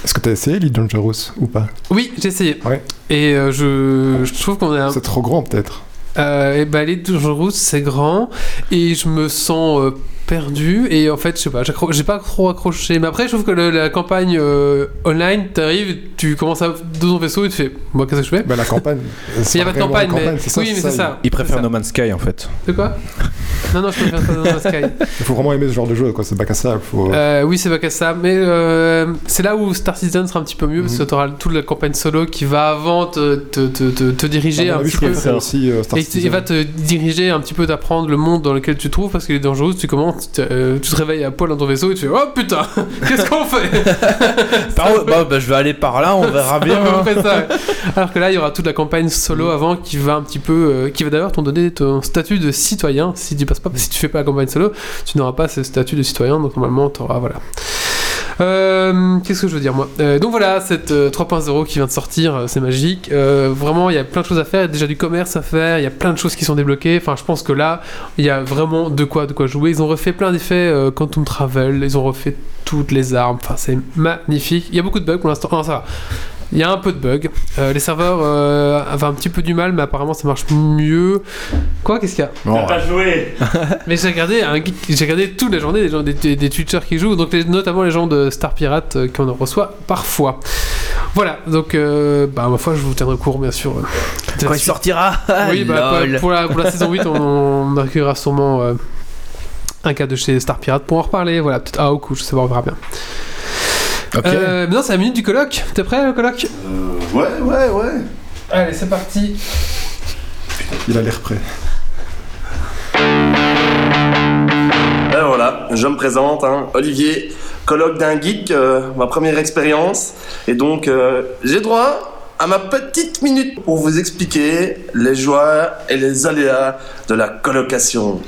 Est-ce que t'as essayé Lee Dangerous ou pas
Oui, j'ai essayé.
Ouais.
Et euh, je, je trouve qu'on est un
Ah. C'est trop grand peut-être.
euh, et bah, les Dangerous, c'est grand. Et je me sens euh, perdu. Et en fait, je sais pas, j'accro- j'ai pas trop accroché. Mais après, je trouve que le- la campagne euh, online, t'arrives, tu commences à dans ton vaisseau et tu fais, moi, qu'est-ce que je fais
Bah, la campagne.
Il y a pas de campagne, mais.
c'est ça,
oui, mais c'est ça.
Il
C'est
préfère
ça.
No Man's Sky en fait.
De quoi Non, non, je préfère ça dans Sky.
Il faut vraiment aimer ce genre de jeu, quoi. C'est pas qu'à ça. Faut...
Euh, oui, c'est pas qu'à ça, mais euh, c'est là où Star Citizen sera un petit peu mieux parce que
Mhm.
t'auras toute la campagne solo qui va avant te, te, te, te, te diriger
Ah,
un
oui,
petit
je
peu.
préfère aussi euh, Star
Et il
Citizen.
va te diriger un petit peu d'apprendre le monde dans lequel tu te trouves parce qu'il est dangereux. Tu commences, tu, te- euh, tu te réveilles à poil dans ton vaisseau et tu fais Oh putain, qu'est-ce qu'on fait
Par où- bah, bah, je vais aller par là, on verra bien.
À peu près ça. Alors que là, il y aura toute la campagne solo avant qui va un petit peu, euh, qui va d'ailleurs t'en donner ton statut de citoyen. Si tu passes pas, si tu fais pas la campagne solo, tu n'auras pas ce statut de citoyen. Donc normalement, t'auras voilà. Euh, Qu'est-ce que je veux dire moi Euh, Donc voilà, cette euh, 3.0 qui vient de sortir, euh, c'est magique. Euh, vraiment, il y a plein de choses à faire. Il y a déjà du commerce à faire. Il y a plein de choses qui sont débloquées. Enfin, je pense que là, il y a vraiment de quoi, de quoi jouer. Ils ont refait plein d'effets euh, Quantum Travel. Ils ont refait toutes les armes. Enfin, c'est magnifique. Il y a beaucoup de bugs pour l'instant. Ah, ça va. Il y a un peu de bugs. Euh, les serveurs euh, avaient un petit peu du mal, mais apparemment ça marche mieux. Quoi Qu'est-ce qu'il y a
Bon, ouais.
joué
mais j'ai regardé, un geek- j'ai regardé toute la journée des, gens, des, des, des Twitchers qui jouent, donc les- notamment les gens de Star Pirate euh, qu'on en reçoit parfois. Voilà, donc euh, bah, ma foi, je vous tiendrai au courant, bien sûr. euh, de la
Quand il
suite.
sortira
Oui, bah,
Ah,
pour- pour, la, pour la saison 8, on, on accueillera sûrement euh, un cas de chez Star Pirate pour en reparler. Voilà, peut-être ah, au coup, je sais pas, on verra bien.
Ok.
Euh, maintenant, c'est la minute du colloque. T'es prêt, le colloque
Euh, ouais, ouais, ouais.
Allez, c'est parti.
Il a l'air prêt.
Alors Ben voilà, je me présente, hein, Olivier, colloque d'un geek, euh, ma première expérience. Et donc, euh, j'ai droit à ma petite minute pour vous expliquer les joies et les aléas de la colocation.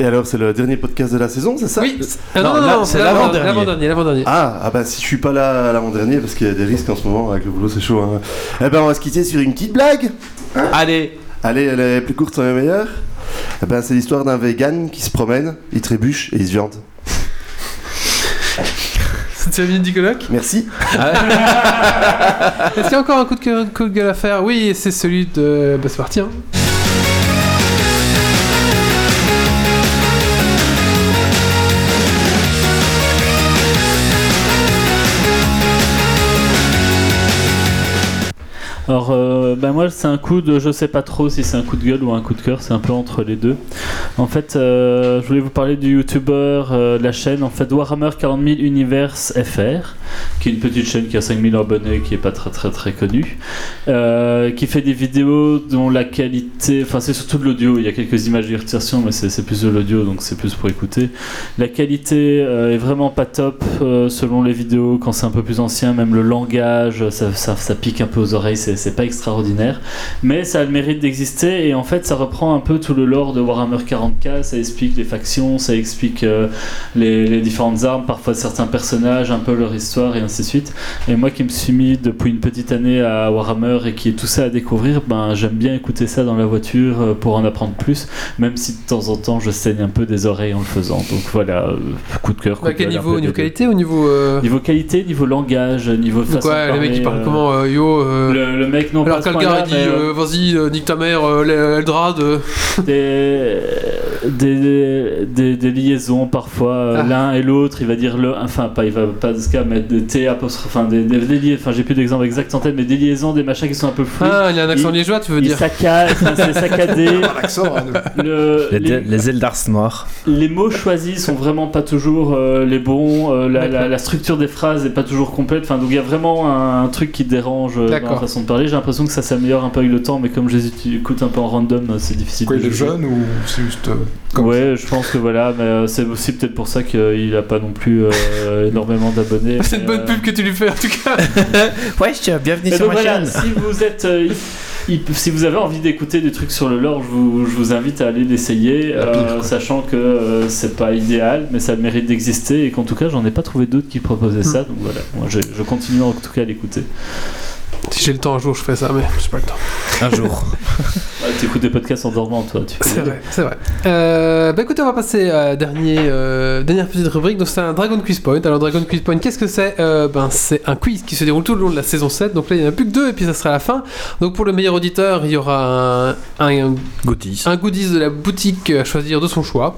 Et alors, c'est le dernier podcast de la saison, c'est ça
Oui, Ah,
Non, là, c'est l'avant-dernier.
l'avant-dernier. l'avant-dernier.
Ah, ah bah si je suis pas là à l'avant-dernier, parce qu'il y a des risques en ce moment avec le boulot, c'est chaud. Hein. Eh ben on va se quitter sur une petite blague.
Allez,
Allez, elle est plus courte, mais meilleure. Eh ben c'est l'histoire d'un vegan qui se promène, il trébuche et il se viande.
C'était la minute du colloque.
Merci.
Est-ce qu'il y a encore un coup de, cœur- coup de gueule à faire Oui, c'est celui de. Bah, c'est parti. Hein.
Alors, euh, ben moi, c'est un coup de. Je sais pas trop si c'est un coup de gueule ou un coup de cœur, c'est un peu entre les deux. En fait, euh, je voulais vous parler du youtubeur, euh, de la chaîne, en fait, Warhammer 40000 Universe FR, qui est une petite chaîne qui a 5000 abonnés, qui est pas très très très connue, euh, qui fait des vidéos dont la qualité. Enfin, c'est surtout de l'audio, il y a quelques images d'illustration, mais c'est c'est plus de l'audio, donc c'est plus pour écouter. La qualité euh, est vraiment pas top euh, selon les vidéos. Quand c'est un peu plus ancien, même le langage, ça, ça- ça pique un peu aux oreilles, c'est c'est pas extraordinaire. Mais ça a le mérite d'exister et en fait, ça reprend un peu tout le lore de Warhammer 40k. Ça explique les factions, ça explique euh, les, les différentes armes, parfois certains personnages, un peu leur histoire et ainsi de suite. Et moi qui me suis mis depuis une petite année à Warhammer et qui ai tout ça à découvrir, ben, j'aime bien écouter ça dans la voiture euh, pour en apprendre plus même si de temps en temps je saigne un peu des oreilles en le faisant. Donc voilà, euh, coup de cœur. coup
À
de
quel
gueule, un
niveau
peu
Au niveau
des deux.
qualité Au niveau. Euh...
Niveau qualité, niveau langage, niveau
donc,
façon
ouais,
de
les mecs qui parlent
parler, euh,
comment euh, Yo. euh,
le, le mec non
Alors
pas à ce
quelqu'un a
point-là,
dit
mais, euh,
euh, vas-y euh, nique ta mère euh, l'El- Eldrad euh.
des, des, des, des liaisons parfois euh,
Ah.
l'un et l'autre il va dire le enfin pas il va pas ce cas mais des t apostrophe enfin des, des, des liaisons enfin j'ai plus d'exemple exact en tête mais des liaisons des machins qui sont un peu flous
Ah il a un accent
Il-
liégeois tu veux
il
dire
saccade enfin, c'est saccadé
Accent, hein,
le,
les,
les-
les Eldars noirs.
les mots choisis sont vraiment pas toujours euh, les bons, euh, la, la-
D'accord.
la structure des phrases est pas toujours complète, enfin, donc il y a vraiment un, un truc qui dérange euh, dans
D'accord.
la façon de parler. J'ai l'impression que ça s'améliore un peu avec le temps, mais comme je les étu- écoute un peu en random, euh, c'est difficile.
Quoi,
de
il est
juger.
jeune ou c'est juste. euh, comme
Ouais, je pense que voilà, mais euh, c'est aussi peut-être pour ça qu'il a pas non plus euh, énormément d'abonnés.
c'est
mais,
une bonne
euh,
pub que tu lui fais en tout cas
Ouais, bienvenue
mais
sur
donc
ma
voilà,
chaîne.
si vous êtes. euh, il- il- si vous avez envie d'écouter des trucs sur le lore, je vous, je vous invite à aller l'essayer,
La
euh,
pire, quoi.
sachant que euh, c'est pas idéal, mais ça a le mérite d'exister et qu'en tout cas, j'en ai pas trouvé d'autres qui proposaient ça. Donc voilà, moi je, je continue en tout cas à l'écouter.
si j'ai le temps un jour je fais ça mais j'ai pas le temps
Un jour.
tu écoutes des podcasts en dormant, toi. Tu
c'est vrai c'est vrai Euh, bah écoutez on va passer à la dernier, euh, dernière petite rubrique donc c'est un Dragon Quiz Point alors Dragon Quiz Point qu'est-ce que c'est Euh, ben c'est un quiz qui se déroule tout le long de la saison 7 donc là il y en a plus que deux et puis ça sera la fin donc pour le meilleur auditeur il y aura un, un
Goodies.
un goodies de la boutique à choisir de son choix.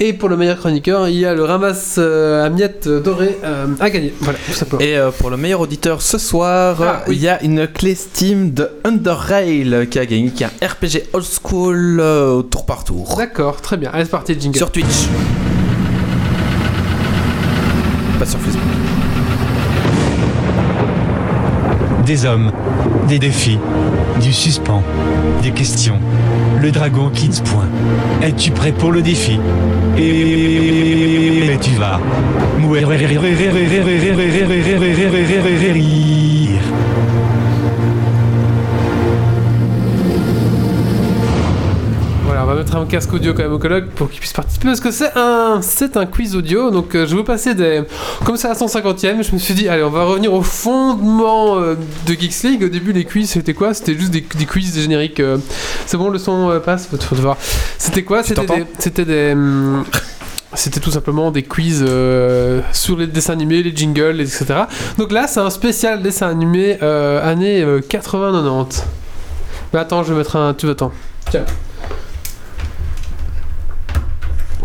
Et pour le meilleur chroniqueur, il y a le ramasse euh, à miettes doré euh, à gagner. Voilà, tout simplement.
Et euh, pour le meilleur auditeur ce soir,
Ah,
il
oui.
y a une clé Steam de Under Rail qui a gagné, qui est un RPG old school euh, au tour par tour.
D'accord, très bien. Allez, c'est parti, jingle.
Sur Twitch. Pas sur Facebook.
Des hommes, des défis, du suspens, des questions. Le dragon quitte point. Es-tu prêt pour le défi Et tu vas. Mourir.
Voilà, on va mettre un casque audio quand même au colloque pour qu'il puisse participer parce que c'est un, c'est un quiz audio. Donc euh, je vais vous passer des. Comme c'est la 150ème, je me suis dit, allez, on va revenir au fondement euh, de Geeks League. Au début, les quiz, c'était quoi C'était juste des, des quiz des génériques. euh, C'est bon, le son euh, passe, faut, faut te voir. C'était quoi C'était
t'entends
des. C'était des. hum, C'était tout simplement des quiz euh, sur les dessins animés, les jingles, etc. Donc là, c'est un spécial dessin animé euh, années euh, 80-90. Mais attends, je vais mettre un. Tu attends. Tiens.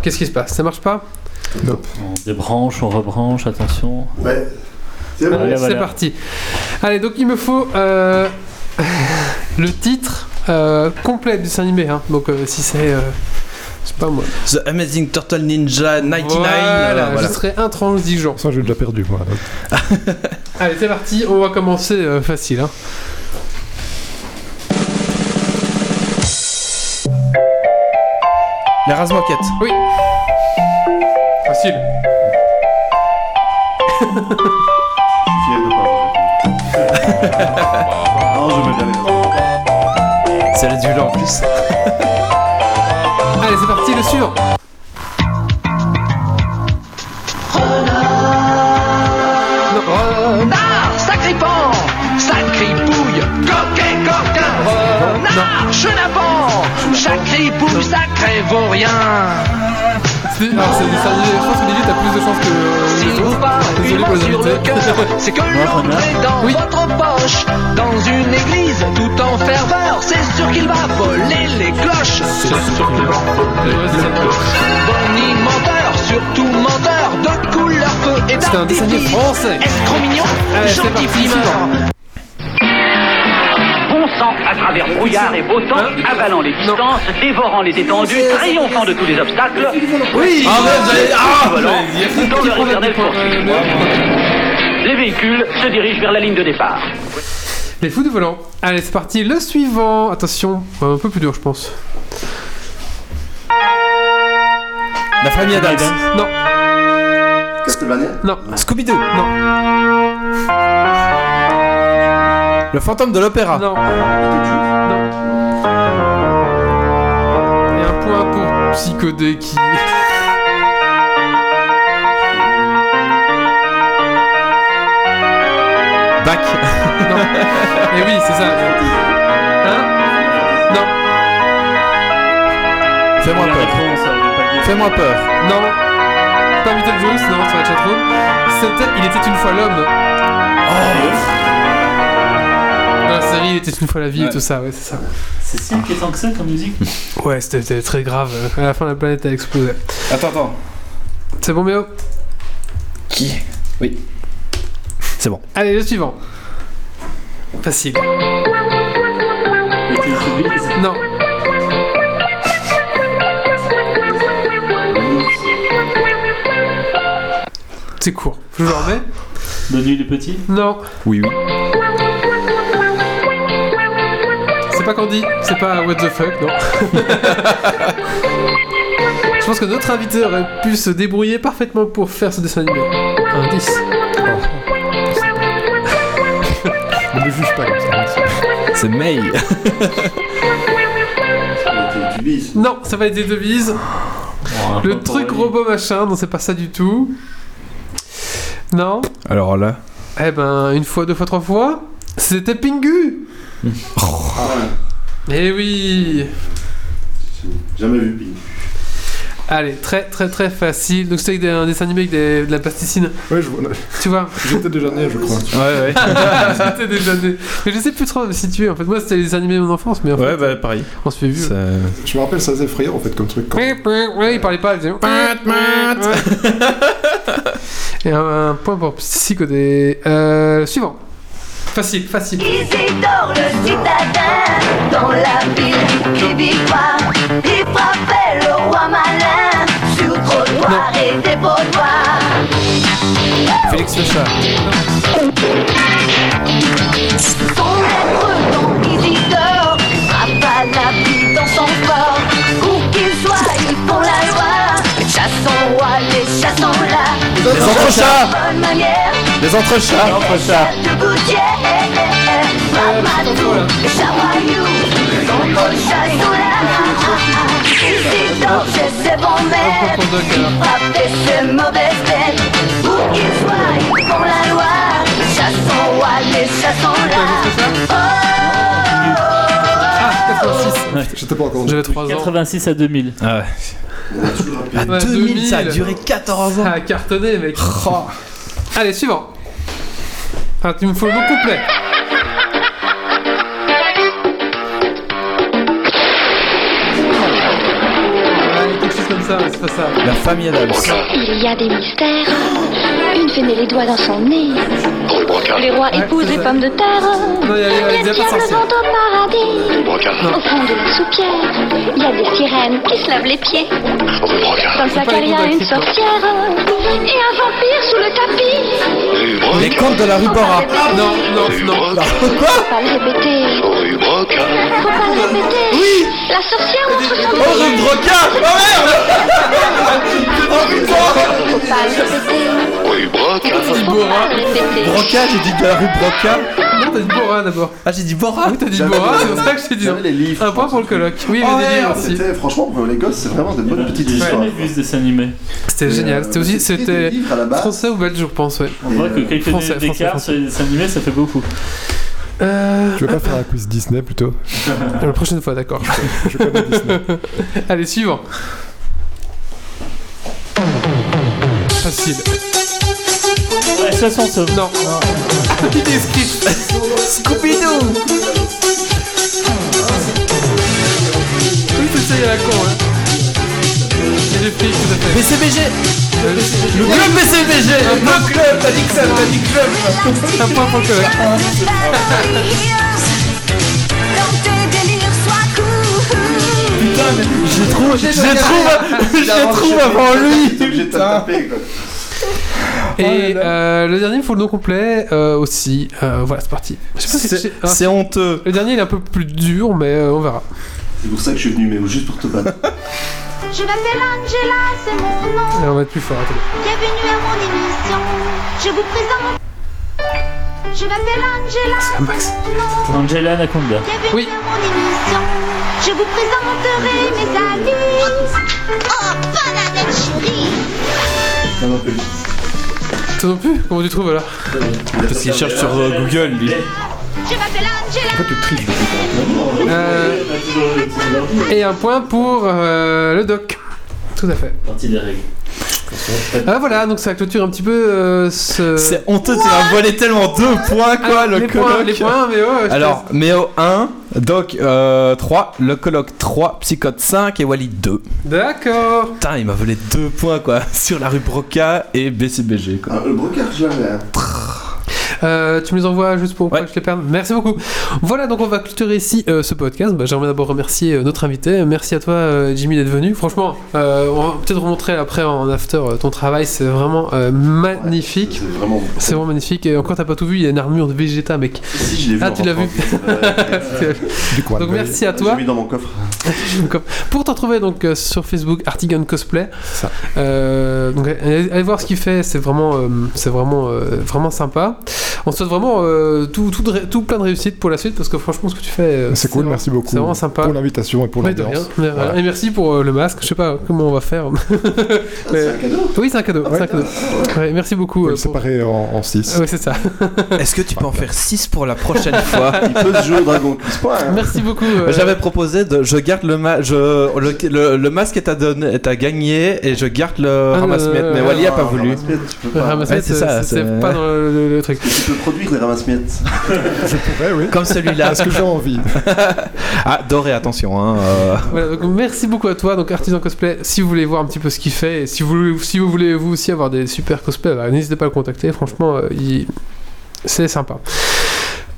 Qu'est-ce qui se passe Ça marche pas
On débranche, on rebranche, attention.
Ouais. Ben, C'est
Allez,
bon.
C'est
voilà.
parti. Allez, donc il me faut euh, le titre euh, complet du dessin animé. hein. Donc euh, si c'est. euh, je sais pas moi.
The Amazing Turtle Ninja 99.
Voilà,
euh, voilà.
je serais intransigeant.
Ça, j'ai déjà perdu, moi.
Allez, c'est parti, on va commencer euh, facile. Hein.
Les Razz Moquettes.
Facile.
Fier de pas avoir répondu. Non, je me bien les autres.
C'est la du en plus.
Allez, c'est parti, le suivant. Non, euh,
Renard, sacripant, sacripouille, coquet, coquin, renard, chenapan, sacripouille, sacré vaurien.
c'est- alors, c'est le dessin animé. Je pense que Lily, t'as plus de chance que euh,
Si
les
vous pas
autres.
une
Désolé pour
main
les
sur le
invités.
cœur, c'est que l'autre est dans
Oui.
votre poche. Dans une église, tout en ferveur, c'est sûr qu'il va voler les cloches. Ah, Bonnie menteur, surtout menteur, de couleur feu et
C'est un dessin animé
d'artifice.
français.
Escroc mignon,
Allez, c'est
gentil
parti,
primeur.
suivant.
Bon sang à travers brouillard et beau temps, avalant les distances, dévorant les étendues, triomphant de tous les obstacles.
Oui,
Ah ouais, vous allez- ah, vous
Volant,
allez dire.
dans leur éternelle poursuite.
Euh,
Les véhicules se dirigent vers la ligne de départ.
Les fous du volant. Allez, c'est parti, le suivant. Attention, un peu plus dur, je pense.
La famille Adams.
Non,
Castlevania
non,
Scooby-Doo.
non,
Le fantôme de l'opéra.
non, non. Et un point pour Psychodé qui.
Bac.
Non. Et oui, c'est ça. Hein Non,
Fais-moi
La
peur.
réponse, on va pas le dire.
Fais-moi peur.
non. Pas Beetlejuice, non, sur la chatroom. C'était. Il était une fois l'homme. Dans la série, il était une fois la vie et
Ouais.
tout ça, ouais, c'est ça.
C'est si inquiétant que ça comme musique.
Ouais, c'était- c'était très grave. À la fin, la planète a explosé.
Attends, attends.
C'est bon, Méo
Qui Oui. C'est bon.
Allez, le suivant. Facile. Non. C'est court. Je vous le remets
Bonne nuit les petits.
Non.
Oui, oui.
C'est pas Candy. C'est pas What the fuck, non. Je pense que notre invité aurait pu se débrouiller parfaitement pour faire ce dessin animé. Un 10.
Ne me juge pas comme ça.
C'est May.
C'était du bis.
Non, ça va être des devises.
Bon,
Le
hein.
truc robot machin, non, c'est pas ça du tout. Non.
Alors là.
Eh ben, une fois, deux fois, trois fois, c'était Pingu
Ah,
Eh oui
Jamais vu Pink.
Allez, très très très facile. Donc c'était un dessin animé avec des- de la plasticine,
Oui, je vois-
tu vois
j'étais déjà né, je crois.
Ouais, ouais.
C'était déjà des... Mais je sais plus trop me situer en fait. Moi c'était les animés de mon enfance, mais en
ouais,
fait,
bah pareil.
on se fait vu.
Ça-
Je me rappelle, ça faisait effrayant en fait comme truc. Quand...
Ouais, il parlait pas, il faisait... Et un, un point pour Psychodé. Euh, suivant. Facile, facile.
Isidore le citadin, dans la ville des victoires, il frappait le roi malin sur trottoir et dépotoir.
Félix le chat.
Son maître, Don Isidore, frappa la vie dans son corps. Où qu'il soit, ils font la loi. Chassons roi, les chassons là.
Les entrechats.
Bonne manière,
Les entrechats. Les entrechats.
de gouttière. Ramatou, les charroyous, son beau chassons là. Isidore, j'ai ses bons
Un point
maîtres.
pour Doc alors.
Frappez ces mauvaises bêtes, où qu'ils soient, ils font la loi. Chassons roi, les chassons là.
Ah, 86.
J'étais pas encore.
J'avais 3 ans.
86 à 2000.
Ah ouais. À 2000, ça a duré 14 ans.
Ça a cartonné, mec. Allez, suivant. Ah, tu me faut le mot complet. Ouais, quelque chose comme ça, ouais, c'est pas ça.
La famille Adams.
Il y a des mystères. Une fait les doigts dans son nez. Les rois
Ouais,
épousent
c'est
les
ça.
pommes de terre.
Non, il y a- il y a
les
les diables
diables
sorcières.
vont au paradis. Au fond de la soupière, il y a des sirènes qui se lavent les pieds. Dans le placard, il y a une sorcière. Et un vampire sous le tapis.
Les contes de la rue Bora.
Non, non, non.
Faut pas le répéter. Faut pas le répéter. Oui. La sorcière montre son nez.
Rue Broca Oh merde
Faut pas le répéter. Faut pas le répéter.
Broca, j'ai dit de la rue Broca.
Non, t'as dit Bora d'abord.
Ah, j'ai dit Bora
Oui, t'as dit
J'avais-
Bora, c'est pour ça que je t'ai dit.
J'avais les livres.
Un point pour le colloque. Oui, il y
Oh,
avait des livres
merde,
aussi.
c'était- Franchement, pour les gosses, c'est vraiment des bonnes petites
J'ai
histoires.
jamais vu ce dessin animé.
C'était
Mais,
génial.
euh,
C'était aussi,
c'était des
c'était
livres à la base.
français ou belge, je pense, ouais.
On voit
Et,
que
euh,
quelques
français,
années d'écart
français,
sur les dessins animés, ça fait beaucoup.
Euh,
Tu veux pas faire un quiz Disney plutôt
la prochaine fois, d'accord.
Je connais Disney.
Allez, suivant. Facile.
Ouais, chanson sauve.
Non. Il est skip. Scooby-Doo Oui, c'est ça, il y a la con, hein. Et les flics, tout à fait.
BCBG
Euh,
Le club BCBG Le club T'as dit que ça, t'as dit club
Un point pour le colloque.
Putain, mais je les trouve, je les trouve, je les trouve avant
J'étais obligé
lui
de te taper, quoi.
Et euh, le dernier, il faut le nom complet euh, aussi. Euh, voilà, c'est parti. Je sais pas si
C'est-
j'ai- ah,
C'est honteux
le dernier, il est un peu plus dur, mais euh, on verra.
C'est pour ça que je suis venu, mais juste pour te battre.
Je m'appelle Angela, c'est mon nom.
Et on va être plus fort. attendez.
Bienvenue à mon émission. Je vous présente. Je m'appelle Angela. c'est mon nom.
Angela Anaconda.
Bienvenue
Oui.
à mon émission. Je vous présenterai mes amis. Oh, bonne année, chérie.
Toi non plus Comment tu trouves alors
Parce qu'il cherche sur
Oh,
euh, Google, lui.
Eh,
Je m'appelle Angela.
Euh, Et un point pour euh, le doc. Tout à fait.
Partie des règles.
Ah voilà, donc ça clôture un petit peu euh, ce.
C'est honteux, tu m'as volé tellement deux points, quoi,
Ah,
le
les points,
colloque
les points, mais ouais, je
Alors, Méo 1, Doc euh, 3, le colloque 3, Psychote 5 et Walid 2.
te- D'accord.
Putain, il m'a volé deux points, quoi, sur la rue Broca et BCBG, quoi.
Ah, Le brocard, je l'avais. hein.
Euh, tu me les envoies juste pour pas
Ouais.
que je les perde. Merci beaucoup. Voilà, donc on va clôturer ici euh, ce podcast. Bah, J'aimerais d'abord remercier euh, notre invité. Merci à toi, euh, Jimmy, d'être venu. Franchement, euh, on va peut-être remontrer après en after euh, ton travail. C'est vraiment euh, magnifique.
C'est vraiment.
C'est vraiment magnifique. Et encore, t'as pas tout vu. Il y a une armure de Vegeta, mec.
Si, je l'ai vu.
Ah,
en
tu l'as
rentrant. Ouais.
Du coup,
Donc
Annabelle,
merci à toi.
J'ai mis dans mon coffre.
Pour te retrouver donc euh, sur Facebook Artigan Cosplay. Euh, donc allez, allez voir ce qu'il fait, c'est vraiment, euh, c'est vraiment, euh, vraiment sympa. On te souhaite vraiment euh, tout, tout, de ré- tout plein de réussite pour la suite parce que franchement ce que tu fais, euh,
C'est cool,
vraiment-
merci beaucoup.
C'est vraiment sympa.
Pour l'invitation et pour
Mais de rien,
l'ambiance.
mais de rien.
Voilà.
Et merci pour euh, le masque. Je sais pas comment on va faire. Mais-
Ah, C'est un cadeau. Ah,
Oui, c'est un cadeau. c'est un cadeau. Ouais, merci beaucoup.
On peut
euh,
le
pour-
séparer en, en 6.
Ouais, c'est ça.
Est-ce que tu peux en faire 6 pour la prochaine fois
Il peut se jouer au Dragon Quiz Point. hein.
Merci beaucoup. euh,
Bah, J'avais proposé de. Je garde le, ma je, le, le, le masque est à, donner, est à gagner et je garde le
Ah,
ramasse
non, non,
mais
non,
Wally a
Non,
pas
un
voulu.
ramasse-miettes, Tu peux
le
pas-
ramassette,
Ouais, c'est ça,
euh, c'est
c'est-
pas dans le, le- le truc.
tu peux produire des ramasse-miettes.
Ouais, oui.
Comme celui-là.
Parce que j'ai envie.
Ah, doré, attention. Hein, euh.
Voilà, donc merci beaucoup à toi, donc Artisan Cosplay. Si vous voulez voir un petit peu ce qu'il fait, et si vous, si vous voulez vous aussi avoir des super cosplays, bah, n'hésitez pas à le contacter. Franchement, euh, il- c'est sympa.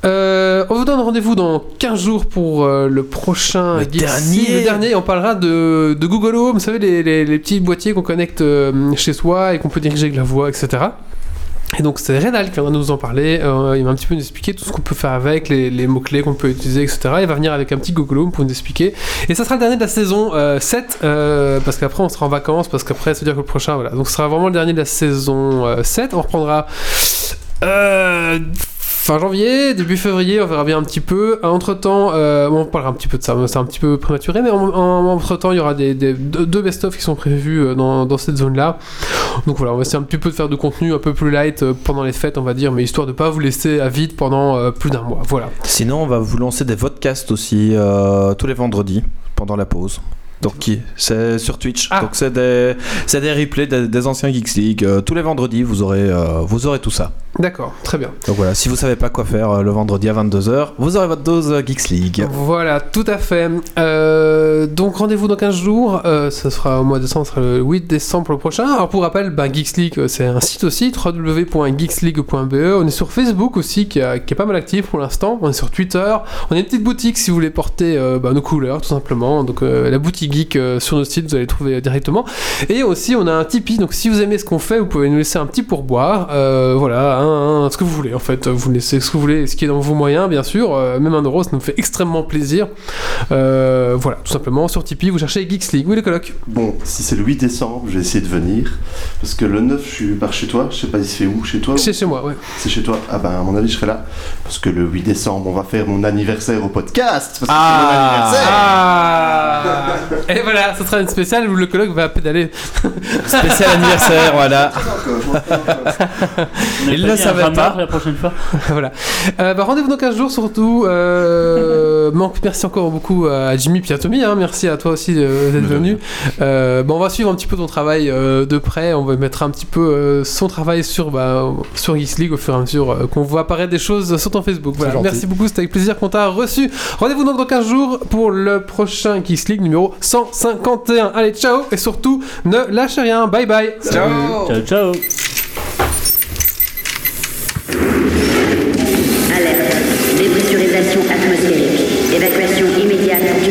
Euh, on vous donne rendez-vous dans 15 jours pour euh, le prochain
Le
Geeksy.
dernier.
Le dernier, on parlera de, de Google Home, vous savez, les, les- les petits boîtiers qu'on connecte euh, chez soi et qu'on peut diriger avec la voix, etc. Et donc c'est Rénal qui viendra nous en parler, Euh, il va un petit peu nous expliquer tout ce qu'on peut faire avec, les, les mots-clés qu'on peut utiliser, etc. Il va venir avec un petit Google Home pour nous expliquer. Et ça sera le dernier de la saison euh, 7, euh, parce qu'après on sera en vacances, parce qu'après c'est-à-dire que le prochain, voilà. Donc ce sera vraiment le dernier de la saison euh, 7, on reprendra... Euh, fin janvier, début février, on verra bien un petit peu. Entre temps, on parlera un petit peu de ça, mais c'est un petit peu prématuré, mais entre temps, il y aura des, des- deux deux best-of qui sont prévus euh, dans, dans cette zone-là. Donc voilà, on va essayer un petit peu de faire du contenu un peu plus light euh, pendant les fêtes, on va dire, mais histoire de pas vous laisser à vide pendant euh, plus d'un mois. Voilà.
Sinon, on va vous lancer des podcasts aussi euh, tous les vendredis pendant la pause. Donc qui c'est sur Twitch. Donc c'est des c'est des replays des, des anciens Geeks League. Euh, tous les vendredis, vous aurez euh, vous aurez tout ça.
D'accord, très bien.
Donc voilà, si vous savez pas quoi faire euh, le vendredi à 22h, vous aurez votre dose euh, Geeks League.
Voilà, tout à fait. Euh, donc rendez-vous dans 15 jours. Euh, ce sera au mois de décembre, ce sera le 8 décembre pour le prochain. Alors pour rappel, ben, Geeks League, euh, c'est un site aussi, www.geeksleague.be. On est sur Facebook aussi, qui, a- qui est pas mal actif pour l'instant. On est sur Twitter. On a une petite boutique si vous voulez porter euh, ben, nos couleurs, tout simplement. Donc euh, la boutique geek euh, sur nos sites, vous allez le trouver directement. Et aussi, on a un Tipeee. Donc si vous aimez ce qu'on fait, vous pouvez nous laisser un petit pourboire. Euh, voilà, un- un- ce que vous voulez en fait. Vous laissez ce que vous voulez, ce qui est dans vos moyens, bien sûr. Euh, même un euro, ça nous fait extrêmement plaisir. Euh, voilà, tout simplement sur Tipeee, vous cherchez Geeks League. Oui, les colocs.
Bon, si c'est le 8 décembre, je vais essayer de venir. Parce que le 9, je suis par chez toi. Je sais pas, il se fait où Chez toi
C'est chez moi, ouais.
C'est chez toi Ah ben, à mon avis, je serai là. Parce que le 8 décembre, on va faire mon anniversaire au podcast. Parce que
Ah.
c'est mon anniversaire.
Et voilà, ce sera une spéciale où le colloque va pédaler.
Spécial anniversaire, voilà.
On a
Il
pas
ne
dit un
savait
rameur
pas.
La prochaine fois.
voilà. Euh, bah, Rendez-vous dans 15 jours surtout. Euh, manque, merci encore beaucoup à Jimmy puis à Tommy. hein. Merci à toi aussi euh, d'être venu. Euh, bah, on va suivre un petit peu ton travail euh, de près. On va mettre un petit peu euh, son travail sur, bah, sur Geeks League au fur et à mesure euh, qu'on voit apparaître des choses sur ton Facebook. Voilà.
gentil.
Merci beaucoup, c'était avec plaisir qu'on t'a reçu. Rendez-vous donc dans 15 jours pour le prochain Geeks League numéro 151. Allez, ciao et surtout, ne lâchez rien. Bye bye.
Ciao, ciao.
Dépressurisation atmosphérique. Évacuation immédiate du